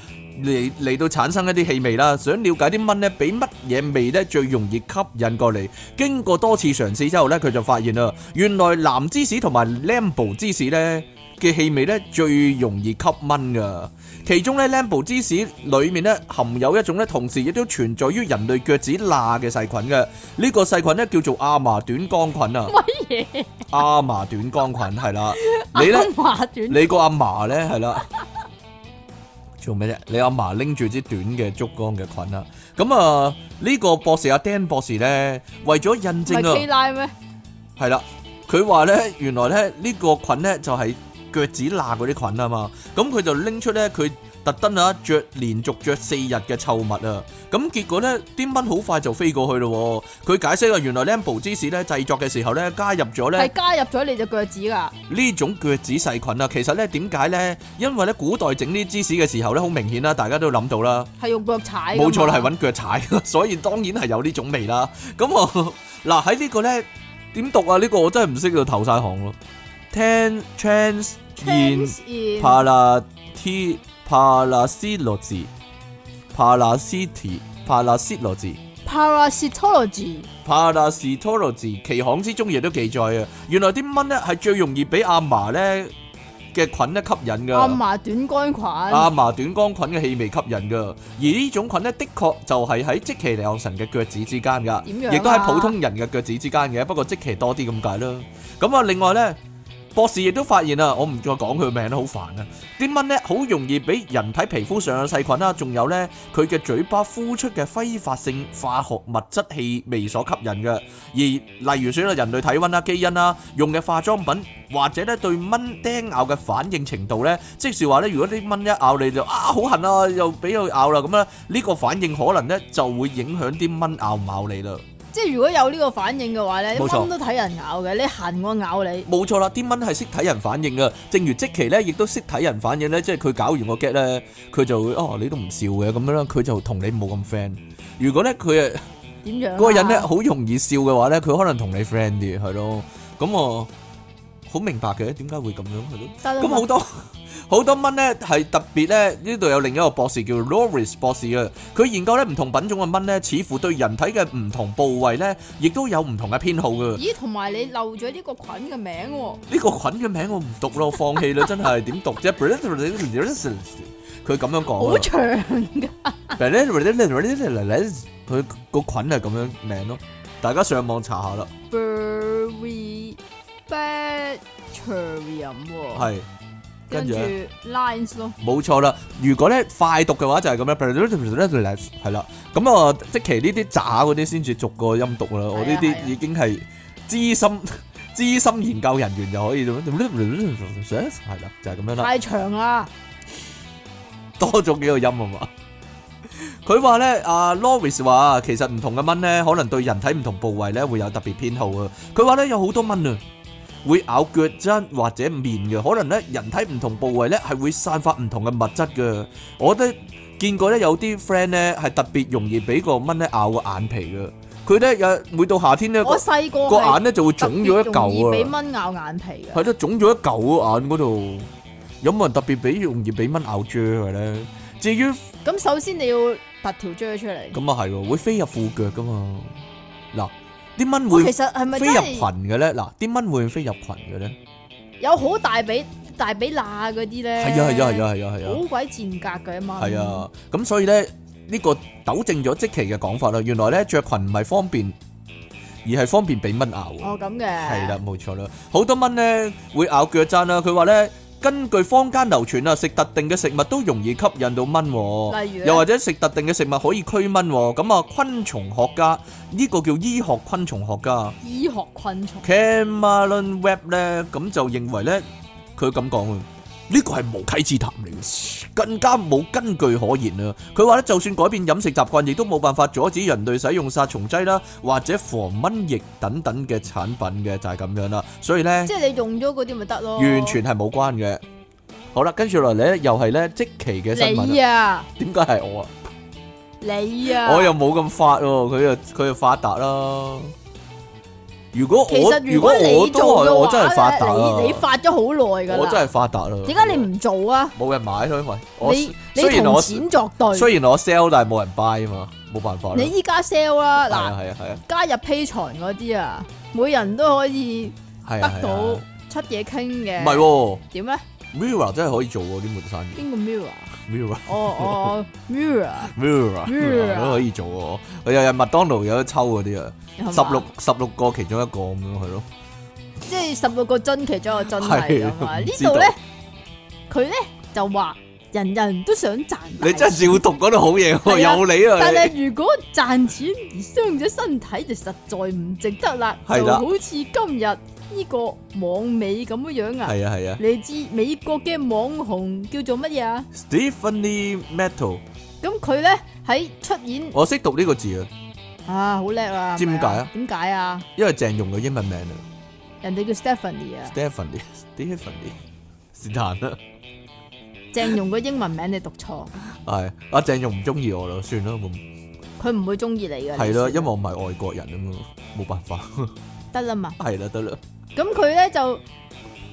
[SPEAKER 1] 嚟嚟到產生一啲氣味啦。想了解啲蚊咧，俾乜嘢味咧最容易吸引過嚟？經過多次嘗試之後咧，佢就發現啦，原來藍芝士同埋 Lambo 芝士咧嘅氣味咧最容易吸蚊噶。其中咧 Lambo 芝士裡面咧含有一種咧，同時亦都存在於人類腳趾罅嘅細菌嘅。呢個細菌咧叫做亞麻短桿菌啊。
[SPEAKER 2] 乜嘢？
[SPEAKER 1] 阿嫲短光菌係啦，
[SPEAKER 2] À,
[SPEAKER 1] 你咧，
[SPEAKER 2] 麻短
[SPEAKER 1] 你個阿嫲咧係啦，做咩啫？你阿嫲拎住支短嘅竹竿嘅菌啦，咁啊呢個博士阿 Dan 博士咧，為咗印
[SPEAKER 2] 唔係 K
[SPEAKER 1] 證啊，
[SPEAKER 2] 拉咩？
[SPEAKER 1] 係啦，佢話咧原來咧呢個菌咧就係腳趾罅嗰啲菌啊嘛，咁佢就拎出咧佢特登啊着連續着四日嘅臭襪啊，咁結果咧啲蚊好快就飛過去咯喎，佢解釋啊原來 Lambo 芝士咧製作嘅時候咧加入咗咧
[SPEAKER 2] 係。加入咗你隻腳趾噶，
[SPEAKER 1] 呢種腳趾細菌啊，其實咧點解呢？因為咧古代整呢芝士嘅時候咧，好明顯啦，大家都諗到啦，
[SPEAKER 2] 係用腳踩㗎嘛。
[SPEAKER 1] 冇錯啦，係揾腳踩， 所以當然係有呢種味啦。咁我嗱喺呢個呢點讀啊？呢、個我真係唔識到頭晒行咯。Ten trans in
[SPEAKER 2] Trans in
[SPEAKER 1] palati palacillozi palaciti palacillozi
[SPEAKER 2] parasitology。
[SPEAKER 1] Parasitology 期刊之中亦都記載啊，原來啲蚊咧係最容易俾阿嫲咧嘅菌咧吸引
[SPEAKER 2] 阿
[SPEAKER 1] 噶，
[SPEAKER 2] 嫲短杆菌，
[SPEAKER 1] 阿嫲短光菌嘅氣味吸引噶，而呢種菌咧的確就係喺即其尼昂神嘅腳趾之間噶，
[SPEAKER 2] 點樣啊
[SPEAKER 1] 亦都喺普通人嘅腳趾之間嘅，不過即其多啲咁解啦。咁啊，另外咧。博士亦都發現啊，我唔再講佢名啦，好煩啊！啲蚊咧好容易俾人體皮膚上嘅細菌啦，仲有咧佢嘅嘴巴呼出嘅揮發性化學物質氣味所吸引嘅。而例如說啦，人類體温啦、基因啦、用嘅化妝品或者咧對蚊叮咬嘅反應程度咧，即是話咧，如果啲蚊一咬你就啊好痕啊，又俾佢咬啦咁啦，呢個反應可能咧就會影響啲蚊咬唔咬你啦。
[SPEAKER 2] 即係如果有呢個反應嘅話咧，
[SPEAKER 1] 冇錯
[SPEAKER 2] 蚊都睇人咬嘅，你痕我咬你，
[SPEAKER 1] 冇錯啦，啲蚊係識睇人反應噶，正如即期咧，亦都識睇人反應咧，即係佢搞完個 get 咧，佢就會哦你都唔笑嘅咁樣啦，佢就同你冇咁 friend。如果咧佢誒
[SPEAKER 2] 點樣啊？
[SPEAKER 1] 嗰個人咧好容易笑嘅話咧，佢可能同你 friend 啲係咯。咁我好明白嘅，點解會咁樣係咯。
[SPEAKER 2] 得啦
[SPEAKER 1] 咁
[SPEAKER 2] 嘛
[SPEAKER 1] 好多好多蚊咧係特別咧，呢度有另一個博士叫 Loris 博士啊，佢研究咧唔同品種嘅蚊咧，似乎對人體嘅唔同部位咧，亦都有唔同嘅偏好嘅。
[SPEAKER 2] 咦，同埋你漏咗呢個菌嘅名喎，
[SPEAKER 1] 呢個菌嘅名我唔讀咯，我放棄啦，真係點讀啫？佢咁樣講
[SPEAKER 2] 好
[SPEAKER 1] 啊，
[SPEAKER 2] 長嘅。
[SPEAKER 1] 佢個菌係咁樣名咯，大家上網查下啦，
[SPEAKER 2] Berry Bacterium 喎，
[SPEAKER 1] 係跟
[SPEAKER 2] 跟
[SPEAKER 1] 住
[SPEAKER 2] 住
[SPEAKER 1] 呢
[SPEAKER 2] lines 咯，
[SPEAKER 1] 冇錯啦。如果咧快讀嘅話就係咁樣，係啦。咁啊，即其呢啲渣嗰啲先至逐個音讀啦。我呢
[SPEAKER 2] 係啊
[SPEAKER 1] 啲已經係資深資深研究人員就可以咁樣，係啦，就係咁樣啦。
[SPEAKER 2] 太長啦，
[SPEAKER 1] 多咗幾個音啊嘛。 佢話咧，阿 Loris 話其實唔同嘅蚊咧，可能對人體唔同部位咧會有特別偏好啊。佢話咧有好多蚊啊，會咬腳踭或者面嘅，可能咧人體唔同部位咧係會散發唔同嘅物質嘅。我覺得見過咧有啲 friend 咧係特別容易俾個蚊咧咬個眼皮嘅。佢咧有每到夏天咧
[SPEAKER 2] 我細個
[SPEAKER 1] 個
[SPEAKER 2] 係
[SPEAKER 1] 眼咧就會腫咗一
[SPEAKER 2] 特別容易俾
[SPEAKER 1] 嚿啊，
[SPEAKER 2] 蚊咬眼皮嘅
[SPEAKER 1] 係。咯，腫咗一嚿眼嗰度。有冇人特別俾容易俾蚊咬啫嘅咧？至於
[SPEAKER 2] 咁首先你要突條椎出嚟。
[SPEAKER 1] 咁啊係喎，會飛入褲腳噶嘛？嗱，啲蚊
[SPEAKER 2] 我
[SPEAKER 1] 會
[SPEAKER 2] 其實係咪
[SPEAKER 1] 飛
[SPEAKER 2] 真
[SPEAKER 1] 入
[SPEAKER 2] 係
[SPEAKER 1] 群嘅咧？嗱，啲蚊會飛入群嘅咧？
[SPEAKER 2] 有好大髀大髀罅嗰啲咧？
[SPEAKER 1] 係啊係啊係啊係啊係啊！
[SPEAKER 2] 好鬼賤格嘅嘛。
[SPEAKER 1] 系啊，咁所以咧呢、個糾正咗即期嘅講法啦。原來咧着裙唔係方便，而係方便俾蚊咬。
[SPEAKER 2] 哦咁嘅。
[SPEAKER 1] 係啦、，冇錯啦。好多蚊咧會咬腳踭啦。佢話咧根據坊間流傳啊，食特定嘅食物都容易吸引到蚊、喎。
[SPEAKER 2] 例
[SPEAKER 1] 又
[SPEAKER 2] 如啊咧
[SPEAKER 1] 或者食特定嘅食物可以驅蚊、喎。咁啊，昆蟲學家呢、個叫醫學昆蟲學家
[SPEAKER 2] 醫學昆蟲
[SPEAKER 1] Cameron Webb 咧，咁就認為咧，佢咁講啊，呢個係無稽之談嚟嘅，更加冇根據可言啊！佢話咧，就算改變飲食習慣，亦都冇辦法阻止人類使用殺蟲劑啦，或者防蚊液等等嘅產品嘅，就係、咁樣啦。所以咧
[SPEAKER 2] 即，係你用咗嗰啲咪得咯。
[SPEAKER 1] 完全係冇關嘅。好啦，跟住落嚟咧，又係咧即期嘅新
[SPEAKER 2] 你
[SPEAKER 1] 聞啊！
[SPEAKER 2] 啊，
[SPEAKER 1] 點解係我啊？
[SPEAKER 2] 你啊，
[SPEAKER 1] 我又冇咁發喎，佢又佢又發達啦。如果
[SPEAKER 2] 其
[SPEAKER 1] 我
[SPEAKER 2] 實如果
[SPEAKER 1] 我
[SPEAKER 2] 你
[SPEAKER 1] 都
[SPEAKER 2] 做
[SPEAKER 1] 係
[SPEAKER 2] 嘅
[SPEAKER 1] 我
[SPEAKER 2] 話
[SPEAKER 1] 真係發達啦
[SPEAKER 2] 你你發咗好耐㗎啦。
[SPEAKER 1] 我真係發達啦！
[SPEAKER 2] 點解你唔做啊？
[SPEAKER 1] 冇人買咯？因為我
[SPEAKER 2] 你你
[SPEAKER 1] 雖然
[SPEAKER 2] 同
[SPEAKER 1] 我
[SPEAKER 2] 錢作對，
[SPEAKER 1] 雖然我 sell，但係冇人 buy 啊嘛，冇辦法啦。
[SPEAKER 2] 你依家 sell 啦，
[SPEAKER 1] 係啊
[SPEAKER 2] 嗱，
[SPEAKER 1] 係啊係啊
[SPEAKER 2] 加入 P 床嗰啲啊，每人都可以
[SPEAKER 1] 係啊
[SPEAKER 2] 得
[SPEAKER 1] 係
[SPEAKER 2] 到
[SPEAKER 1] 啊，
[SPEAKER 2] 出嘢傾
[SPEAKER 1] 唔
[SPEAKER 2] 嘅。
[SPEAKER 1] 係喎
[SPEAKER 2] 點咧？
[SPEAKER 1] ，Mirror 真係可以做喎呢門生意
[SPEAKER 2] 邊個 mirror？
[SPEAKER 1] ，Mirror
[SPEAKER 2] 哦哦 mirror
[SPEAKER 1] Mirror Mirror 都可以做喎，佢又有麥當勞有得抽嗰啲啊，
[SPEAKER 2] 係嘛
[SPEAKER 1] 十六十六個其中一個咁樣係咯，
[SPEAKER 2] 即係十六個樽其中一個樽嚟㗎嘛？
[SPEAKER 1] 係
[SPEAKER 2] 呢
[SPEAKER 1] 唔知道
[SPEAKER 2] 度咧，佢咧就話人人都想賺，
[SPEAKER 1] 你真係照讀嗰度好嘢喎，
[SPEAKER 2] 係啊
[SPEAKER 1] 有你啊
[SPEAKER 2] 但
[SPEAKER 1] 你，
[SPEAKER 2] 係如果賺錢而傷咗身體，就實在唔值得啦。
[SPEAKER 1] 係
[SPEAKER 2] 就
[SPEAKER 1] 啦
[SPEAKER 2] 好似今日呢個網美咁樣樣啊，
[SPEAKER 1] 係啊係啊
[SPEAKER 2] 嚟自美國嘅網紅叫做乜嘢啊？
[SPEAKER 1] ，Stephanie Metal，
[SPEAKER 2] 咁佢咧喺出演
[SPEAKER 1] 我識讀呢個字啊，
[SPEAKER 2] 啊，好叻啊！
[SPEAKER 1] 知唔解啊
[SPEAKER 2] 係咪？點解啊？
[SPEAKER 1] 因為鄭融嘅英文名啊。
[SPEAKER 2] 人哋叫 Stephanie 啊，
[SPEAKER 1] Stephanie Stephanie 是但啦，
[SPEAKER 2] 鄭融嘅英文名你讀錯，
[SPEAKER 1] 係阿鄭融唔中意我啦，算啦，咁
[SPEAKER 2] 佢唔會中意你嘅。
[SPEAKER 1] 係啦，
[SPEAKER 2] 咯，
[SPEAKER 1] 因為我唔係外國人啊嘛，冇辦法，
[SPEAKER 2] 得啦嘛。
[SPEAKER 1] 係啦得啦，
[SPEAKER 2] 咁佢咧就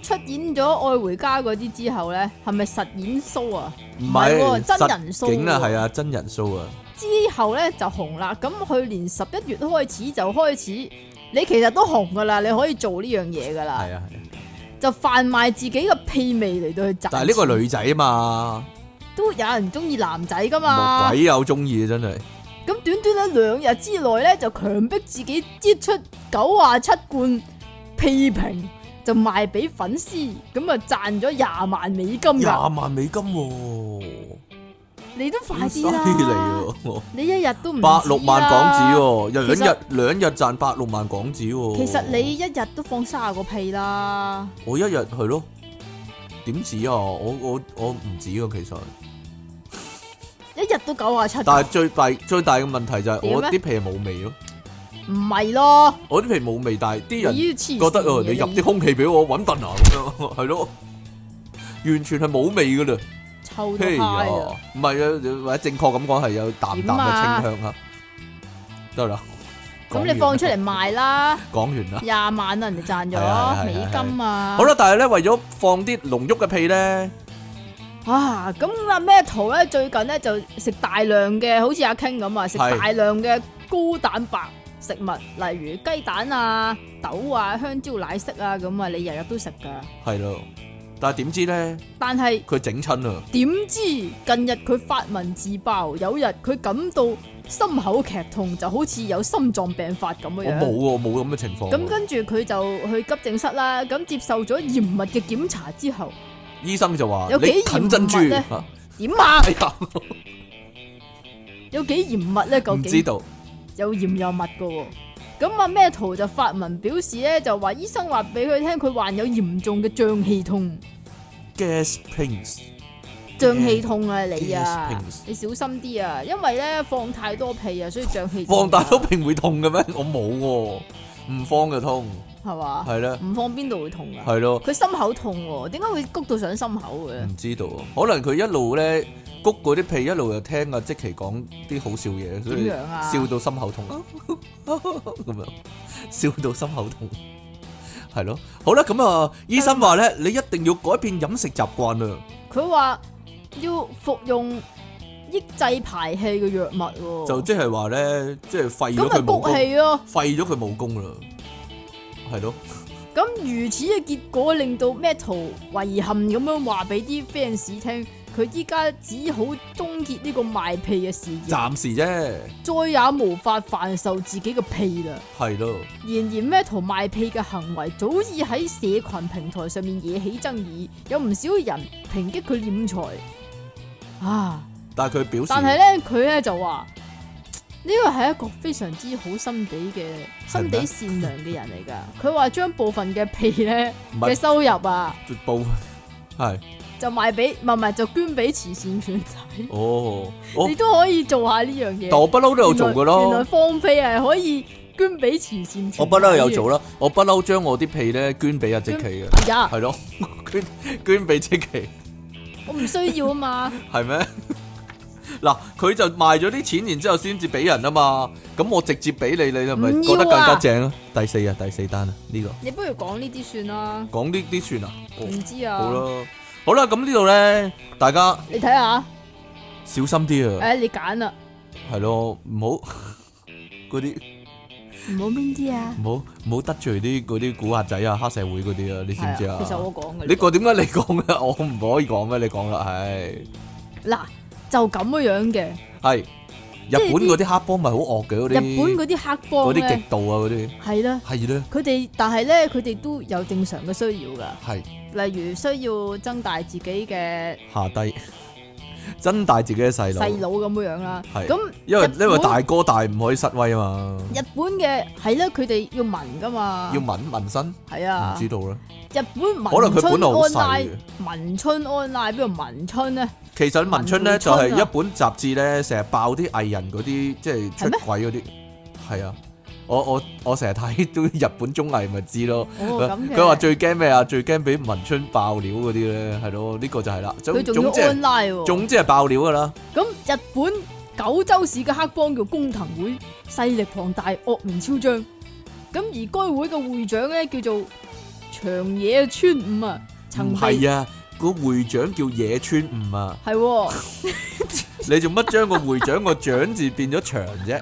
[SPEAKER 2] 出演咗《愛回家》嗰啲之後咧，係咪實演 show 啊？
[SPEAKER 1] 唔
[SPEAKER 2] 係
[SPEAKER 1] 係
[SPEAKER 2] 喎真人 show
[SPEAKER 1] 景啊，
[SPEAKER 2] 喎
[SPEAKER 1] 係啊，真人 show 啊，
[SPEAKER 2] 之後咧就紅啦。咁去年十一月開始就開始，你其實都紅噶啦，你可以做呢樣嘢噶啦
[SPEAKER 1] 係，啊係啊，
[SPEAKER 2] 就販賣自己嘅屁味嚟到去賺。
[SPEAKER 1] 但係呢個係女仔啊嘛，
[SPEAKER 2] 都有人中意男仔噶嘛
[SPEAKER 1] 冇？鬼有中意啊真係，
[SPEAKER 2] 咁短短咧兩日之內咧，就強迫自己擠出九啊七罐屁瓶，就賣俾粉絲，咁啊賺咗廿萬美金㗎！
[SPEAKER 1] 廿萬美金喎，
[SPEAKER 2] 你都快
[SPEAKER 1] 咁犀
[SPEAKER 2] 啲
[SPEAKER 1] 利
[SPEAKER 2] 啦！
[SPEAKER 1] 喎，
[SPEAKER 2] 你一日都唔
[SPEAKER 1] 百六萬港紙
[SPEAKER 2] 喎！
[SPEAKER 1] 喎，
[SPEAKER 2] 其實
[SPEAKER 1] 兩日兩日賺百六萬港紙喎，
[SPEAKER 2] 其實你一日都放卅個屁啦，
[SPEAKER 1] 我一日係咯，點止啊，我我我唔止噶其實。
[SPEAKER 2] 一日都九啊七，
[SPEAKER 1] 但係最大最大嘅問題就係我
[SPEAKER 2] 點啊
[SPEAKER 1] 啲皮冇味咯，
[SPEAKER 2] 唔係咯？
[SPEAKER 1] 我啲皮冇味，但係啲人
[SPEAKER 2] 你黐線
[SPEAKER 1] 覺得啊
[SPEAKER 2] 嘅，
[SPEAKER 1] 你入啲空氣俾我揾笨啊咁 樣，係咯，完全係冇味噶啦，
[SPEAKER 2] 臭到
[SPEAKER 1] 嘿呀
[SPEAKER 2] 嗨啊！，
[SPEAKER 1] 唔係啊，或者正確咁講係有淡淡嘅清香啊，得啦，講
[SPEAKER 2] 咁
[SPEAKER 1] 完
[SPEAKER 2] 你放出嚟賣啦，
[SPEAKER 1] 講完啦，
[SPEAKER 2] 廿萬啦，人哋賺
[SPEAKER 1] 係啊係啊係啊
[SPEAKER 2] 咗美金啊！
[SPEAKER 1] 好啦，但係咧為咗放啲濃郁嘅屁咧，
[SPEAKER 2] 啊，咁阿咩圖咧最近咧就食大量嘅，好似阿 King 咁啊，食
[SPEAKER 1] 係
[SPEAKER 2] 大量嘅高蛋白食物，例如雞蛋啊、豆啊、香蕉奶昔啊咁啊，你日日都食噶。
[SPEAKER 1] 係咯，但係點知咧
[SPEAKER 2] 但係
[SPEAKER 1] 佢整親啊，
[SPEAKER 2] 點知近日佢發文自爆，有日佢感到心口劇痛，就好似有心臟病發咁
[SPEAKER 1] 我
[SPEAKER 2] 樣
[SPEAKER 1] 冇
[SPEAKER 2] 樣。
[SPEAKER 1] 喎，我冇咁嘅情況
[SPEAKER 2] 咁
[SPEAKER 1] 喎，
[SPEAKER 2] 跟住佢就去急症室啦，咁接受咗嚴密嘅檢查之後，
[SPEAKER 1] 醫生就話
[SPEAKER 2] 有幾
[SPEAKER 1] 你近珍珠
[SPEAKER 2] 嚴密呢
[SPEAKER 1] 啊
[SPEAKER 2] 點啊？
[SPEAKER 1] 哎呀，
[SPEAKER 2] 有幾嚴密咧？究
[SPEAKER 1] 唔
[SPEAKER 2] 竟
[SPEAKER 1] 知？道。
[SPEAKER 2] 有驗有物嘅喎。咁啊咩圖就發文表示咧，就話醫生話俾佢聽，佢患有嚴重嘅脹氣痛，
[SPEAKER 1] gas pings
[SPEAKER 2] 脹氣痛啊你啊
[SPEAKER 1] Yes, please.，
[SPEAKER 2] 你小心啲啊，因為咧放太多屁啊，所以脹氣。
[SPEAKER 1] 放大都並會痛嘅咩？我冇喎、唔慌嘅痛，
[SPEAKER 2] 係嘛？
[SPEAKER 1] 係咧，
[SPEAKER 2] 唔放邊度會痛㗎？
[SPEAKER 1] 係嗯咯，
[SPEAKER 2] 佢心口痛喎，點解會谷到上心口嘅？
[SPEAKER 1] 唔知道，可能佢一路咧谷嗰啲屁，一路又聽阿即奇講啲好笑嘢，所以
[SPEAKER 2] 點樣啊
[SPEAKER 1] 笑到心口痛，咁樣笑到心口痛，係咯，好啦，咁啊，醫生話咧，你一定要改變飲食習慣啊，
[SPEAKER 2] 佢話要服用抑制排氣嘅藥物喎，
[SPEAKER 1] 就即係話咧，即係廢咗
[SPEAKER 2] 咁咪
[SPEAKER 1] 佢武
[SPEAKER 2] 谷
[SPEAKER 1] 功，
[SPEAKER 2] 氣咯。
[SPEAKER 1] 廢咗佢武功啦，係咯。
[SPEAKER 2] 咁如此嘅結果令到 Metal 遺憾咁樣話俾啲 fans 聽，佢依家只好終結呢個賣屁嘅事業，
[SPEAKER 1] 暫時啫，
[SPEAKER 2] 再也無法販售自己嘅屁啦。
[SPEAKER 1] 係咯，
[SPEAKER 2] 然而 Metal 賣屁嘅行為早已喺社群平台上面惹起爭議，有唔少人抨擊佢斂財啊！
[SPEAKER 1] 但係佢表
[SPEAKER 2] 但係
[SPEAKER 1] 示
[SPEAKER 2] 咧，佢咧就話呢個係一個非常之好心地嘅、
[SPEAKER 1] 係
[SPEAKER 2] 心
[SPEAKER 1] 咩
[SPEAKER 2] 地善良嘅人嚟㗎。佢 話將部分嘅屁咧
[SPEAKER 1] 唔
[SPEAKER 2] 嘅
[SPEAKER 1] 係
[SPEAKER 2] 收入啊，
[SPEAKER 1] 報，係
[SPEAKER 2] 就賣俾唔係唔係就捐俾慈善團體，
[SPEAKER 1] 哦，我
[SPEAKER 2] 你都可以做下呢樣
[SPEAKER 1] 但
[SPEAKER 2] 嘢。
[SPEAKER 1] 我不嬲都有做噶
[SPEAKER 2] 原來原來
[SPEAKER 1] 咯，
[SPEAKER 2] 放屁係可以捐俾慈善團體嘅
[SPEAKER 1] 我不嬲有做。啦，我不嬲將我啲屁咧捐俾阿即奇嘅，
[SPEAKER 2] 哎呀，
[SPEAKER 1] 係咯， 捐捐俾即奇，
[SPEAKER 2] 我唔需要啊嘛，
[SPEAKER 1] 係咩？ 嗱，佢就賣咗啲錢，然之後先至俾人啊嘛，咁我直接俾你，你係咪
[SPEAKER 2] 唔要
[SPEAKER 1] 覺得更加
[SPEAKER 2] 啊
[SPEAKER 1] 正啊？第四啊，第四單啊，呢個
[SPEAKER 2] 你不如講呢啲算啦，
[SPEAKER 1] 講呢啲算啊，哦
[SPEAKER 2] 唔知啊。
[SPEAKER 1] 好，啦，好啦，咁呢度咧，大家
[SPEAKER 2] 你睇下，
[SPEAKER 1] 小心啲啊，
[SPEAKER 2] 誒你揀啦，
[SPEAKER 1] 係咯，唔好嗰啲。
[SPEAKER 2] 唔好邊啲啊？
[SPEAKER 1] 唔好唔好得罪啲嗰啲古惑仔啊、黑社會嗰啲啊，你知唔知
[SPEAKER 2] 係
[SPEAKER 1] 啊
[SPEAKER 2] 啊？其實我講嘅
[SPEAKER 1] 你個點解你講嘅？我唔可以講咩？你講啦，係
[SPEAKER 2] 嗱就咁嘅樣嘅，
[SPEAKER 1] 係日
[SPEAKER 2] 係
[SPEAKER 1] 本
[SPEAKER 2] 啲
[SPEAKER 1] 嗰啲黑幫咪好惡嘅嗰
[SPEAKER 2] 日本
[SPEAKER 1] 啲，
[SPEAKER 2] 嗰啲黑
[SPEAKER 1] 嗰
[SPEAKER 2] 幫
[SPEAKER 1] 啲
[SPEAKER 2] 咧
[SPEAKER 1] 極道啊嗰啲，
[SPEAKER 2] 係啦，
[SPEAKER 1] 係咧
[SPEAKER 2] 佢哋但係咧佢哋都有正常嘅需要㗎。
[SPEAKER 1] 係
[SPEAKER 2] 例如需要增大自己嘅
[SPEAKER 1] 下低 增大自己嘅細
[SPEAKER 2] 細
[SPEAKER 1] 路，
[SPEAKER 2] 佬咁樣樣啦。
[SPEAKER 1] 係
[SPEAKER 2] 咁
[SPEAKER 1] 因為
[SPEAKER 2] 日本
[SPEAKER 1] 因為大哥大唔可以失威啊嘛，
[SPEAKER 2] 日本嘅係啦，佢哋要紋噶嘛，
[SPEAKER 1] 要紋紋身，唔
[SPEAKER 2] 係啊。
[SPEAKER 1] 知道啦。
[SPEAKER 2] 日本
[SPEAKER 1] 可能
[SPEAKER 2] 文
[SPEAKER 1] 佢本
[SPEAKER 2] 春
[SPEAKER 1] 來好細
[SPEAKER 2] online，
[SPEAKER 1] 嘅。
[SPEAKER 2] 文春 online 邊度文春咧？
[SPEAKER 1] 其實文春咧
[SPEAKER 2] 文
[SPEAKER 1] 就
[SPEAKER 2] 春啊
[SPEAKER 1] 係一本雜誌咧，成日爆啲藝人嗰啲即係出軌嗰啲，係啊！我我我成日睇都日本綜藝咪知咯。
[SPEAKER 2] 哦咁嘅。
[SPEAKER 1] 佢話最驚咩啊？最驚俾文春爆料嗰啲咧，係咯，呢個就係啦。總
[SPEAKER 2] 佢仲要
[SPEAKER 1] 總之係
[SPEAKER 2] online 喎。
[SPEAKER 1] 總之係爆料噶啦，
[SPEAKER 2] 咁日本九州市嘅黑幫叫工藤會，勢力龐大，惡名昭彰。咁而該會嘅會長咧叫做長野村五啊，曾
[SPEAKER 1] 唔
[SPEAKER 2] 被
[SPEAKER 1] 係啊！個會長叫野村悟啊，
[SPEAKER 2] 係喎
[SPEAKER 1] 你做乜將個會長個長字變咗長啫？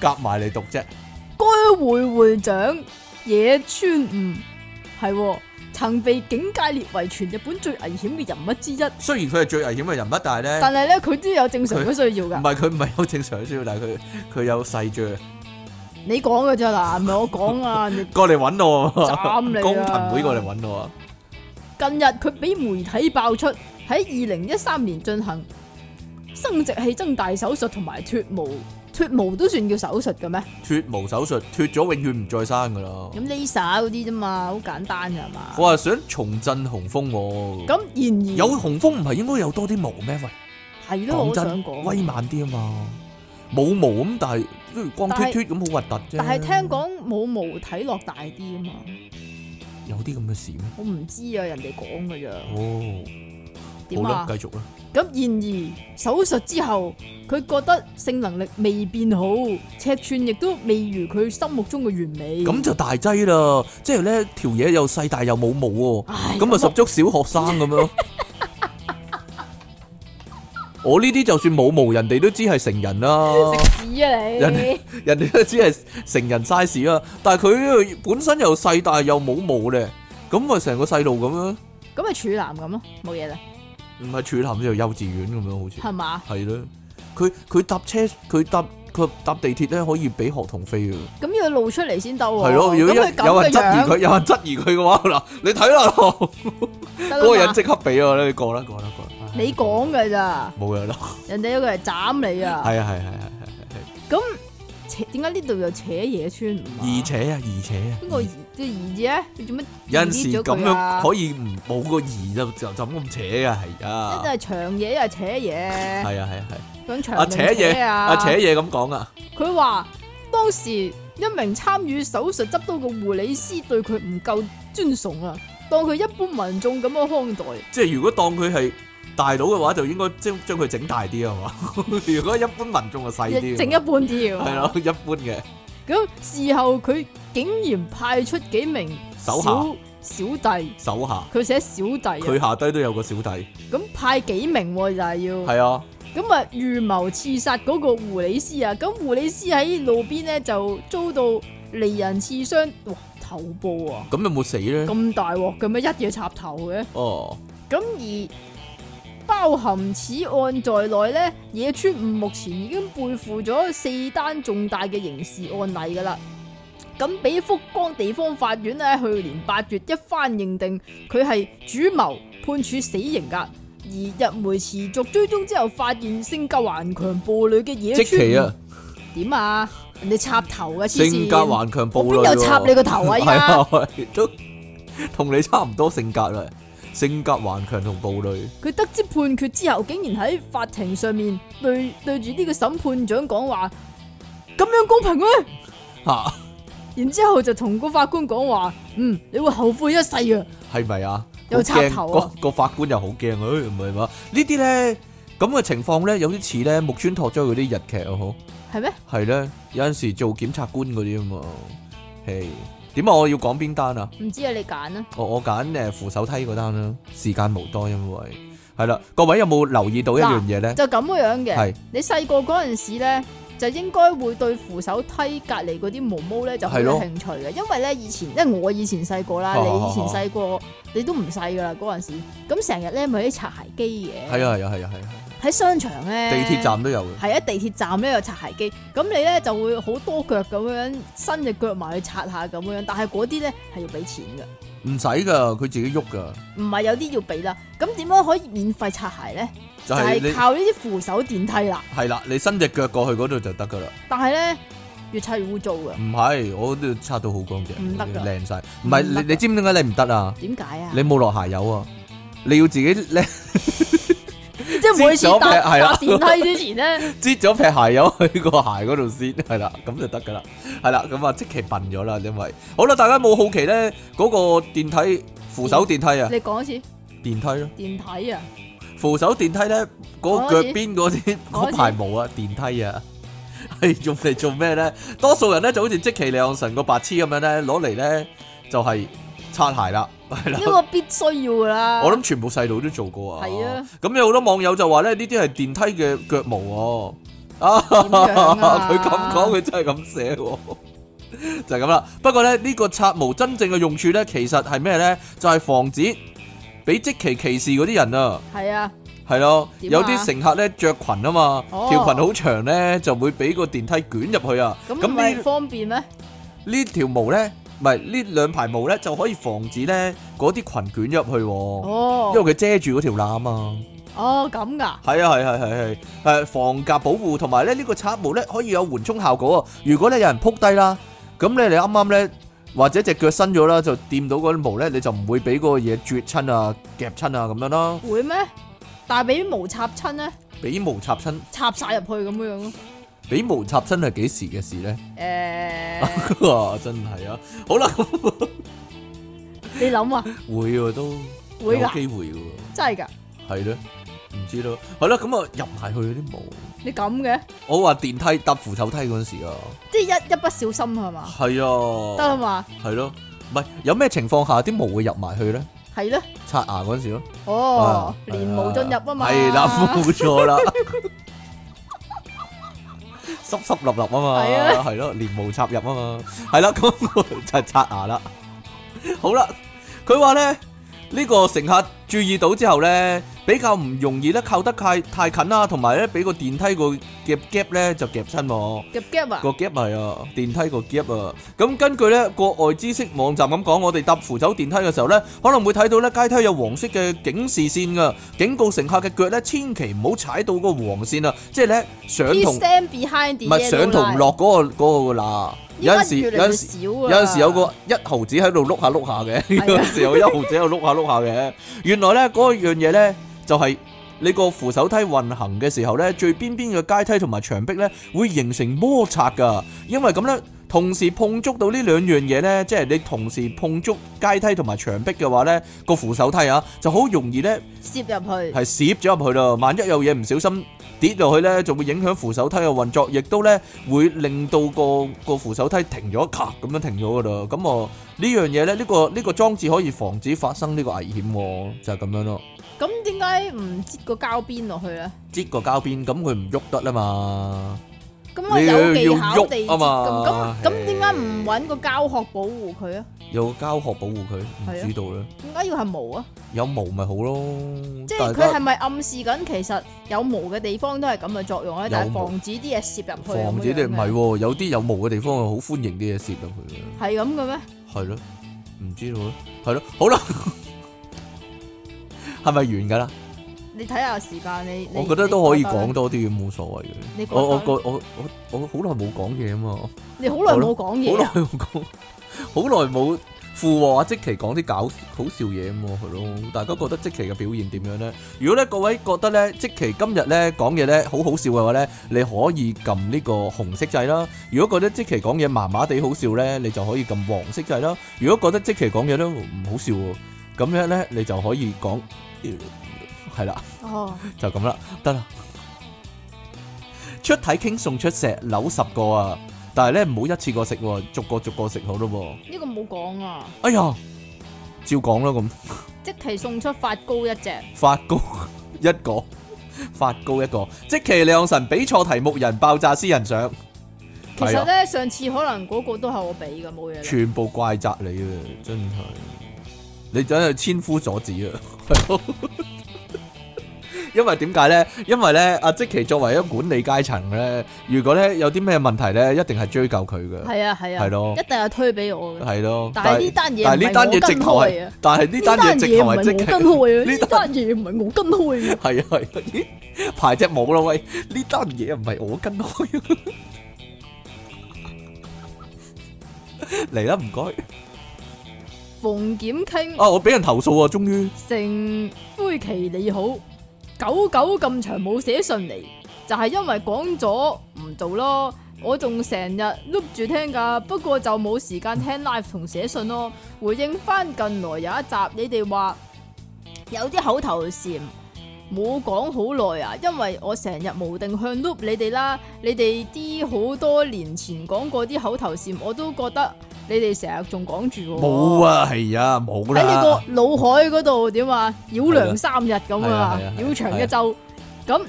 [SPEAKER 1] 夾埋嚟讀啫，
[SPEAKER 2] 該會會長野村悟係喎，曾被警界列為全日本最危險嘅人物之一。
[SPEAKER 1] 雖然佢係最危險嘅人物，但係咧。
[SPEAKER 2] 但係咧，佢都有正常嘅需要
[SPEAKER 1] 唔係
[SPEAKER 2] 噶。
[SPEAKER 1] 佢唔係有正常嘅需要，但係佢佢有細啫。
[SPEAKER 2] 你講嘅咋嗱，唔係我講啊。你
[SPEAKER 1] 過嚟揾我啊，
[SPEAKER 2] 斬你啊
[SPEAKER 1] 工藤會過嚟揾我啊，
[SPEAKER 2] 近日佢俾媒體爆出喺二零一三年進行生殖器增大手術同埋脱毛，脱毛都算叫手術嘅咩？
[SPEAKER 1] 脱毛手術，脱咗永遠唔再生噶啦。
[SPEAKER 2] 咁啊 laser 嗰啲啫嘛，好簡單㗎嘛。
[SPEAKER 1] 我話想重振雄風喎，
[SPEAKER 2] 咁
[SPEAKER 1] 有
[SPEAKER 2] 然
[SPEAKER 1] 雄風唔係應該有多啲毛咩？喂，
[SPEAKER 2] 而係咯，
[SPEAKER 1] 講
[SPEAKER 2] 我想
[SPEAKER 1] 真，威
[SPEAKER 2] 講，
[SPEAKER 1] 猛啲啊嘛，冇毛咁，但係都光脱脱咁好核突啫。
[SPEAKER 2] 但係聽講冇毛睇落大啲啊嘛，
[SPEAKER 1] 有啲咁嘅事咩？
[SPEAKER 2] 我唔知啊，人哋講㗎咋。
[SPEAKER 1] 哦，
[SPEAKER 2] 點
[SPEAKER 1] 好啦
[SPEAKER 2] 啊，？
[SPEAKER 1] 繼續啦。
[SPEAKER 2] 咁然而手術之後，佢覺得性能力未變好，尺寸亦都未如佢心目中嘅完美。
[SPEAKER 1] 咁就大劑啦，即係咧條嘢又細，但係又冇毛喎。
[SPEAKER 2] 唉
[SPEAKER 1] 咁啊十
[SPEAKER 2] 我
[SPEAKER 1] 足小學生 咁樣。我呢啲就算冇毛，人哋都知係成人啦，
[SPEAKER 2] 食屎啊你！
[SPEAKER 1] 人人哋都知係成人 size 啦。但係佢本身又細，但係又冇毛咧，咁咪成個細路咁樣，
[SPEAKER 2] 咁咪處男咁咯，冇嘢啦，
[SPEAKER 1] 唔係處男就幼稚園咁樣，好
[SPEAKER 2] 係嘛？
[SPEAKER 1] 似係咯。佢佢搭車，佢搭佢搭地鐵咧，可以俾學童飛嘅，
[SPEAKER 2] 咁要露出嚟先得喎。
[SPEAKER 1] 係咯。如果一有
[SPEAKER 2] 咁
[SPEAKER 1] 人質
[SPEAKER 2] 佢咁嘅
[SPEAKER 1] 疑佢，
[SPEAKER 2] 樣，
[SPEAKER 1] 有人質疑佢嘅話，嗱，你睇啦，嗰
[SPEAKER 2] 嗰
[SPEAKER 1] 個人即刻俾我啦，你過啦，過啦，過啦。
[SPEAKER 2] 你講㗎咋，
[SPEAKER 1] 冇嘢啦，
[SPEAKER 2] 人哋有個嚟斬你啊！
[SPEAKER 1] 係啊，係係係。
[SPEAKER 2] 扯點解呢度又扯野村唔啊？
[SPEAKER 1] 而且啊，而且啊，
[SPEAKER 2] 邊個兒即係兒字咧？你做乜
[SPEAKER 1] 有陣時咁樣可
[SPEAKER 2] 以？
[SPEAKER 1] 以唔冇個而就就就咁扯嘅，係
[SPEAKER 2] 一
[SPEAKER 1] 啊，
[SPEAKER 2] 係長嘢，一係扯嘢，
[SPEAKER 1] à, 係啊係啊係，
[SPEAKER 2] 想長 À.
[SPEAKER 1] 啊扯嘢，
[SPEAKER 2] 啊！
[SPEAKER 1] à. 啊扯嘢咁講啊，
[SPEAKER 2] 佢話當時一名參與手術執刀嘅護理師對佢唔夠尊崇啊，當佢一般民眾咁樣看待。
[SPEAKER 1] 即係如果當佢係大佬嘅話，就應該將將佢整大啲啊 嘛。如果一般民眾就細啲，啊
[SPEAKER 2] 剩一半
[SPEAKER 1] 係
[SPEAKER 2] 啲嘅。
[SPEAKER 1] 咯，一般嘅
[SPEAKER 2] 咁事後佢竟然派出幾名
[SPEAKER 1] 手
[SPEAKER 2] 小
[SPEAKER 1] 下
[SPEAKER 2] 小弟，
[SPEAKER 1] 手下，
[SPEAKER 2] 佢寫小弟啊
[SPEAKER 1] 佢，下低都有個小弟，
[SPEAKER 2] 咁派幾名喎就係要，
[SPEAKER 1] 係啊，
[SPEAKER 2] 咁啊預謀刺殺嗰個護理師啊，咁護理師喺路邊咧就遭到利人刺傷，哇頭部啊，
[SPEAKER 1] 咁有冇死咧？
[SPEAKER 2] 咁大鑊咁樣一嘢插頭嘅。
[SPEAKER 1] 哦，
[SPEAKER 2] 咁而包含此案在內咧，野村悟目前已經背負咗四單重大嘅刑事案例噶啦。咁俾福岡地方法院咧，去年八月一番認定佢係主謀，判處死刑噶。而日媒持續追蹤之後，發現性格頑強暴戾嘅野
[SPEAKER 1] 即
[SPEAKER 2] 村
[SPEAKER 1] 期啊，
[SPEAKER 2] 點啊？人哋插頭嘅黐線，
[SPEAKER 1] 性格頑強暴戾
[SPEAKER 2] 我邊有插你個頭啊依家
[SPEAKER 1] 係啊，都同你差唔多性格啦，性格頑強同暴戾。
[SPEAKER 2] 佢得知判決之後，竟然喺法庭上面對對住呢個審判長講話，咁樣公平咩？
[SPEAKER 1] 吓，
[SPEAKER 2] 然之后就同個法官講話，嗯，你會後悔一世啊！
[SPEAKER 1] 系咪啊？
[SPEAKER 2] 有插
[SPEAKER 1] 好驚
[SPEAKER 2] 頭啊
[SPEAKER 1] 個個法官又好驚，诶，唔係嘛？呢啲咧咁嘅情況咧，有啲似咧木村拓哉嗰啲日劇啊，好。
[SPEAKER 2] 係咩？
[SPEAKER 1] 係咧，有阵时做檢察官嗰啲啊嘛，係點啊？我要講邊單啊？
[SPEAKER 2] 唔知啊，你揀啦。
[SPEAKER 1] 我我揀诶扶手梯嗰單啦，時間無多，因為係啦，各位有冇留意到一樣嘢咧？
[SPEAKER 2] 就咁樣嘅
[SPEAKER 1] 係。
[SPEAKER 2] 你細個嗰陣時咧，就應該會對扶手梯隔離嗰啲毛毛咧就好
[SPEAKER 1] 係
[SPEAKER 2] 有
[SPEAKER 1] 咯
[SPEAKER 2] 興趣嘅，因為咧以前，因為我以前細個啦，
[SPEAKER 1] 哦
[SPEAKER 2] 你以前細個你都唔細噶啦嗰陣時，咁成日咧咪有啲擦鞋機嘅，
[SPEAKER 1] 係啊係啊係啊係啊，
[SPEAKER 2] 喺商場咧，
[SPEAKER 1] 地鐵站都有嘅，
[SPEAKER 2] 係啊，地鐵站咧有擦鞋機，咁你咧就會好多腳咁樣伸只腳埋去擦下咁樣，但係嗰啲咧係要俾錢嘅，
[SPEAKER 1] 唔使噶，佢自己喐噶，
[SPEAKER 2] 唔係有啲要俾啦。咁點樣可以免費擦鞋咧？
[SPEAKER 1] 就
[SPEAKER 2] 就
[SPEAKER 1] 係
[SPEAKER 2] 係
[SPEAKER 1] 你
[SPEAKER 2] 靠呢啲扶手電梯啦。
[SPEAKER 1] 係啦，你伸只腳過去嗰度就得噶啦。
[SPEAKER 2] 但係咧越擦越污糟嘅，
[SPEAKER 1] 唔係，我都擦到好乾淨，
[SPEAKER 2] 唔得㗎
[SPEAKER 1] 靚晒。唔係
[SPEAKER 2] 唔得㗎
[SPEAKER 1] 你你知唔知點解你唔得啊？
[SPEAKER 2] 點解啊？
[SPEAKER 1] 你冇落鞋油啊！你要自己咧，
[SPEAKER 2] 即係每次搭
[SPEAKER 1] 知咗咩係啦
[SPEAKER 2] 搭電梯之 前咧，
[SPEAKER 1] 擠咗劈鞋油去個鞋嗰度先，係啦，咁就得噶啦，係啦，咁啊即其笨咗啦，因為好啦，大家冇好奇咧嗰、個電梯扶手電梯啊，
[SPEAKER 2] 你講一次
[SPEAKER 1] 電梯咯，
[SPEAKER 2] 電梯啊，
[SPEAKER 1] 扶手電梯咧嗰、
[SPEAKER 2] 我
[SPEAKER 1] 個
[SPEAKER 2] 知
[SPEAKER 1] 腳邊嗰啲
[SPEAKER 2] 我
[SPEAKER 1] 嗰
[SPEAKER 2] 知
[SPEAKER 1] 排毛啊，電梯啊，係用嚟做咩咧？多數人咧就好似即其兩神個白痴咁樣咧，攞嚟咧就係、擦鞋啦，係啦
[SPEAKER 2] 呢。個必須要㗎啦。
[SPEAKER 1] 我諗全部細路都做過啊。
[SPEAKER 2] 啊係啊，
[SPEAKER 1] 咁有好多網友就話咧，呢啲係電梯嘅腳毛喎。啊，
[SPEAKER 2] 樣 啊
[SPEAKER 1] 佢咁講，佢真係咁寫喎。 就係咁啦。不過咧，呢、個刷毛真正嘅用處咧，其實係咩咧？就係、防止俾即其歧視嗰啲人啊。
[SPEAKER 2] 係啊，
[SPEAKER 1] 係咯，
[SPEAKER 2] 點啊
[SPEAKER 1] 有啲乘客咧着裙啊嘛，
[SPEAKER 2] 哦
[SPEAKER 1] 條裙好長咧，就會俾個電梯捲入去啊。
[SPEAKER 2] 咁
[SPEAKER 1] 咁
[SPEAKER 2] 唔係
[SPEAKER 1] 呢
[SPEAKER 2] 方便咩？
[SPEAKER 1] 呢條毛咧，唔係呢兩排毛咧，就可以防止咧嗰啲裙捲入去喎。因
[SPEAKER 2] 哦，
[SPEAKER 1] 為佢遮住嗰條攬啊。
[SPEAKER 2] 哦咁㗎，
[SPEAKER 1] 係啊係係係係誒防夾保護，同埋咧呢個插毛咧可以有緩衝效果啊！如果咧有人撲低啦，咁咧你啱啱咧或者只腳伸咗啦，就掂到嗰啲毛咧，你就唔會俾嗰個嘢啜親啊、夾親啊咁樣啦，
[SPEAKER 2] 會咩？但係俾毛插親咧？
[SPEAKER 1] 俾毛插親，
[SPEAKER 2] 插晒入去咁樣咯。
[SPEAKER 1] 俾毛插親係幾時嘅事咧？
[SPEAKER 2] 诶、
[SPEAKER 1] 哇！真係啊，好啦，
[SPEAKER 2] 你諗啊，
[SPEAKER 1] 會喎都有
[SPEAKER 2] 會㗎，
[SPEAKER 1] 機會嘅喎，
[SPEAKER 2] 真係㗎，
[SPEAKER 1] 係咯，唔知咯，係咯，咁啊入埋去啲毛，
[SPEAKER 2] 你咁嘅，
[SPEAKER 1] 我話電梯搭扶手梯嗰陣時啊，
[SPEAKER 2] 即係一一不小心係嘛，
[SPEAKER 1] 係啊，
[SPEAKER 2] 得啦嘛，
[SPEAKER 1] 系咯，唔系有咩情況下啲毛會入埋去咧？
[SPEAKER 2] 係咯，
[SPEAKER 1] 刷牙嗰阵时咯，
[SPEAKER 2] 哦，
[SPEAKER 1] 啊
[SPEAKER 2] 連毛進入啊嘛，
[SPEAKER 1] 係啦，冇錯 啦，濕濕立立啊嘛，
[SPEAKER 2] 係啊
[SPEAKER 1] 係咯，連毛插入啊嘛，係啦，咁就係刷牙啦。好啦，佢話咧呢個乘客注意到之後咧，比較唔容易咧靠得太太近啦，同埋咧俾個電梯個夾夾咧就夾親喎。
[SPEAKER 2] 夾夾啊
[SPEAKER 1] 個，夾係啊，電梯個夾啊。咁根據咧國外知識網站咁講，我哋搭扶手電梯嘅時候咧，可能會睇到咧階梯有黃色嘅警示線噶，警告乘客嘅腳咧千祈唔好踩到嗰個黃線啊！即係咧上
[SPEAKER 2] Please
[SPEAKER 1] 同
[SPEAKER 2] stand behind the
[SPEAKER 1] 唔係上同落嗰、個嗰、個啦。有陣時
[SPEAKER 2] 依家
[SPEAKER 1] 有
[SPEAKER 2] 越嚟越
[SPEAKER 1] 陣時
[SPEAKER 2] 少啊，
[SPEAKER 1] 有陣時有個一毫子喺度碌下碌下嘅，
[SPEAKER 2] 啊
[SPEAKER 1] 有陣時有一毫子喺度碌下碌下嘅。原來咧嗰樣嘢咧就係、你個扶手梯運行嘅時候咧，最邊邊嘅階梯同埋牆壁咧會形成摩擦噶，因為咁咧同時碰觸到呢兩樣嘢呢，即係你同時碰觸階梯同埋牆壁嘅話呢，個扶手梯啊就好容易呢
[SPEAKER 2] 摄入去，
[SPEAKER 1] 係攝咗入去啦。萬一有嘢唔小心跌落去呢，就會影響扶手梯嘅運作，亦都呢會令到個個扶手梯停咗，咔咁樣停咗噶啦。咁我呢樣嘢呢，呢、個呢、個裝置可以防止發生呢個危險喎，就係、咁樣咯。
[SPEAKER 2] 咁點解唔擠個膠邊落去咧？
[SPEAKER 1] 擠個膠邊，咁佢唔喐得啦嘛。
[SPEAKER 2] 咁啊
[SPEAKER 1] 你要
[SPEAKER 2] 有技巧地
[SPEAKER 1] 喐啊
[SPEAKER 2] 擠
[SPEAKER 1] 嘛
[SPEAKER 2] 咁咁咁
[SPEAKER 1] 唉
[SPEAKER 2] 點解唔揾個膠殼保護佢啊？
[SPEAKER 1] 有膠殼保護佢，唔
[SPEAKER 2] 係啊
[SPEAKER 1] 知道咧。
[SPEAKER 2] 點解要係毛啊？
[SPEAKER 1] 有毛咪好咯，
[SPEAKER 2] 即
[SPEAKER 1] 大
[SPEAKER 2] 係
[SPEAKER 1] 家
[SPEAKER 2] 佢係咪暗示緊其實有毛嘅地方都係咁嘅作用咧？但
[SPEAKER 1] 有
[SPEAKER 2] 係
[SPEAKER 1] 毛
[SPEAKER 2] 防止啲嘢攝入去咁樣嘅，啊
[SPEAKER 1] 防止你唔係喎，有啲有毛嘅地方係好歡迎啲嘢攝入去嘅，
[SPEAKER 2] 係咁嘅咩？
[SPEAKER 1] 係咯，唔知道咯，係咯，好啦， 係咪完㗎啦？
[SPEAKER 2] 你睇下時間，你你
[SPEAKER 1] 我覺得都可以講
[SPEAKER 2] 你覺得
[SPEAKER 1] 多啲嘅，冇所謂
[SPEAKER 2] 你
[SPEAKER 1] 嘅
[SPEAKER 2] 覺。得
[SPEAKER 1] 我我覺我我我好耐冇講嘢啊嘛，好
[SPEAKER 2] 你好耐冇講嘢
[SPEAKER 1] 耐
[SPEAKER 2] 啊，
[SPEAKER 1] 冇講，好耐冇附和啊！即期講啲搞好笑嘢咁喎，係咯。大家覺得即期嘅表現點樣咧？如果咧各位覺得咧即期今日咧講嘢咧好好笑嘅話咧，你可以撳呢個紅色掣啦。如果覺得即期講嘢麻麻地好笑咧，你就可以撳黃色掣啦。如果覺得即期講嘢都唔好笑喎，咁樣咧你就可以講呃係啦。
[SPEAKER 2] 哦，
[SPEAKER 1] 就咁啦，得啦。出體傾送出石榴十個啊，但係咧唔好一次過食喎，逐個逐個食好咯喎。
[SPEAKER 2] 呢個冇講啊，
[SPEAKER 1] 哎呀，照講啦咁，
[SPEAKER 2] 即期送出發糕一隻，
[SPEAKER 1] 發高 一個，發高一個，即其亮神比錯題目人爆炸私人相，
[SPEAKER 2] 其
[SPEAKER 1] 係
[SPEAKER 2] 實
[SPEAKER 1] 啊，
[SPEAKER 2] 咧上次可能嗰個都係我俾嘅，冇嘢啦。
[SPEAKER 1] 全部怪責你啊，真係，你真係千夫所指啊， 係咯。因為點解咧？因為咧，阿即其作為一個管理階層咧，如果咧有啲咩問題咧，一定係追究佢嘅。
[SPEAKER 2] 係啊係啊，
[SPEAKER 1] 係咯
[SPEAKER 2] 一定係推俾我嘅。
[SPEAKER 1] 系咯，
[SPEAKER 2] 但係呢單嘢
[SPEAKER 1] 但係
[SPEAKER 2] 唔係
[SPEAKER 1] 呢單
[SPEAKER 2] 我
[SPEAKER 1] 嘢直
[SPEAKER 2] 跟
[SPEAKER 1] 頭
[SPEAKER 2] 開
[SPEAKER 1] 係
[SPEAKER 2] 啊，
[SPEAKER 1] 但係呢單嘢直頭係即
[SPEAKER 2] 呢單嘢唔
[SPEAKER 1] 係
[SPEAKER 2] 係我跟開啊，
[SPEAKER 1] 呢
[SPEAKER 2] 呢單嘢唔係我跟開啊。
[SPEAKER 1] 係啊係啊咦，排只舞啦喂，呢單嘢唔係我跟開 啊，嚟啦唔該，
[SPEAKER 2] 馮檢傾
[SPEAKER 1] 啊我俾人投訴啊，終於
[SPEAKER 2] 成灰奇你好，狗狗咁長冇寫信嚟，就係、因為講咗唔做咯。我仲成日碌住聽㗎，不過就冇時間聽 live 同寫信咯。回應翻近來有一集，你哋話有啲口頭禪冇講好耐啊，因為我成日無定向碌你哋啦。你哋啲好多年前講過啲口頭禪，我都覺得你哋成日仲講住喎。
[SPEAKER 1] 冇啊，係啊冇
[SPEAKER 2] 喺
[SPEAKER 1] 啦，
[SPEAKER 2] 你個腦海嗰度點啊？繞梁三日咁
[SPEAKER 1] 係啊
[SPEAKER 2] 啊
[SPEAKER 1] 係啊，係啊
[SPEAKER 2] 繞長一周。咁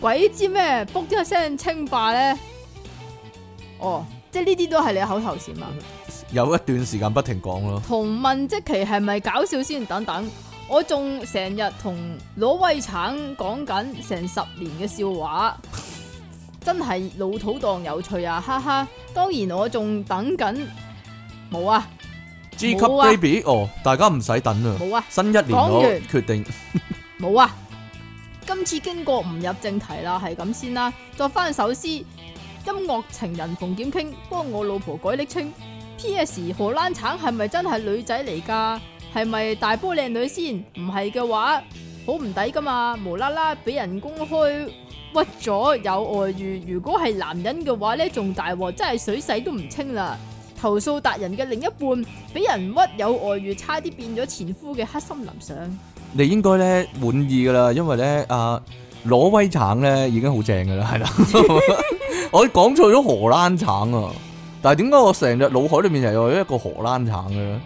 [SPEAKER 2] 鬼知咩？卜一聲稱霸咧，哦，即係呢啲都係你口頭禪
[SPEAKER 1] 嗯
[SPEAKER 2] 啊。
[SPEAKER 1] 有一段時間不停講咯，
[SPEAKER 2] 同問即其係咪搞笑先等等，我仲成日同攞威橙講緊成十年嘅笑話，真係老土當有趣啊！哈哈，當然我仲等緊冇啊
[SPEAKER 1] G 級
[SPEAKER 2] 冇啊
[SPEAKER 1] baby 哦，大家唔使等啊，
[SPEAKER 2] 冇啊。
[SPEAKER 1] 新一年
[SPEAKER 2] 講
[SPEAKER 1] 我
[SPEAKER 2] 完
[SPEAKER 1] 決定
[SPEAKER 2] 冇啊！今次經過唔入正題啦，係咁先啦。作翻首詩，音樂情人馮檢傾幫我老婆改昵稱。P.S. 荷蘭橙係咪真係女仔嚟㗎？係咪大波靚女先？唔係嘅話，好唔抵噶嘛！無啦啦俾人公開屈咗有外遇，如果係男人嘅話呢，仲大鑊，真係水洗都唔清啦！投訴達人嘅另一半俾人屈有外遇，差啲變咗前夫嘅黑森林相。
[SPEAKER 1] 你應該咧滿意噶啦，因為咧啊挪威橙咧已經好正噶啦， 係啦。我講錯咗荷蘭橙啊，但係點解我成日腦海裏面又有一個荷蘭橙嘅咧？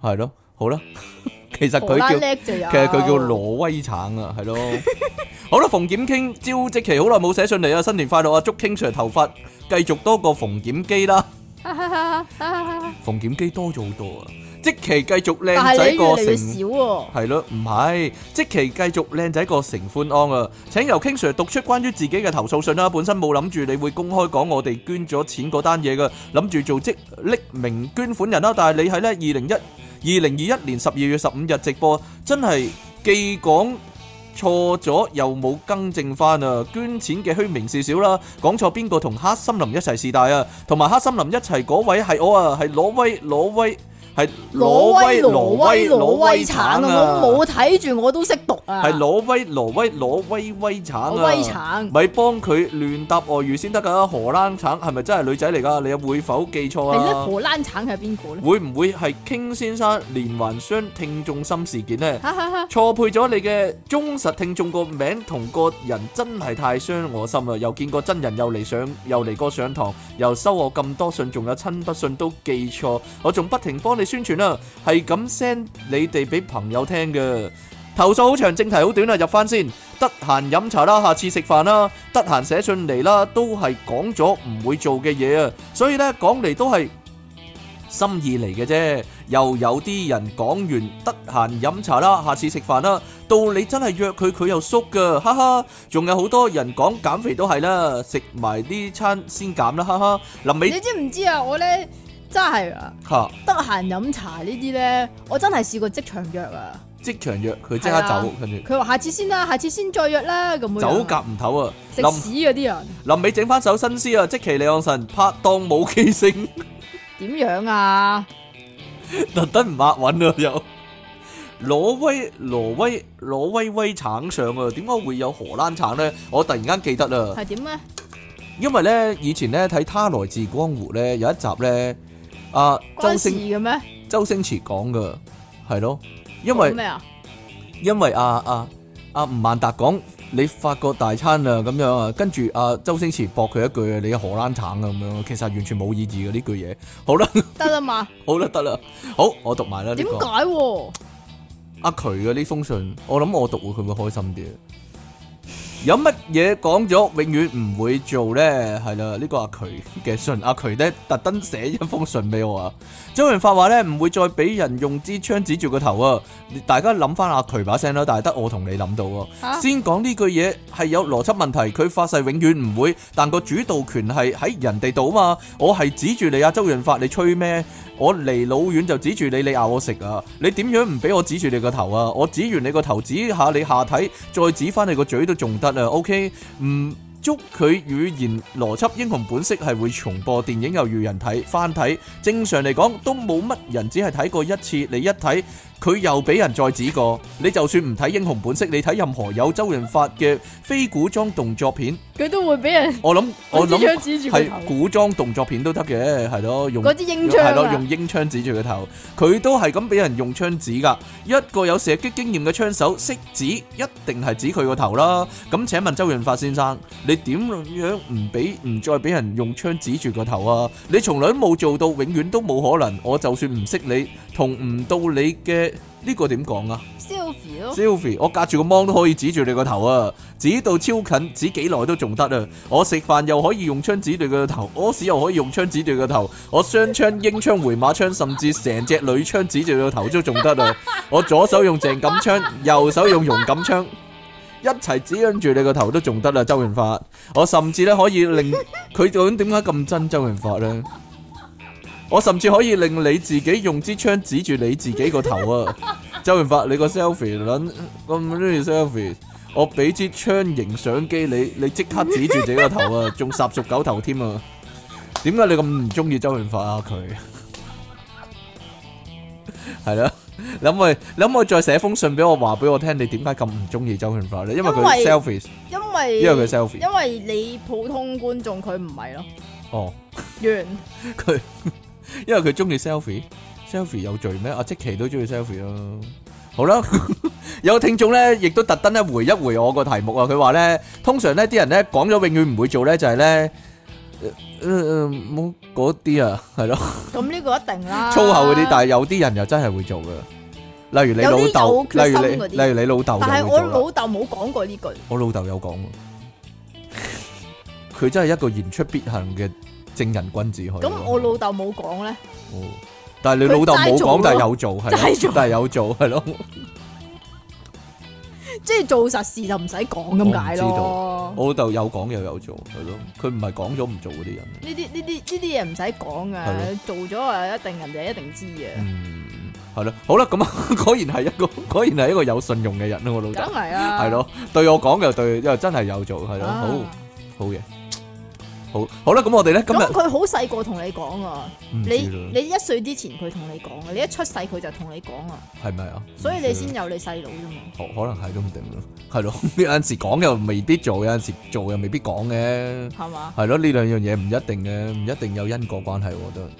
[SPEAKER 1] 係咯，好啦， 其實
[SPEAKER 2] 荷
[SPEAKER 1] 啊佢叫
[SPEAKER 2] 蘭叻就有，
[SPEAKER 1] 其實佢叫挪威橙啊，係咯。 好啦，馮檢傾招即期好耐冇寫信嚟啊，新年快樂啊！祝傾 Sir 頭髮繼續多過馮檢基啦，馮檢基多咗好多啊！即期繼續
[SPEAKER 2] 但
[SPEAKER 1] 靚
[SPEAKER 2] 係
[SPEAKER 1] 仔
[SPEAKER 2] 你越
[SPEAKER 1] 過
[SPEAKER 2] 嚟越
[SPEAKER 1] 成。
[SPEAKER 2] 少喎。
[SPEAKER 1] 係咯，唔係，即期繼續靚仔過成歡安啊！請由 King Sir 讀出關於自己嘅投訴信啦。本身冇諗住你會公開講我哋捐咗錢嗰單嘢嘅，諗住做即匿名捐款人啦。但係你喺呢二零一二零二一年十二月十五日直播，真係既講。錯咗又冇更正翻啊！捐錢嘅虛名事小啦，講錯邊個同黑森林一齊是大啊，同埋黑森林一齊嗰位係我啊，係挪威挪威係
[SPEAKER 2] 挪威挪
[SPEAKER 1] 挪
[SPEAKER 2] 威
[SPEAKER 1] 威
[SPEAKER 2] 挪威
[SPEAKER 1] 產
[SPEAKER 2] 橙啊！
[SPEAKER 1] 啊，
[SPEAKER 2] 我冇睇住我都識讀啊！
[SPEAKER 1] 係挪威挪威挪威威橙啊，
[SPEAKER 2] 威橙
[SPEAKER 1] 咪幫佢亂答外語先得㗎。荷蘭橙係咪真係女仔嚟㗎？你又會否記錯
[SPEAKER 2] 係咧，
[SPEAKER 1] 啊？
[SPEAKER 2] 荷蘭橙係邊個咧？
[SPEAKER 1] 會唔會係 King 先生連環雙聽眾心事件呢？
[SPEAKER 2] 哈哈哈！
[SPEAKER 1] 錯配咗你嘅忠實聽眾個名同個人真係太傷我心啊啦！又見過真人，又嚟上，又嚟過上堂，又收我咁多信，仲有親筆信都記錯，我仲不停幫你宣傳啦，係咁 send 你哋俾朋友聽嘅。投訴好長，正題好短啊，入翻先。得閒飲茶啦，下次食飯啦，得閒寫信嚟啦，都係講咗唔會做嘅嘢啊，所以呢，講嚟都係心意嚟嘅啫。又有啲人講完得閒飲茶啦，下次食飯啦，到你真係約佢，佢又縮噶，哈哈！仲有好多人講減肥都係啦，食埋呢餐先減啦，哈哈！臨
[SPEAKER 2] 你
[SPEAKER 1] 尾
[SPEAKER 2] 知唔知啊？我咧真係啊，
[SPEAKER 1] 嚇
[SPEAKER 2] 得閒飲茶呢啲咧，我真係試過即場約啊！
[SPEAKER 1] 即場約佢即刻
[SPEAKER 2] 係啊
[SPEAKER 1] 走，跟住
[SPEAKER 2] 佢話下次先啦，下次先再約啦，咁樣
[SPEAKER 1] 走夾唔唞啊！
[SPEAKER 2] 食
[SPEAKER 1] 臨
[SPEAKER 2] 屎嗰啲人
[SPEAKER 1] 臨尾整翻首新詩啊，即其李昂臣拍檔冇記性。
[SPEAKER 2] 點樣啊？
[SPEAKER 1] 特登唔押韻啊又。挪威挪威挪威威橙上啊，點解會有荷蘭橙呢？我突然間記得啦，
[SPEAKER 2] 係點咧？啊
[SPEAKER 1] 因為呢以前呢睇《他來自江湖》呢，有一集呢，阿、周
[SPEAKER 2] 關事
[SPEAKER 1] 星
[SPEAKER 2] 嘅咩？
[SPEAKER 1] 周星馳講噶，係咯，因
[SPEAKER 2] 講
[SPEAKER 1] 為
[SPEAKER 2] 咩啊？
[SPEAKER 1] 因為阿阿阿啊吳萬達講你法國大餐啊咁樣啊，跟住阿、周星馳駁佢一句啊，你荷蘭橙啊咁樣，其實完全冇意義嘅呢句嘢。好啦
[SPEAKER 2] 得啦嘛？
[SPEAKER 1] 好啦得啦，好我讀埋啦呢
[SPEAKER 2] 點解
[SPEAKER 1] 個。
[SPEAKER 2] 喎？
[SPEAKER 1] 阿渠嘅呢封信，我諗我讀會佢會開心啲。有乜嘢講咗永遠唔會做呢？係啦，呢個阿渠嘅信，阿渠呢特登寫一封信俾我啊。周潤發話呢，唔會再俾人用支槍指住個頭啊！大家諗翻阿渠把聲啦，但係得我同你諗到啊喎。
[SPEAKER 2] 嚇
[SPEAKER 1] 先講呢句嘢係有邏輯問題，佢發誓永遠唔會，但個主導權係喺人哋度啊嘛。我係指住你啊，周潤發，你吹咩？我離老遠就指住你，你咬我食啊！你點樣唔俾我指住你個頭啊？我指完你個頭，指下你下體，再指翻你個嘴都仲得啊！OK，唔捉佢語言邏輯英雄本色係會重播電影又預人睇翻睇，正常嚟講都冇乜人只係睇過一次，你一睇。佢又俾人再指過，你就算唔睇英雄本色，你睇任何有周潤發嘅非古裝動作片，
[SPEAKER 2] 佢都會俾人
[SPEAKER 1] 我諗我
[SPEAKER 2] 攞支
[SPEAKER 1] 諗
[SPEAKER 2] 槍指住佢
[SPEAKER 1] 係
[SPEAKER 2] 頭，
[SPEAKER 1] 古裝動作片都得嘅，係咯，用
[SPEAKER 2] 嗰支英槍
[SPEAKER 1] 係咯，
[SPEAKER 2] 啊！
[SPEAKER 1] 用英槍指住佢頭，佢都係咁俾人用槍指噶。一個有射擊經驗嘅槍手識指，一定係指佢個頭啦。咁請問周潤發先生，你點樣唔俾唔再俾人用槍指住個頭啊？你從來都冇做到，永遠都冇可能。我就算唔識你，同唔到你嘅呢個點講啊？
[SPEAKER 2] selfie 咯，
[SPEAKER 1] Sylvie，我隔住個芒都可以指住你個頭啊，指到超近，指幾耐都仲得啊！我食飯又可以用槍指你個頭，屙屎又可以用槍指你個頭，我雙槍、英槍、回馬槍，甚至成隻女槍指住你個頭都仲得啊！我左手用鄭錦槍，右手用容錦槍，一齊指向住你個頭都仲得啦，啊周潤發。我甚至咧可以令佢究竟點解咁憎周潤發呢？我甚至可以令你自己用支槍指住你自己個頭啊！周潤發，你個 selfie 撚咁中意 selfie，我俾支槍型相機你，你即刻指住自己個頭啊，仲十熟狗頭添啊！點解你咁唔中意周潤發啊？佢係啦，你可唔可以你可唔可以再寫封信俾我，話俾我聽你點解咁唔中意周潤發咧？因為
[SPEAKER 2] 因
[SPEAKER 1] 佢
[SPEAKER 2] 為
[SPEAKER 1] selfie，
[SPEAKER 2] 因為
[SPEAKER 1] 因為佢 selfie。
[SPEAKER 2] 因為你普通觀眾佢唔係咯，
[SPEAKER 1] 哦，
[SPEAKER 2] 完
[SPEAKER 1] 佢 因為佢中意 selfie，selfie 有罪咩？阿即奇都中意 selfie 咯。好啦，有聽眾咧，亦都特登咧回一回我個題目啊。佢話咧，通常咧啲人咧講咗永遠唔會做咧，就係咧，誒誒冇嗰啲啊，係咯，
[SPEAKER 2] 咁呢個一定啦，
[SPEAKER 1] 粗口嗰啲。但係有啲人又真係會做嘅，例如你老豆
[SPEAKER 2] 有，啲有決
[SPEAKER 1] 例如
[SPEAKER 2] 心
[SPEAKER 1] 你
[SPEAKER 2] 嗰啲
[SPEAKER 1] 例如你老豆就
[SPEAKER 2] 但係
[SPEAKER 1] 會
[SPEAKER 2] 我
[SPEAKER 1] 做啦。
[SPEAKER 2] 老豆冇講過呢句，
[SPEAKER 1] 我老豆有講喎，佢真係一個言出必行嘅正人君子可以
[SPEAKER 2] 咁
[SPEAKER 1] 講
[SPEAKER 2] 我老豆冇講咧，
[SPEAKER 1] 哦，但係你老豆
[SPEAKER 2] 佢
[SPEAKER 1] 冇
[SPEAKER 2] 齋做咯
[SPEAKER 1] 講，但係有做，係
[SPEAKER 2] 齋
[SPEAKER 1] 咯
[SPEAKER 2] 做，
[SPEAKER 1] 但係有做，係咯，
[SPEAKER 2] 即係做實事就唔使講咁解咯。
[SPEAKER 1] 我老豆有講又有做，係咯，佢唔係講咗唔做嗰啲人。
[SPEAKER 2] 呢啲呢啲呢啲嘢唔使講
[SPEAKER 1] 係
[SPEAKER 2] 噶，做咗啊一定人哋一定知嘅，
[SPEAKER 1] 嗯，係咯，好啦，咁啊， 果然係一個， 果然係一個有信用嘅人咯，我老
[SPEAKER 2] 梗
[SPEAKER 1] 豆
[SPEAKER 2] 係啦。
[SPEAKER 1] 係，咯，對我講又對，又真係有做，係咯，
[SPEAKER 2] 啊
[SPEAKER 1] 好好嘅。好好啦，咁我哋咧今
[SPEAKER 2] 咁
[SPEAKER 1] 日
[SPEAKER 2] 佢好細個同你講啊，
[SPEAKER 1] 唔
[SPEAKER 2] 你
[SPEAKER 1] 知啦，
[SPEAKER 2] 你一歲之前佢同你講啊，你一出世佢就同你講啊，
[SPEAKER 1] 係咪啊？
[SPEAKER 2] 所以
[SPEAKER 1] 唔
[SPEAKER 2] 你
[SPEAKER 1] 知啦
[SPEAKER 2] 先有你細佬啫嘛。
[SPEAKER 1] 可可能係都唔定咯， 係咯，有陣時講又未必做，有陣時做又未必講嘅，
[SPEAKER 2] 係嘛？
[SPEAKER 1] 係咯，呢兩樣嘢唔一定嘅，唔一定有因果關係，我覺得。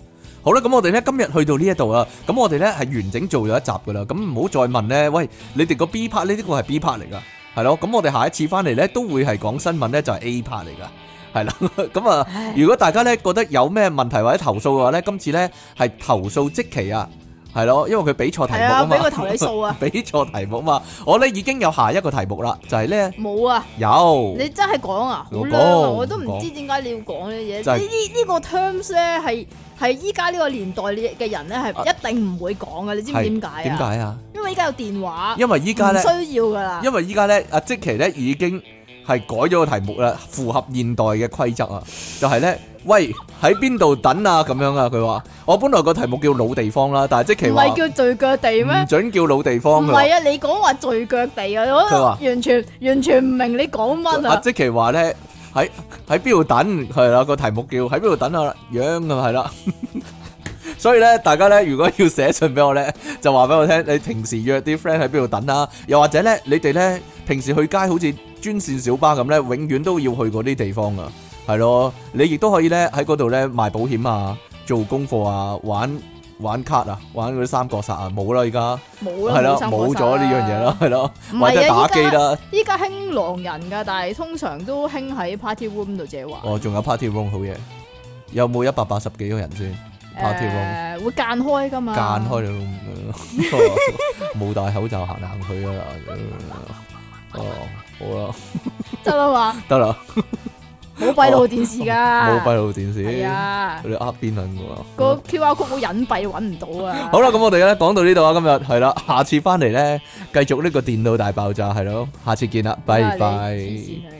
[SPEAKER 1] 好啦，咁我哋咧今日去到呢一度啦，咁我哋咧係完整做咗一集噶啦，咁唔好再問咧，喂，你哋個 B part 呢啲個係 B part 嚟噶，係咯，咁我哋下一次翻嚟咧都會係講新聞咧就係 A part 嚟噶，係啦， 咁啊。
[SPEAKER 2] 唉
[SPEAKER 1] 如果大家咧覺得有咩問題或者投訴嘅話咧，今次咧係投訴即期啊，係咯，因為佢俾錯題目
[SPEAKER 2] 係
[SPEAKER 1] 啊
[SPEAKER 2] 啊，
[SPEAKER 1] 嘛
[SPEAKER 2] 俾，個頭你數啊，
[SPEAKER 1] 俾錯題目嘛。我咧已經有下一個題目啦，就係、咧
[SPEAKER 2] 冇啊，
[SPEAKER 1] 有
[SPEAKER 2] 你真係講啊，好
[SPEAKER 1] 我
[SPEAKER 2] 啦，
[SPEAKER 1] 講
[SPEAKER 2] 我都
[SPEAKER 1] 我
[SPEAKER 2] 唔
[SPEAKER 1] 講
[SPEAKER 2] 知點解你要講呢啲嘢。
[SPEAKER 1] 就係
[SPEAKER 2] 呢呢呢個 terms 咧係係依家呢個年代嘅人咧係一定唔會講嘅，你知唔知
[SPEAKER 1] 啊係
[SPEAKER 2] 點解
[SPEAKER 1] 點
[SPEAKER 2] 啊？
[SPEAKER 1] 解啊？
[SPEAKER 2] 因為依家有電話，
[SPEAKER 1] 因為依家
[SPEAKER 2] 唔
[SPEAKER 1] 咧，
[SPEAKER 2] 需要噶啦。
[SPEAKER 1] 因為依家咧，阿即期咧已經係改咗個題目啦，符合現代嘅規則啊，就係、咧。喂，喺邊度等啊？咁樣啊，佢話我本來個題目叫老地方啦，但係即期
[SPEAKER 2] 唔
[SPEAKER 1] 話
[SPEAKER 2] 係叫聚腳地
[SPEAKER 1] 唔
[SPEAKER 2] 咩？
[SPEAKER 1] 准叫老地方
[SPEAKER 2] 唔
[SPEAKER 1] 佢話
[SPEAKER 2] 係啊，你講話聚腳地啊，
[SPEAKER 1] 佢話
[SPEAKER 2] 我完全完全唔明你講乜
[SPEAKER 1] 阿
[SPEAKER 2] 啊！
[SPEAKER 1] 即奇話咧喺喺邊度等係啦，個題目叫喺邊度等啊樣咁係啦。 所以咧，大家咧如果要寫信俾我咧，就話俾我聽，你平時約啲 friend 喺邊度等啦，又或者咧，你哋咧平時去街好似專線小巴咁咧，永遠都要去嗰啲地方啊，係咯，你亦都可以咧喺嗰度咧賣保險啊，做功課啊，玩玩卡啊，玩嗰啲三國殺啊，冇啦而家，
[SPEAKER 2] 冇啦，
[SPEAKER 1] 係啦，
[SPEAKER 2] 三國
[SPEAKER 1] 冇
[SPEAKER 2] 殺
[SPEAKER 1] 咗呢樣嘢啦。，係咯，
[SPEAKER 2] 唔
[SPEAKER 1] 或者
[SPEAKER 2] 係
[SPEAKER 1] 打
[SPEAKER 2] 啊，
[SPEAKER 1] 機
[SPEAKER 2] 依家
[SPEAKER 1] 啦。
[SPEAKER 2] 依家興狼人㗎，但係通常都興喺 party room 度自己玩。
[SPEAKER 1] 哦，仲有 party room 好嘢，有冇一百八十幾個人先？party room
[SPEAKER 2] 誒會間開㗎嘛？
[SPEAKER 1] 間開咗 room，冇 戴口罩行嚟行去啊！哦，好啦，
[SPEAKER 2] 得啦嘛，
[SPEAKER 1] 得啦，
[SPEAKER 2] 冇閉路電視㗎，
[SPEAKER 1] 哦冇閉路電視，
[SPEAKER 2] 啊係啊，
[SPEAKER 1] 你呃邊撚我
[SPEAKER 2] 個 QR code 會隱蔽揾唔到啊。
[SPEAKER 1] 好啦，咁我哋咧講到呢度啊，今日係啦，下次翻嚟咧繼續呢個電腦大爆炸係咯，下次見啦，拜
[SPEAKER 2] 啊
[SPEAKER 1] 拜
[SPEAKER 2] 你。黐線啊